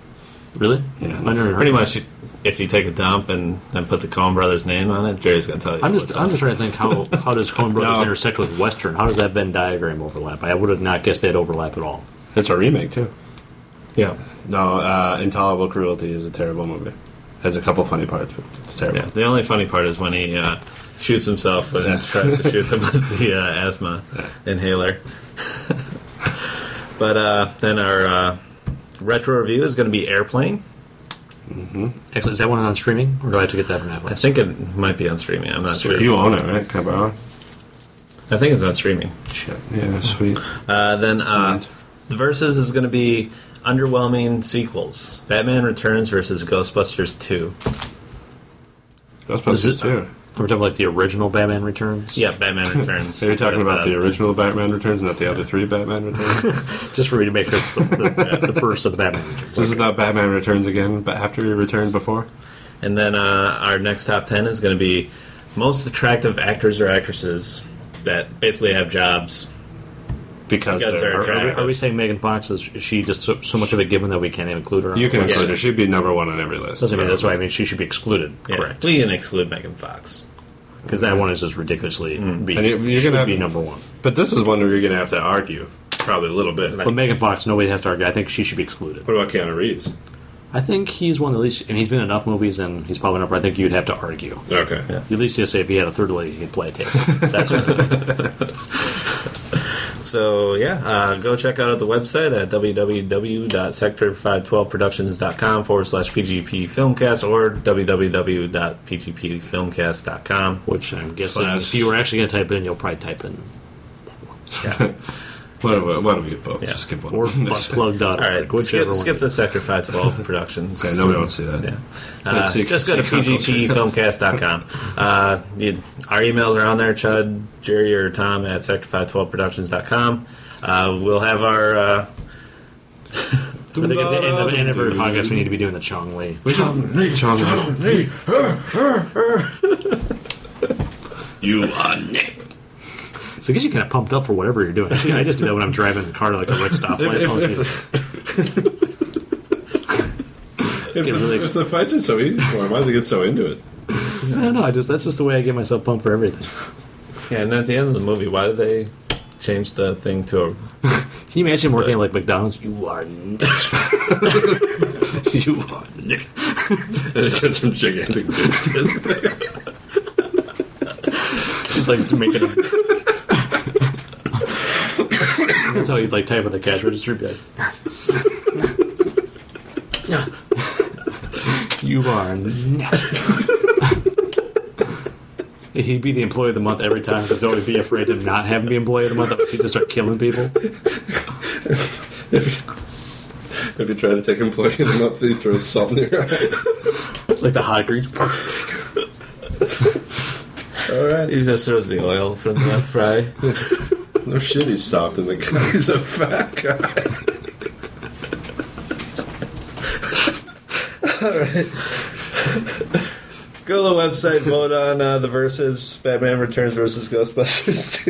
[SPEAKER 1] Really? Yeah. I never
[SPEAKER 2] Pretty
[SPEAKER 1] heard.
[SPEAKER 2] much, if you take a dump and, and put the Coen Brothers' name on it, Jerry's going to tell you.
[SPEAKER 1] I'm just
[SPEAKER 2] what's
[SPEAKER 1] I'm
[SPEAKER 2] on
[SPEAKER 1] just
[SPEAKER 2] it.
[SPEAKER 1] trying to think how how does Coen Brothers
[SPEAKER 4] No.
[SPEAKER 1] intersect with Western? How does that Venn diagram overlap? I would have not guessed they'd overlap at all.
[SPEAKER 4] It's a remake too.
[SPEAKER 2] Yeah.
[SPEAKER 4] No, uh, Intolerable Cruelty is a terrible movie. Has a couple funny parts, but it's terrible.
[SPEAKER 2] Yeah, the only funny part is when he uh, shoots himself and tries to shoot them with the uh, asthma inhaler. but uh, then our uh, retro review is going to be Airplane.
[SPEAKER 1] Actually, is that one on streaming, or do I have to get that from Netflix?
[SPEAKER 2] I think it might be on streaming. I'm not sure.
[SPEAKER 4] You own it, right? Can I borrow it?
[SPEAKER 2] I think it's on streaming.
[SPEAKER 4] Shit. Yeah, sweet.
[SPEAKER 2] Uh, then uh, the versus is going to be underwhelming sequels: Batman Returns versus Ghostbusters Two.
[SPEAKER 4] Ghostbusters
[SPEAKER 1] it-
[SPEAKER 4] too.
[SPEAKER 1] we're talking like the original Batman Returns.
[SPEAKER 2] Yeah, Batman Returns.
[SPEAKER 4] Are you talking
[SPEAKER 2] With,
[SPEAKER 4] about
[SPEAKER 2] uh,
[SPEAKER 4] the original Batman Returns, not the other three Batman Returns?
[SPEAKER 1] just for me to make the, the, the first of the Batman Returns.
[SPEAKER 4] This is not Batman Returns again, but after he returned before.
[SPEAKER 2] And then uh, our next top 10 is going to be most attractive actors or actresses that basically have jobs.
[SPEAKER 4] Because,
[SPEAKER 2] Because
[SPEAKER 4] they're
[SPEAKER 2] they're
[SPEAKER 4] her-
[SPEAKER 2] attractive.
[SPEAKER 1] Are, we saying Megan Fox is is she just so, so much of a given that we can't include her?
[SPEAKER 4] You can
[SPEAKER 1] Of course.
[SPEAKER 4] include her. She'd be number one on every list.
[SPEAKER 1] Doesn't mean that's why I mean she should be excluded.
[SPEAKER 2] Yeah.
[SPEAKER 1] Correct.
[SPEAKER 2] We can exclude Megan Fox.
[SPEAKER 1] Because that one is just ridiculously be,
[SPEAKER 4] And you- you're
[SPEAKER 1] should
[SPEAKER 4] gonna-
[SPEAKER 1] be number one.
[SPEAKER 4] But this is one where you're going to have to argue, probably a little bit.
[SPEAKER 1] But Megan Fox, nobody has to argue. I think she should be excluded.
[SPEAKER 4] What about Keanu Reeves?
[SPEAKER 1] I think he's one of the least, and he's been in enough movies, and he's probably enough. I think you'd have to argue.
[SPEAKER 4] Okay.
[SPEAKER 1] You at least just say if he had a third leg, he could play a table. That's it.
[SPEAKER 2] So, yeah, uh, go check out the website at www.sector512productions.com forward slash PGP Filmcast or www.pgpfilmcast.com.
[SPEAKER 1] Which I'm guessing,
[SPEAKER 4] Slash.
[SPEAKER 1] if you were actually going to type it in, you'll probably type in
[SPEAKER 4] Why don't we, why don't we give both?
[SPEAKER 2] Yeah.
[SPEAKER 4] Just give one.
[SPEAKER 1] Or buttplug.org,
[SPEAKER 2] All right,
[SPEAKER 1] whichever
[SPEAKER 2] skip,
[SPEAKER 1] one.
[SPEAKER 2] skip the Sector 512 Productions.
[SPEAKER 4] Okay, nobody wants to see that.
[SPEAKER 2] Yeah. Uh,
[SPEAKER 4] Let's see-
[SPEAKER 2] just go to
[SPEAKER 4] see Cockroach.
[SPEAKER 2] pggtfilmcast.com. Uh, you, our emails are on there, Chud, Jerry, or Tom at sector512productions.com. Uh, we'll have our. Uh,
[SPEAKER 1] I think at the end of, end of every podcast, we need to be doing the Chong Lee.
[SPEAKER 4] Chong, Chong, You are Nick.
[SPEAKER 1] So it gets you kind of pumped up for whatever you're doing. See, I just do that when I'm driving the car to like a red stoplight. It pumps
[SPEAKER 4] If,
[SPEAKER 1] me-
[SPEAKER 4] if,
[SPEAKER 1] get really
[SPEAKER 4] if the fights are so easy for him, why does he get so into it?
[SPEAKER 1] No, no, I just that's just the way I get myself pumped for everything.
[SPEAKER 2] yeah, and at the end of the movie, why did they change the thing to a.
[SPEAKER 1] Can you imagine working at like McDonald's? You are
[SPEAKER 4] you are Nick. and it gets some gigantic bitches.
[SPEAKER 1] just like making. A... that's how you'd like type on the cash register. Be like, you are. He'd be the employee of the month every time because don't be afraid to not have him be employee of the month. Otherwise, he'd just start killing people.
[SPEAKER 4] If you try to take him play in the mouth, he throws salt in your eyes.
[SPEAKER 1] Like the hot grease.
[SPEAKER 4] All right.
[SPEAKER 2] He just throws the oil from the fry.
[SPEAKER 4] No shit, he's soft in the guy. He's a fat guy.
[SPEAKER 2] Go to the website, vote on uh, the versus Batman Returns versus Ghostbusters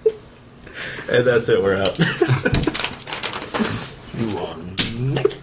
[SPEAKER 2] 2. and that's it, we're out.
[SPEAKER 1] You are.